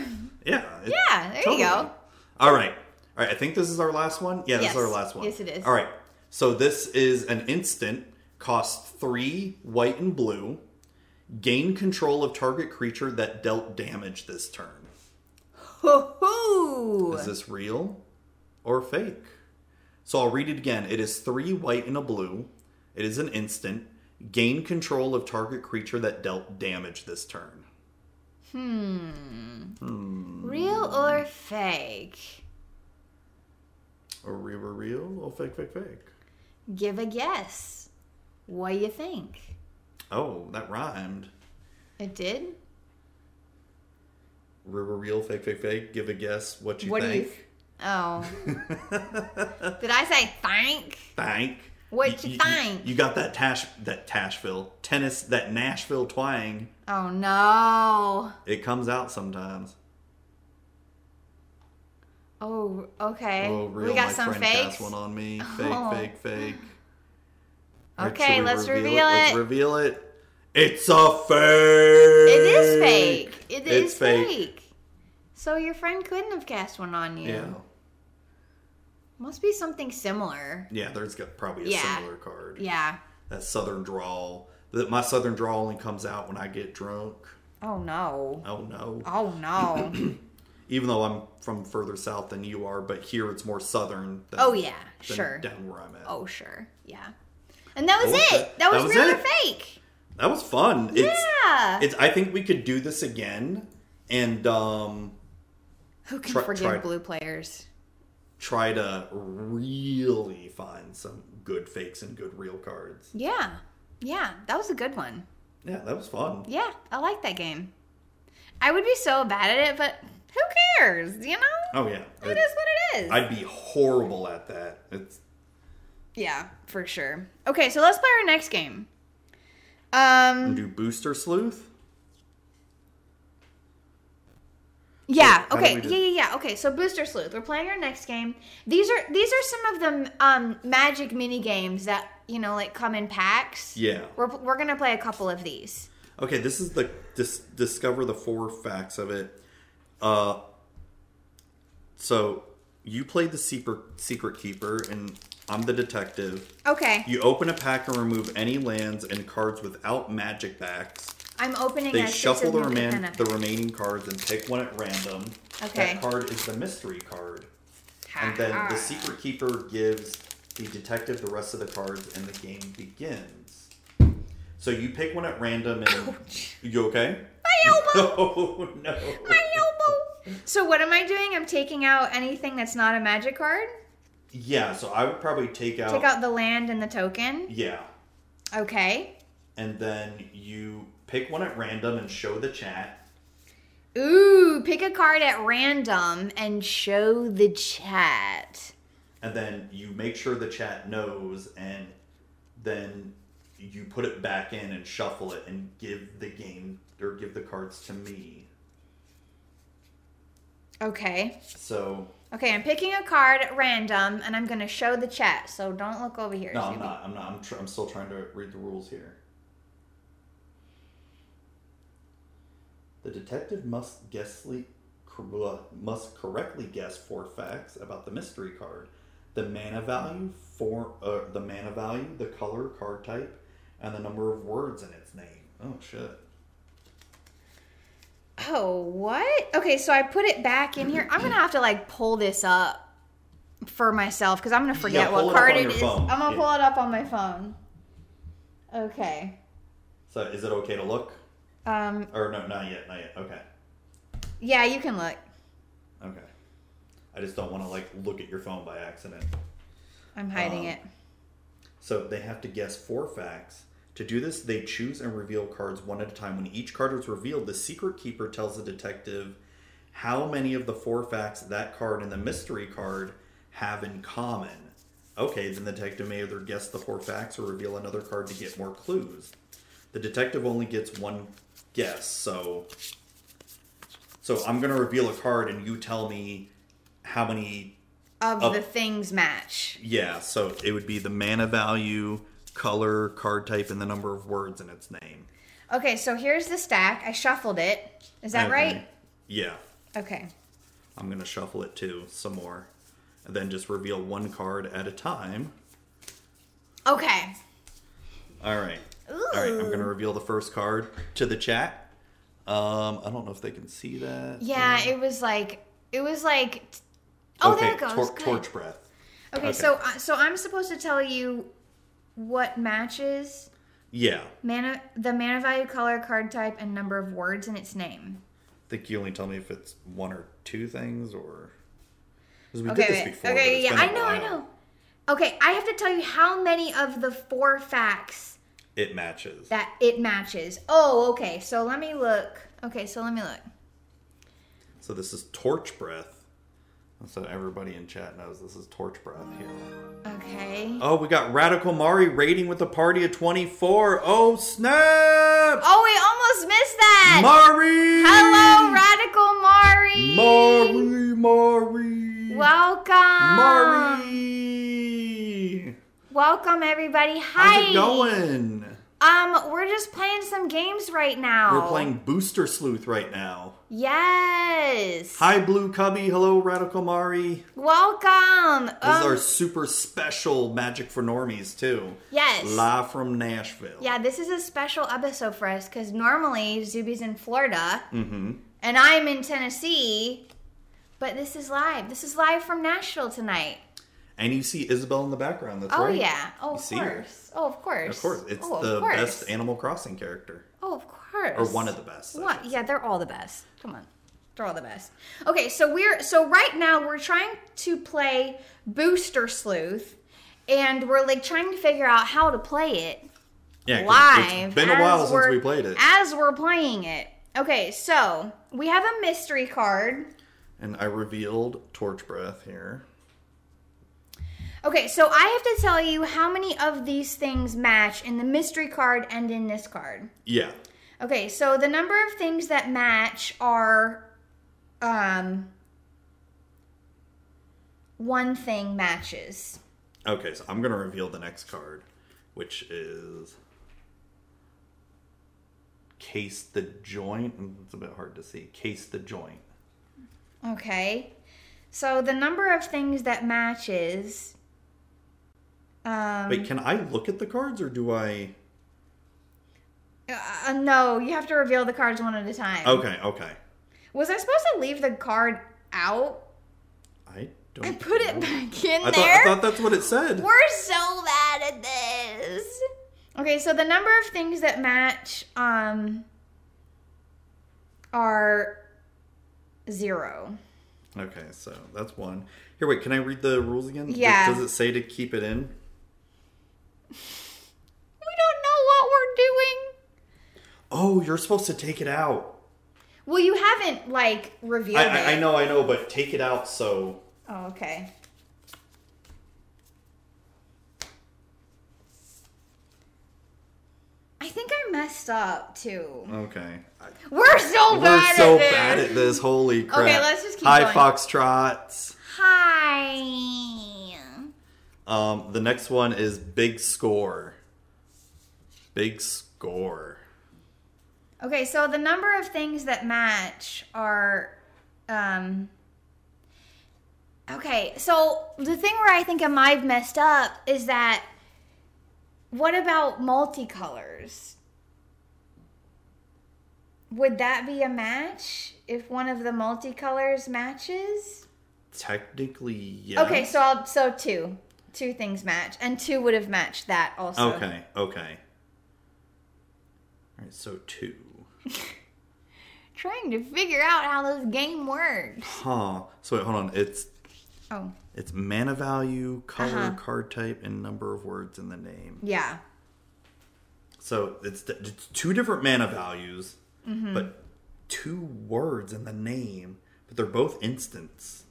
Yeah. it-
Yeah, there you go.
All right. All right. I think this is our last one. Yeah, this
Yes.
is our last one.
Yes, it is.
All right. So this is an instant, costs three white and blue, gain control of target creature that dealt damage this turn.
Hoo hoo.
Is this real or fake? So I'll read it again. It is three white and a blue. It is an instant. Gain control of target creature that dealt damage this turn. Hmm.
Hmm. Real or fake?
Or real or real or fake, fake, fake.
Give a guess. What do you think?
Oh, that rhymed.
It did?
Real or real, fake, fake, fake. Give a guess what you
What do you
think.
th- Oh. did I say thank?
Thank.
What you think?
You got that Tash, that Tashville tennis, that Nashville twang.
Oh no.
It comes out sometimes.
Oh, okay.
Oh, real.
we got
my
some
friend cast
fakes.
one on me. Fake,
Oh.
fake, fake.
Okay,
should we
let's reveal
Let's
it.
reveal it. It's a fake.
It is fake. It
It's
is fake. So your friend couldn't have cast one on you.
Yeah.
Must be something similar.
Yeah, there's got probably a
Yeah.
similar card.
Yeah.
That southern drawl. That my southern drawl only comes out when I get drunk.
Oh no.
Oh no.
Oh no.
Even though I'm from further south than you are, but here it's more southern than
oh yeah.
than
Sure.
down where I'm at.
Oh sure. Yeah. And that was
What was
it.
that?
That was,
That was
real or
it.
fake.
That was fun. It's
yeah.
it's I think we could do this again and um
Who can
try-
forgive
try-
blue players?
try to really find some good fakes and good real cards.
Yeah. Yeah. That was a good one.
Yeah, that was fun.
Yeah. I like that game. I would be so bad at it, but who cares? You know?
Oh yeah,
It is what it is.
I'd be horrible at that. It's
Yeah, for sure. Okay, so let's play our next game.
we
Um
do booster sleuth.
yeah,
how do
okay.
we do-
Yeah, yeah, yeah. Okay, so Booster Sleuth. We're playing our next game. These are these are some of the um magic mini games that, you know, like come in packs.
Yeah.
We're we're going to play a couple of these.
Okay, this is the dis- discover the four facts of it. Uh, so you play the secret secret keeper, and I'm the detective.
Okay.
You open a pack and remove any lands and cards without magic backs.
I'm opening
They
a
shuffle the,
remain.
reman- the remaining cards and pick one at random.
Okay. Ah,
That card is the mystery card. And then the secret keeper gives the detective the rest of the cards and the game begins. So you pick one at random and you okay?
My elbow.
Oh no.
My elbow. So what am I doing? I'm taking out anything that's not a magic card.
Yeah, so I would probably take out,
Take out the land and the token.
Yeah.
Okay.
And then you pick one at random and show the chat.
Ooh, pick a card at random and show the chat.
and then you make sure the chat knows and then you put it back in and shuffle it and give the game or give the cards to me
Okay.
so
Okay, I'm picking a card at random and I'm going to show the chat. So don't look over here.
no i'm
Zuby.
not i'm not i'm, tr- I'm still trying to read the rules here the detective must guessly cor- blah, must correctly guess four facts about the mystery card the mana value for uh, the mana value the color card type and the number of words in its name oh shit
Oh, what? Okay, so I put it back in here. I'm going to have to like pull this up for myself cuz I'm going to forget
pull
what
it up
card
on
it
your
is.
phone.
I'm going to
Yeah.
pull it up on my phone. Okay.
So is it okay to look?
Um
Or no, not yet, not yet. Okay.
yeah, you can look.
Okay. I just don't want to like look at your phone by accident.
I'm hiding
Um,
it.
So they have to guess four facts. To do this, they choose and reveal cards one at a time. When each card is revealed, the secret keeper tells the detective how many of the four facts that card and the mystery card have in common. Okay, then the detective may either guess the four facts or reveal another card to get more clues. The detective only gets one guess, so so I'm gonna reveal a card and you tell me how many
Of
up-
the things match.
yeah, so it would be the mana value, color, card type, and the number of words in its name.
Okay, so here's the stack. I shuffled it. Is that
Okay.
right?
Yeah.
Okay.
I'm going to shuffle it too some more. And then just reveal one card at a time.
Okay.
All right. All right, I'm going to
Ooh.
reveal the first card to the chat. Um, I don't know if they can see that.
Yeah, it was like it was like. Oh, there it goes.
tor-
Good.
torch breath.
okay,
okay.
so uh, so I'm supposed to tell you what matches
Yeah.
mana the mana value, color, card type, and number of words in its name.
I think you only tell me if it's one or two things or. 'cause we
Okay.
did this
wait.
before. but
okay.
it's
Yeah,
been a
I know. I
while.
know. Okay, I have to tell you how many of the four facts
It matches.
that it matches. Oh, okay. So let me look. Okay, so let me look.
So this is torch breath. So everybody in chat knows this is torch breath here.
Okay.
Oh, we got Radical Mari rating with a party of 24. Oh, snap!
Oh, we almost missed that.
Mari!
Oh, Hello, Radical Mari.
Mari, Mari!
Welcome.
Mari!
Welcome everybody. Hi.
How's it going?
Um, we're just playing some games right now.
We're playing Booster Sleuth right now.
Yes.
Hi, Blue Cubby. Hello, Radical Mari.
Welcome.
This is
Um,
our super special Magic for Normies, too.
yes.
Live from Nashville.
yeah, this is a special episode for us because normally Zuby's in Florida
Mm-hmm.
and I'm in Tennessee, but this is live. This is live from Nashville tonight.
And you see Isabel in the background. That's
Oh
right.
yeah. Oh,
You
of
see her.
course. Oh, of course.
Of course, it's
oh, of
the
course.
best Animal Crossing character,
Oh, of course.
or one of the best. I
What?
should say.
Yeah, they're all the best. Come on. They're all the best. Okay, so we're so right now we're trying to play Booster Sleuth and we're like trying to figure out how to play it
Yeah, 'cause
live.
It's been a
as
while since
we're-
we played it,
As we're playing it. Okay, so we have a mystery card.
and I revealed Torch Breath here.
Okay, so I have to tell you how many of these things match in the mystery card and in this card.
Yeah,
Okay, so the number of things that match are um one thing matches.
Okay, so I'm gonna reveal the next card, which is Case the Mm, Joint. It's a bit hard to see. Case the Joint.
Okay. So the number of things that matches. Um,
Wait, can I look at the cards or do I?
uh, no, you have to reveal the cards one at a time.
Okay, okay.
Was I supposed to leave the card out?
I don't.
I put it
know.
back in
I thought,
there.
I thought that's what it said.
We're so bad at this. Okay, so the number of things that match um are zero.
Okay, so that's one. Here, wait. Can I read the rules again? Does-
Yeah.
Does it say to keep it in?
We don't know what we're doing.
Oh, you're supposed to take it out.
Well, you haven't like revealed
I, I, I
it.
know, I know, but take it out so.
Oh, okay. I think I messed up too.
Okay.
We're so
We're
bad
so
at this.
bad at this. Holy crap.
let's just keep
Hi,
going.
Foxtrots.
Hi.
Um, the next one is Big Score. Big Score.
Okay, so the number of things that match are um Okay, so the thing where I think I might have messed up is that what about multicolors? Would that be a match if one of the multicolors matches?
Technically, yes.
Okay, so I'll so two. Two things match and two would have matched that also.
Okay, okay. All right, so two.
Trying to figure out how this game works.
Huh. So wait, hold on. It's
Oh,
it's mana value, color,
Uh-huh.
card type, and number of words in the name.
yeah.
So it's, th- it's two different mana values, but two words in the name, but they're both instants.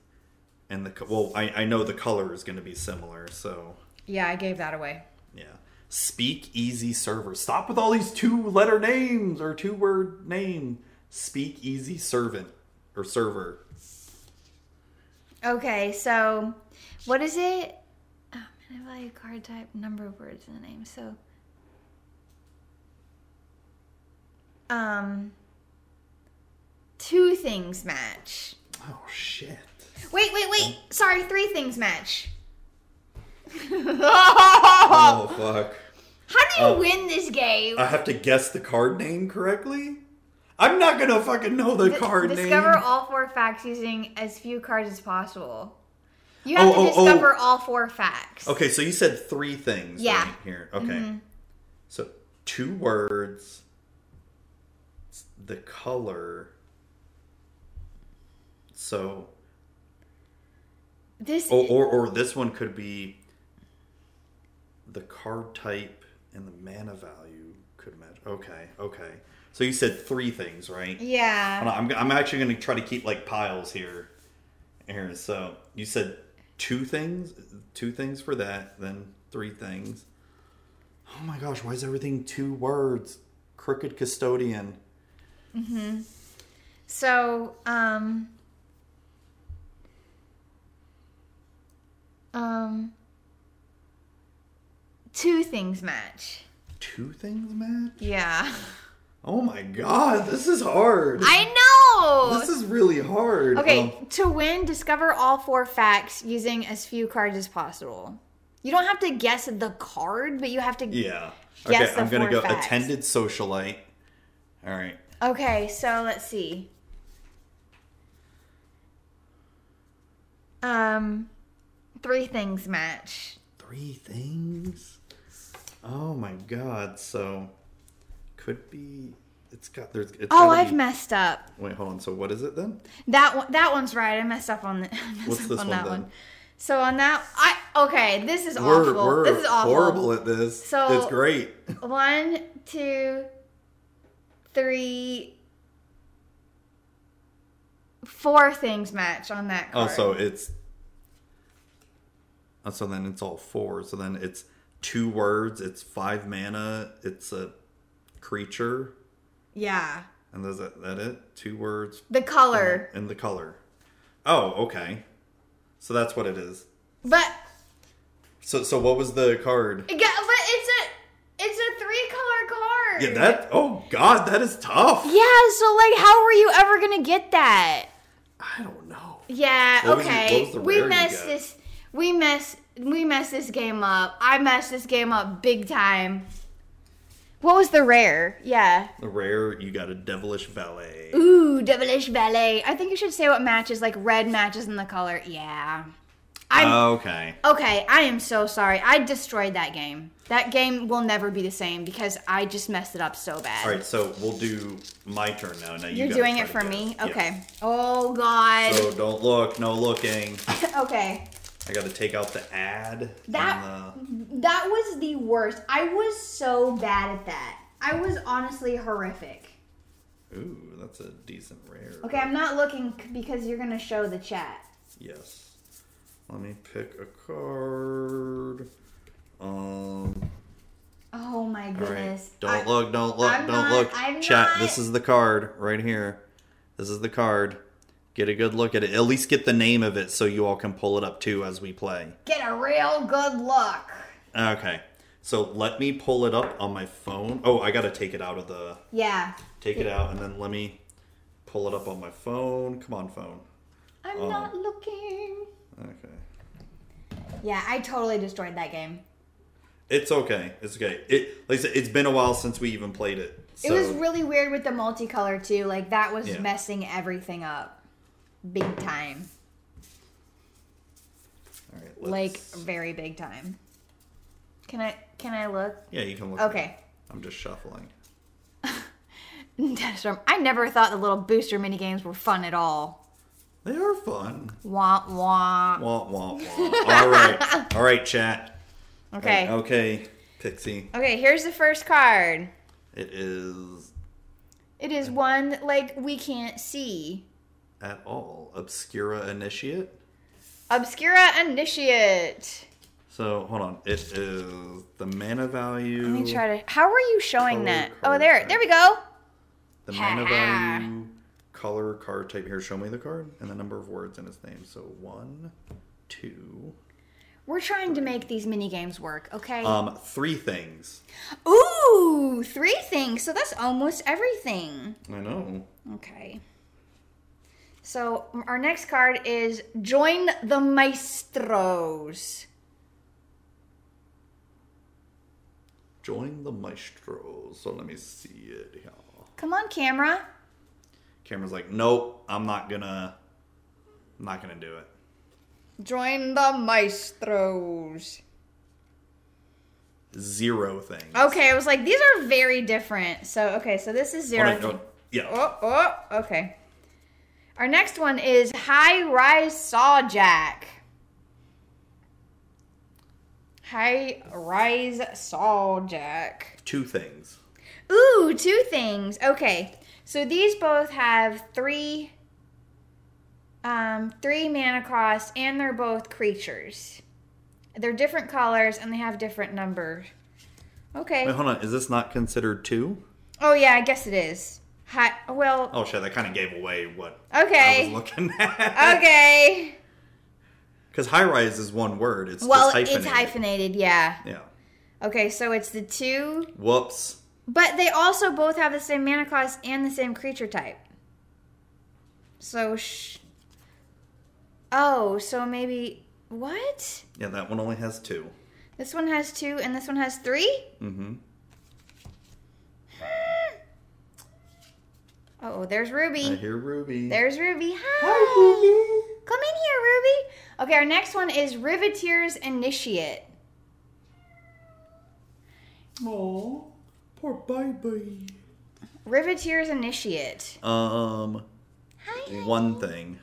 And the co- well, I, I know the color is going to be similar, so
Yeah, I gave that away.
yeah. Speak easy server. Stop with all these two letter names or two word name. Speak easy servant or server.
Okay, so what is it? Oh, man, I value card type, number of words in the name. So, um, two things match.
Oh shit.
Wait, wait, wait. Sorry, three things match.
Oh fuck.
How do you
Oh.
win this game?
I have to guess the card name correctly? I'm not going to fucking know the card name.
discover all four facts using as few cards as possible. You
Oh,
have
oh,
to
oh.
discover all four facts.
Okay, so you said three things
Yeah. Mm-hmm.
right here. Okay. So two words, s- the color. So
This
or, or or this one could be the card type and the mana value could match. Okay, okay. So you said three things, right?
yeah.
Hold on, I'm, I'm actually going to try to keep like piles here. Here, so you said two things, two things for that, then three things. Oh my gosh, why is everything two words? Crooked custodian.
So, um, um, two things match.
Two things, Matt?
Yeah,
Oh my god, this is hard.
I
This
know.
is really hard.
Okay,
Um,
to win, discover all four facts using as few cards as possible. You don't have to guess the card, but you have to.
yeah. Okay,
Guess the
I'm going to
four
go
facts.
attended socialite. All right.
Okay, so let's see. Um, three things match.
three things oh my god so could be it's got there's it's
Oh,
gotta
I've
be-
messed up.
wait hold on so what is it then
That one, that one's right. I messed up on, the, I messed
What's
up
this
on
one
that
then?
one. So on that, I okay. This is
we're,
awful.
we're
this is awful.
horrible at this
So-
it's great
One, two, three, four things match on that
oh
card.
so it's oh, so then it's all four so then it's two words it's five mana it's a creature
yeah,
and is that, that it two words
the color.
and the color oh okay so that's what it is
But
so so what was the card
it got, but it's a it's a three color card.
Yeah, that. Oh God, that is tough.
Yeah. So like, how were you ever gonna get that?
I don't know.
Yeah,
What was the- what
okay.
was the
we
rare you
messed
got?
this we mess we messed this game up. I messed this game up big time. What was the rare? Yeah.
The rare, you got a devilish valet.
Ooh, devilish ballet. I think you should say what matches, like red matches in the color. Yeah. I'm
Uh, Okay.
okay, I am so sorry. I destroyed that game. That game will never be the same because I just messed it up so bad.
All right, so we'll do my turn now. Now you
You're
gotta
doing
try
it
to
for
guess.
me?
Yeah.
Okay. Oh god.
So don't look, no looking.
okay.
I got to take out the ad.
That-
and
That was the worst. I was so bad at that. I was honestly horrific.
the- ooh, that's a decent rare.
Okay, I'm not looking c- because you're gonna show the chat.
Yes. Let me pick a card. Um.
Oh my
All right.
goodness.
Don't
I-
look. Don't look.
I'm
don't
not-
look.
I'm
Chat.
not-
This is the card right here. This is the card. Get a good look at it. At least get the name of it so you all can pull it up too as we play.
Get a real good look.
Okay. So let me pull it up on my phone. Oh, I gotta take it out of the
Yeah.
take it out and then let me pull it up on my phone. Come on, phone.
I'm
Oh.
not looking.
Okay.
Yeah, I totally destroyed that game.
It's okay. It's okay. It like I said, it's been a while since we even played it. So
It was really weird with the multicolor too. Like that was
Yeah.
messing everything up. Big time.
all right,
Like
let's-
very big time. Can I can I look?
Yeah, you can look. at
Okay.
it. I'm just shuffling.
Test Storm. I never thought the little booster mini games were fun at all.
They are fun.
Wah wah.
Wah, wah, wah. All right. All right, chat.
Okay.
Okay, Pixie.
Okay, here's the first card.
It is
It is one like we can't see.
at all Obscura Initiate.
Obscura Initiate.
So, hold on. It is the mana value.
Let me try to. How are you showing
Color
that? Oh,
card
there.
type.
There we go.
The mana
Ha.
value, color, card type. Here, show me the card and the number of words in its name. So, one, two.
We're trying to make these mini games work, okay?
Um, three things.
Ooh, three things. So that's almost everything.
I know.
Okay. So our next card is Join the Maestros.
Join the maestro. So, let me see it here.
Come on, camera.
Cameron's like, nope, I'm not gonna. I'm not gonna do it.
Join the maestros.
Zero things.
Okay, I was like, these are very different. So, okay, so this is zero.
Hold on, hold on. Yeah.
Oh, oh, okay. Our next one is High Rise Saw Jack. High Rise Saw Jack.
Two things.
Ooh, two things. Okay. So these both have three um three mana costs and they're both creatures. They're different colors and they have different numbers.
Wait,
Okay.
hold on. Is this not considered two?
Oh yeah, I guess it is. Hi well,
Oh shit, that kind of gave away what I was
okay.
looking at.
Okay.
Because high rise is one word. It's
Well,
just hyphenated.
it's hyphenated, yeah.
Yeah.
Okay, so it's the two,
Whoops.
but they also both have the same mana cost and the same creature type. So sh- Oh, so maybe what?
Yeah, that one only has two.
This one has two and this one has three?
Mm-hmm.
Oh, there's
I
Ruby.
hear Ruby.
There's Ruby. Hi.
Ruby.
Come in here, Ruby. Okay, our next one is Riveteer's Initiate.
Oh, poor baby.
Riveteer's Initiate.
Um,
Hi.
one thing.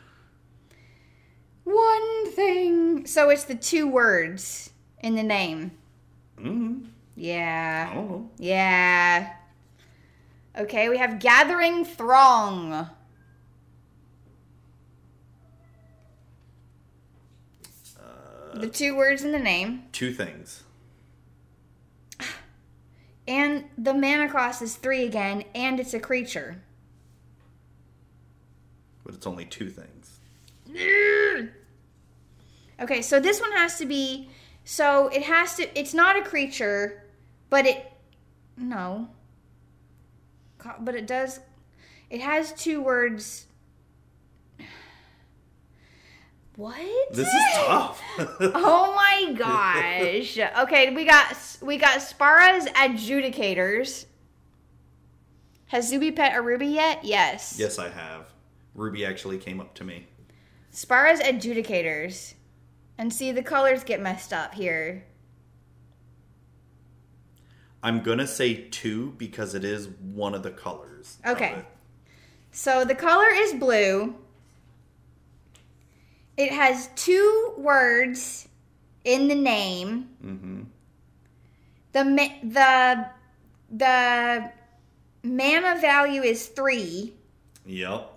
One thing. So it's the two words in the name.
Mm-hmm.
Yeah.
I don't know.
Yeah. Okay, we have Gathering Throng. The two words in the name.
Uh, Two things.
And the mana cost is three again, and it's a creature.
But it's only two things.
Okay, so this one has to be. So it has to. It's not a creature, but it. No. Co- But it does. It has two words. What?
This is tough.
Oh my gosh. Okay, we got we got Spara's adjudicators. Has Zuby pet a ruby yet? Yes.
yes, I have. Ruby actually came up to me.
Spara's adjudicators. And see the colors get messed up here.
I'm gonna say two because it is one of the colors. of
Okay.
it.
So the color is blue. It has two words in the name.
Mm-hmm.
The ma- the the mama value is three,
Yep. So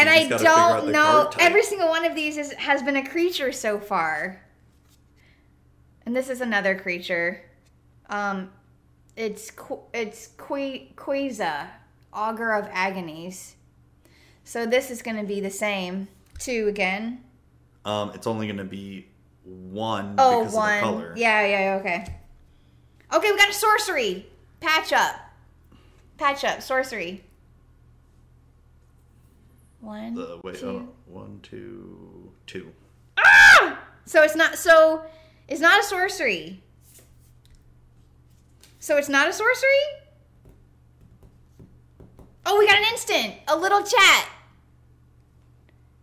and
you
I
just gotta figure out
don't
the
know.
card type.
Every single one of these is, has been a creature so far, and this is another creature. Um, it's Qu- it's Que- Queza, augur of agonies. So this is going to be the same. Two again.
Um, it's only gonna be one
Oh,
because
one.
of the color.
Yeah, yeah, yeah, okay. Okay, we got a sorcery. Patch up. Patch up. Sorcery. One.
The, wait,
two.
oh, one, two, two.
So it's not so it's not a sorcery. So it's not a sorcery? Oh, we got an instant. A little chat.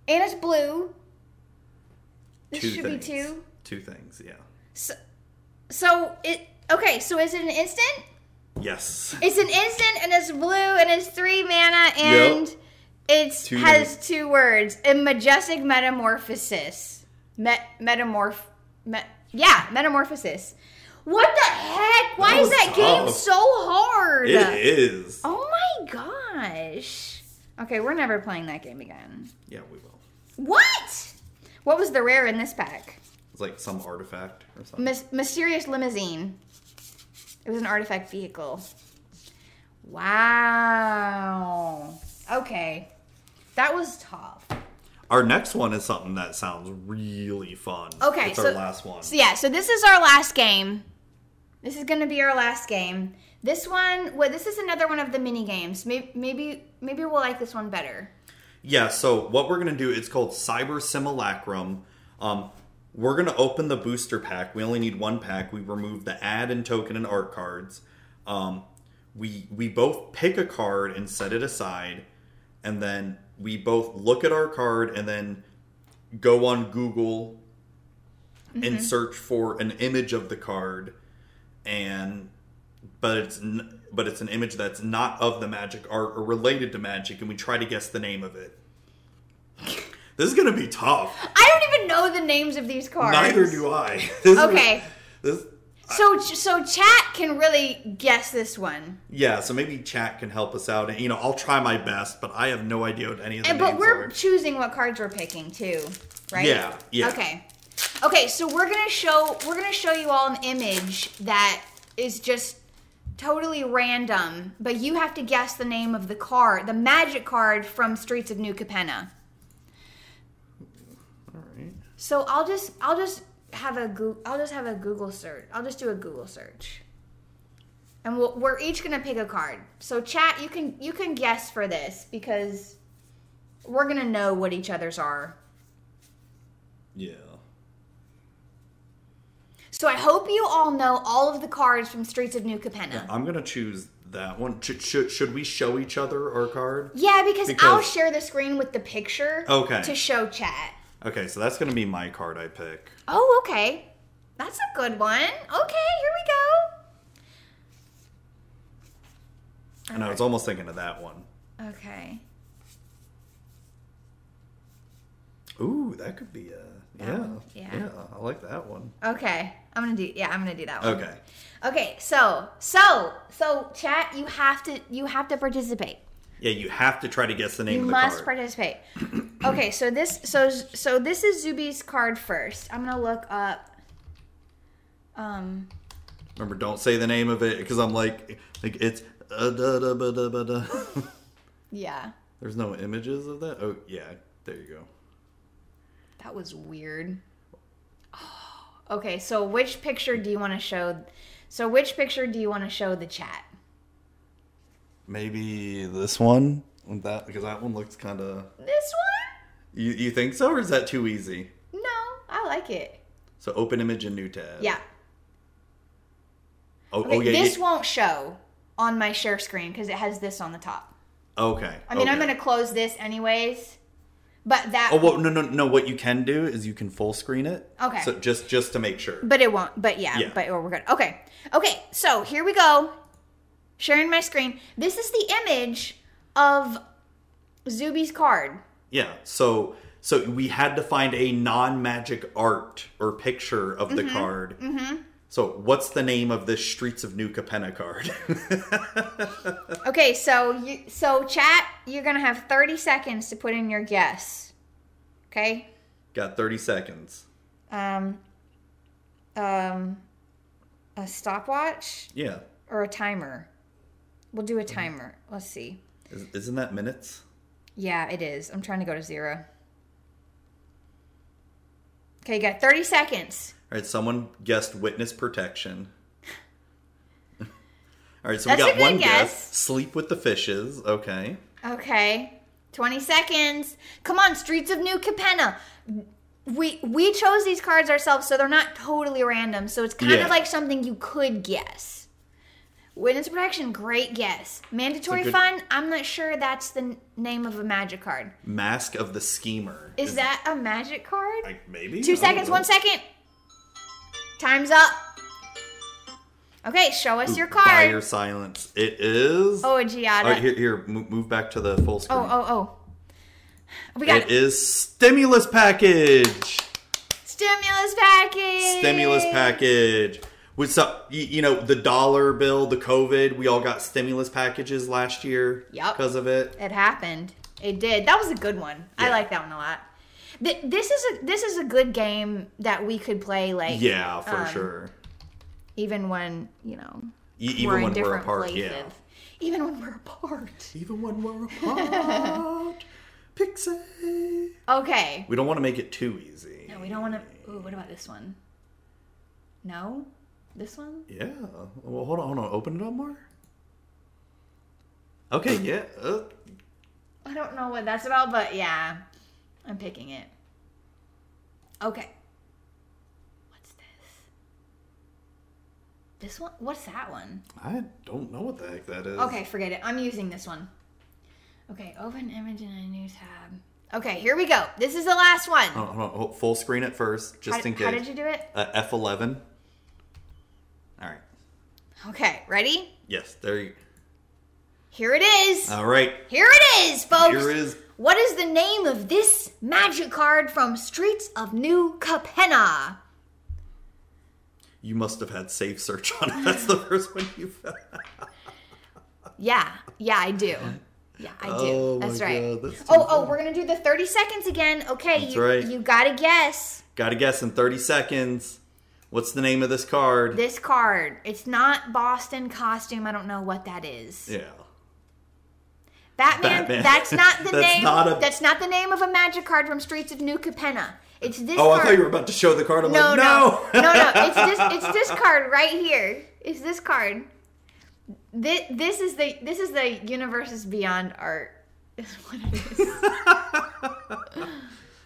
And it's blue. This
two
should
things.
be two.
Two things. Yeah.
So, so it okay, so is it an instant?
Yes.
It's an instant and it's blue and it's three mana and it's
Two
has two words. A majestic metamorphosis. Met metamorph met, yeah, metamorphosis. What the heck? Why
That
is
was
that game
tough.
so hard?
It is.
Oh my gosh. Okay, we're never playing that game again.
Yeah, we will.
What? What was the rare in this pack?
It's like some artifact or something.
Mys- mysterious limousine. It was an artifact vehicle. Wow. Okay. That was tough.
Our next one is something that sounds really fun.
Okay,
It's
so-
our last one.
So, yeah, so this is our last game. This is going to be our last game. This one, well, this is another one of the mini games. Maybe, maybe, maybe we'll like this one better.
Yeah, so what we're gonna do, it's called Cyber Simulacrum. Um, we're gonna open the booster pack. We only need one pack. We remove the ad and token and art cards. Um, we we both pick a card and set it aside, and then we both look at our card and then go on Google and search for an image of the card, and but it's n- but it's an image that's not of the magic art or related to magic, and we try to guess the name of it. This is gonna be tough.
I don't even know the names of these cards.
Neither do I. This is-
Okay.
this,
So, so chat can really guess this one.
yeah, so maybe chat can help us out, and you know I'll try my best, but I have no idea what any of the
And,
names
but we're
are.
choosing what cards we're picking too, right?
Yeah, yeah.
Okay. Okay, so we're gonna show we're gonna show you all an image that is just totally random, but you have to guess the name of the card, the magic card from Streets of New Capenna.
All right.
So I'll just I'll just have a Goo- I'll just have a Google search. I'll just do a Google search. And we'll, we're each gonna pick a card. So chat, you can you can guess for this because we're gonna know what each other's are.
Yeah.
So I hope you all know all of the cards from Streets of New Capenna.
I'm gonna choose that one. Should, should, should we show each other our card?
Yeah, because, I'll
Because-
share the screen with the picture
Okay.
to show chat.
Okay, so that's gonna be my card I pick.
Oh, okay. That's a good one. Okay, here we go.
And I was almost thinking of that one.
Okay.
Ooh, that could be a yeah,
one? Yeah.
yeah. I like that one.
Okay. I'm going to do Yeah, I'm going to do that one.
Okay.
Okay, so so so chat, you have to you have to participate.
Yeah, you have to try to guess the name
You
of the
must
card.
participate. okay, so this so so this is Zuby's card first. I'm going to look up um
Remember, don't say the name of it because I'm like, like it's. Uh, da, da, ba, da, ba, da.
yeah.
There's no images of that. Oh yeah, there you go.
That was weird. Oh, Okay, so which picture do you want to show? So which picture do you want to show the chat?
Maybe this one. That because that one looks kind of.
This one?
You, you think so, or is that too easy?
No, I like it.
So open image and new tab.
Yeah.
Oh,
Okay,
oh yeah.
this
yeah.
won't show on my share screen because it has this on the top.
Okay.
I mean, I'm
okay.
going to close this anyways, but that.
Oh well, no, no, no. What you can do is you can full screen it.
Okay.
So just just to make sure.
But it won't. But yeah,
Yeah.
but we're good. Okay. Okay. So here we go. Sharing my screen. This is the image of Zuby's card.
Yeah. So so we had to find a non-magic art or picture of the card. Mm-hmm. So what's the name of this Streets of New Capenna card?
Okay. So you. So chat. You're gonna have 30 seconds to put in your guess. Okay.
Got 30 seconds.
Um. Um. A stopwatch
Yeah.
or a timer. We'll do a timer. Let's see.
Is, isn't that minutes?
Yeah, it is. I'm trying to go to zero. Okay, you got 30 seconds.
All right. Someone guessed witness protection. All right. So
That's
we
a
got
good
one
guess.
Sleep with the fishes. Okay.
Okay. 20 seconds. Come on, Streets of New Capenna. We we chose these cards ourselves, so they're not totally random. So it's kind
Yeah.
of like something you could guess. Witness protection, great guess. Mandatory
good-
fun, I'm not sure that's the n- name of a magic card.
Mask of the schemer.
Is that a magic card?
like maybe?
Two
I don't
seconds,
know.
one second. Time's up. Okay, show us your card.
By your silence. It is.
Oh, a Giada.
All right, here, here, mo- move back to the full screen.
oh, oh, oh. We got
It is stimulus package.
stimulus package.
Stimulus package. What's up? You, you know the dollar bill, the COVID. We all got stimulus packages last year.
Yup.
Because of it.
It happened. It did. That was a good one. I
Yeah.
like that one a lot. Th- this is a this is a good game that we could play like
Yeah, for
um,
sure.
even when you know
E- even
we're in
when we're
different
apart.
places
Yeah.
even when we're apart
Even when we're apart, Pixie.
okay
We don't want to make it too easy.
no we don't want to ooh what about this one no this one
Yeah. Well, hold on, hold on. Open it up more. Okay. Yeah. Uh,
I don't know what that's about, but yeah, I'm picking it. Okay. What's this? This one? What's that one?
I don't know what the heck that is.
Okay, forget it. I'm using this one. Okay, open image in a new tab. Okay, here we go. This is the last one.
Hold on, hold on, hold- full screen it first, Oh, just
how,
in case.
how did you do it?
uh, F eleven. All right.
Okay, ready?
Yes. There. you
Here it is.
All right.
here it is, folks.
Uh, Here is.
What is the name of this magic card from Streets of New Capenna?
You must have had safe search on it. That's the first one you found.
Yeah, yeah, I do. Yeah, I do.
Oh my
That's right.
God, that's too
oh, oh, we're gonna do the thirty seconds again. Okay,
That's
you
right.
you gotta guess
Got to guess in thirty seconds. What's the name of this card?
this card. It's not Boston costume. I don't know what that is.
yeah.
Batman,
Batman.
That's not the
That's
name.
not a-
That's not the name of a magic card from Streets of New Capenna. It's this.
Oh,
card.
I thought you were about to show the card. I'm
No,
like,
no,
no,
no, no. It's this. It's this card right here. It's this card. This, this is the this is the universes beyond art. Is what it is.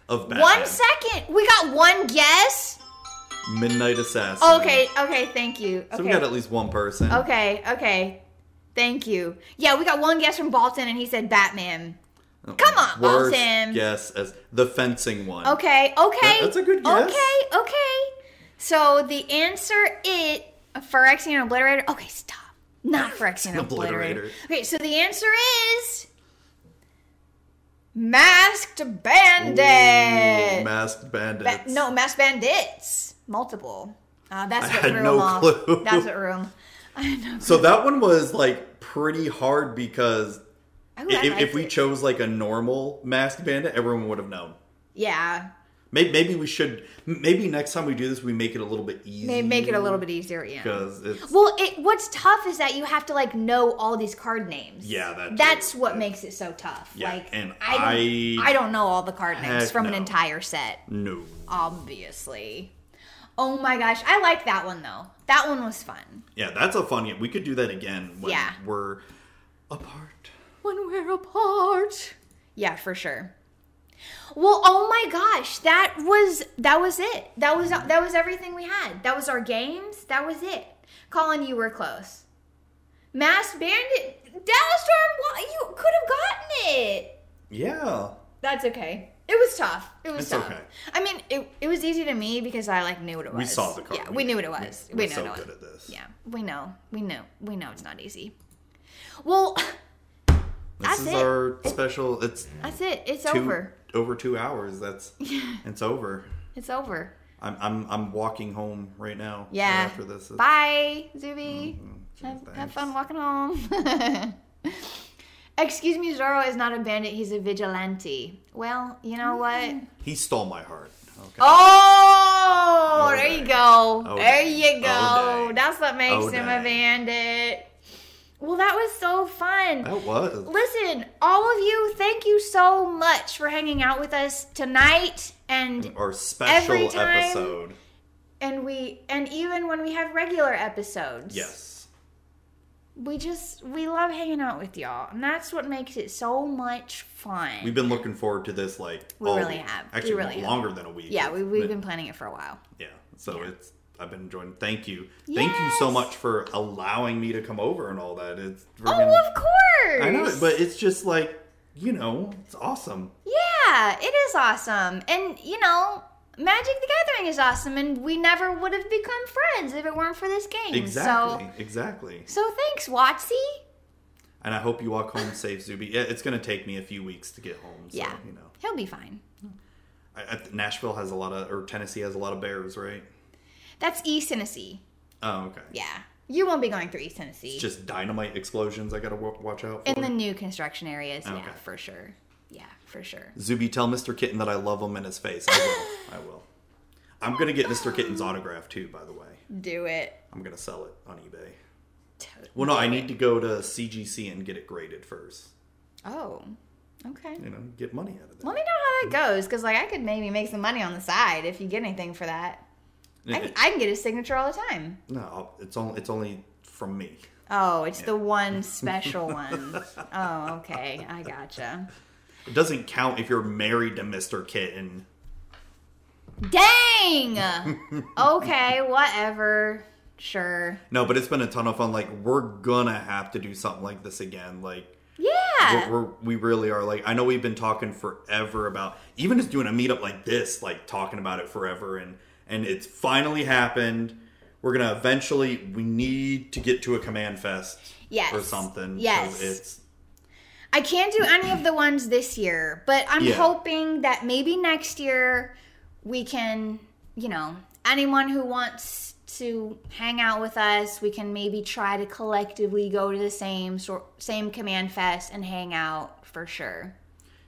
of Batman.
One second. We got one guess.
Midnight Assassin.
Oh, Okay. Okay. Thank you. Okay.
So we got at least one person.
okay. Okay. Thank you. Yeah, we got one guess from Balton, and he said Batman. Come on,
Worst
Balton.
guess as the fencing one.
Okay. Okay.
that's a good guess.
Okay. Okay. So the answer is Phyrexian obliterator. Okay, stop. Not Phyrexian obliterator.
Obliterator.
Okay, so the answer is masked bandit.
Ooh, Masked bandits.
Ba- no, mass bandits. Multiple. Uh, that's
I
what
had
room.
no
off.
clue.
That's what room. I had no
So that one was like pretty hard because
clue. Ooh, I
if,
liked
if we
it.
chose like a normal masked bandit, everyone would have known.
yeah,
Maybe, maybe we should. m- Maybe next time we do this, we make it a little bit easier.
they make it a little bit easier. Yeah.
because it's
Well, it what's tough is that you have to like know all these card names.
Yeah, that too.
that's what makes it so tough.
Yeah,
like,
and
I don't,
I-
I don't know all the card names
Heck
from an
no.
entire set.
no.
Obviously. Oh my gosh, I like that one though. That one was fun.
Yeah, that's a fun game. We could do that again when
Yeah.
we're apart.
when we're apart. Yeah, for sure. Well, oh my gosh, that was that was it. That was that was everything we had. That was our games. That was it. Colin, you were close. Mass Bandit, Dallas Storm, why- you could have gotten it.
Yeah.
That's okay. It was tough. It was
It's
tough.
okay.
I mean, it, it was easy to me because I like knew what it was.
We saw the card.
Yeah, we knew what it was. We,
We're
know
so
what it
good
was.
at this.
Yeah, we know. We know. We know it's not easy. Well,
This
That's
is
it.
our special. It's
that's it. It's
two
over.
over two hours. That's it's over.
It's over.
I'm I'm I'm walking home right now.
Yeah.
right after this. It's- Mm-hmm.
Bye, Zuby. have,
Thanks.
have fun walking home. Excuse me, Zorro is not a bandit. He's a vigilante. Well, you know what?
He stole my heart. Okay.
Oh, there you
day.
go.
Oh,
there
day.
you
Oh,
go.
day.
That's what makes
Oh,
him a
day.
bandit. Well, that was so fun.
That was.
Listen, all of you, thank you so much for hanging out with us tonight and
our special
Every time-
episode.
and we and even when we have regular episodes.
Yes.
we just we love hanging out with y'all and that's what makes it so much fun
We've been looking forward to this like
We
all
really
week.
have. We
Actually,
really have.
longer than a week.
yeah we,
It's
we've
been-
been planning it for a while
Yeah. So it's I've been enjoying. Thank you. Thank you so
Yes.
much for allowing me to come over and all that. It's
oh of course
I know, but it's just like you know, it's awesome.
yeah it is awesome and you know magic the gathering is awesome and we never would have become friends if it weren't for this game
Exactly. Exactly.
so so thanks watsy
And I hope you walk home safe, Zuby. Yeah, it's gonna take me a few weeks to get home. So,
yeah
You know,
he'll be fine
I, I, Nashville has a lot of, or Tennessee has a lot of bears, right?
that's east tennessee
Oh, okay.
yeah you won't be going through east tennessee
It's just dynamite explosions. I gotta w- watch out for.
in the new construction areas yeah
Okay.
for sure yeah for sure
Zuby, tell Mr. Kitten that I love him in his face. I will. I will. I'm gonna get Mr. Kitten's autograph too. By the way,
do it
I'm gonna sell it on eBay. Well, no, I need to go to CGC and get it graded first.
Oh, okay.
You know, get money out of that.
Let me know how that goes, because like I could maybe make some money on the side if you get anything for that. I,
It-
I can get his signature all the time.
no, I'll- it's only it's only from me.
Oh, it's the one special one. Oh, okay. I gotcha.
It doesn't count if you're married to Mr. Kitten.
Dang. Okay, whatever. Sure.
No, but it's been a ton of fun. Like we're gonna have to do something like this again. Like
Yeah.
we're, we're, we really are. Like I know we've been talking forever about even just doing a meetup like this, like talking about it forever, and and it's finally happened. We're gonna eventually. We need to get to a command fest
Yes.
or something. 'cause
Yes.
it's
I can't do any of the ones this year, but I'm
Yeah.
hoping that maybe next year we can, you know, anyone who wants to hang out with us, we can maybe try to collectively go to the same sor- same command fest and hang out for sure.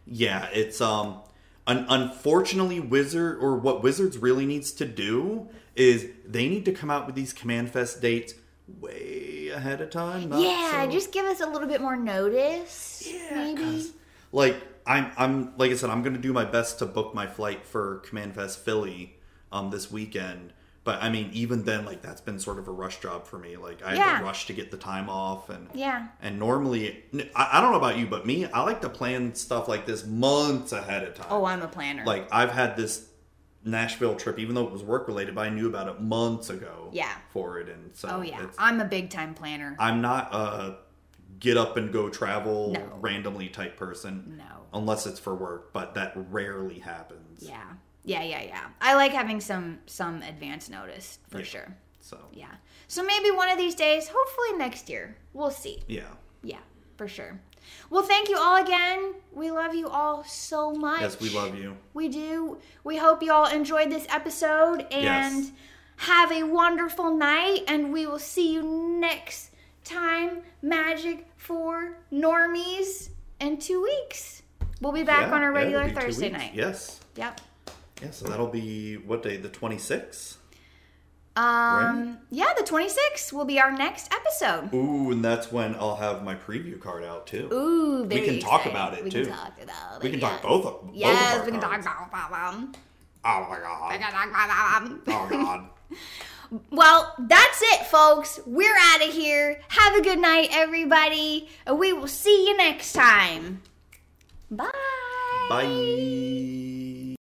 Yeah, it's um un- unfortunately Wizard or what Wizards really needs to do is they need to come out with these command fest dates way ahead of time. not
yeah,
Uh, so-
just give us a little bit more notice, maybe.
like I'm I'm like I said I'm going to do my best to book my flight for Command Fest Philly um this weekend. But I mean even then like that's been sort of a rush job for me. Like I had
Yeah.
to rush to get the time off and
Yeah.
And normally, I I don't know about you, but me, I like to plan stuff like this months ahead of time.
Oh, I'm a planner.
like I've had this Nashville trip, even though it was work related, but I knew about it months ago.
Yeah.
For it, and so.
oh yeah,
it's-
I'm a big time planner.
I'm not a get up and go travel
No.
randomly type person.
No.
Unless it's for work, but that rarely happens.
yeah. Yeah, yeah, yeah. I like having some some advance notice for
Yeah.
sure.
So. Yeah.
Yeah. So maybe one of these days, hopefully next year. We'll see. Yeah, for sure. Well, thank you all again. We love you all so much.
Yes, we love you.
We do. We hope you all enjoyed this episode and
Yes.
have a wonderful night. And we will see you next time. Magic for Normies in two weeks. We'll be back
Yeah,
on our
yeah, it'll
regular
be two
Thursday
weeks.
night.
Yes.
Yep.
Yeah, so that'll be what day? The 26th?
Um, Yeah, the 26th will be our next episode.
Ooh, and that's when I'll have my preview card out too.
Ooh, very
can talk
exciting.
about it,
we
too.
Can talk about
We
it,
can
yeah.
talk both of both of
Yes,
our
we can talk
cards.
about them.
Oh my god. Oh god.
Well, that's it, folks. We're out of here. Have a good night, everybody, and we will see you next time. Bye.
Bye.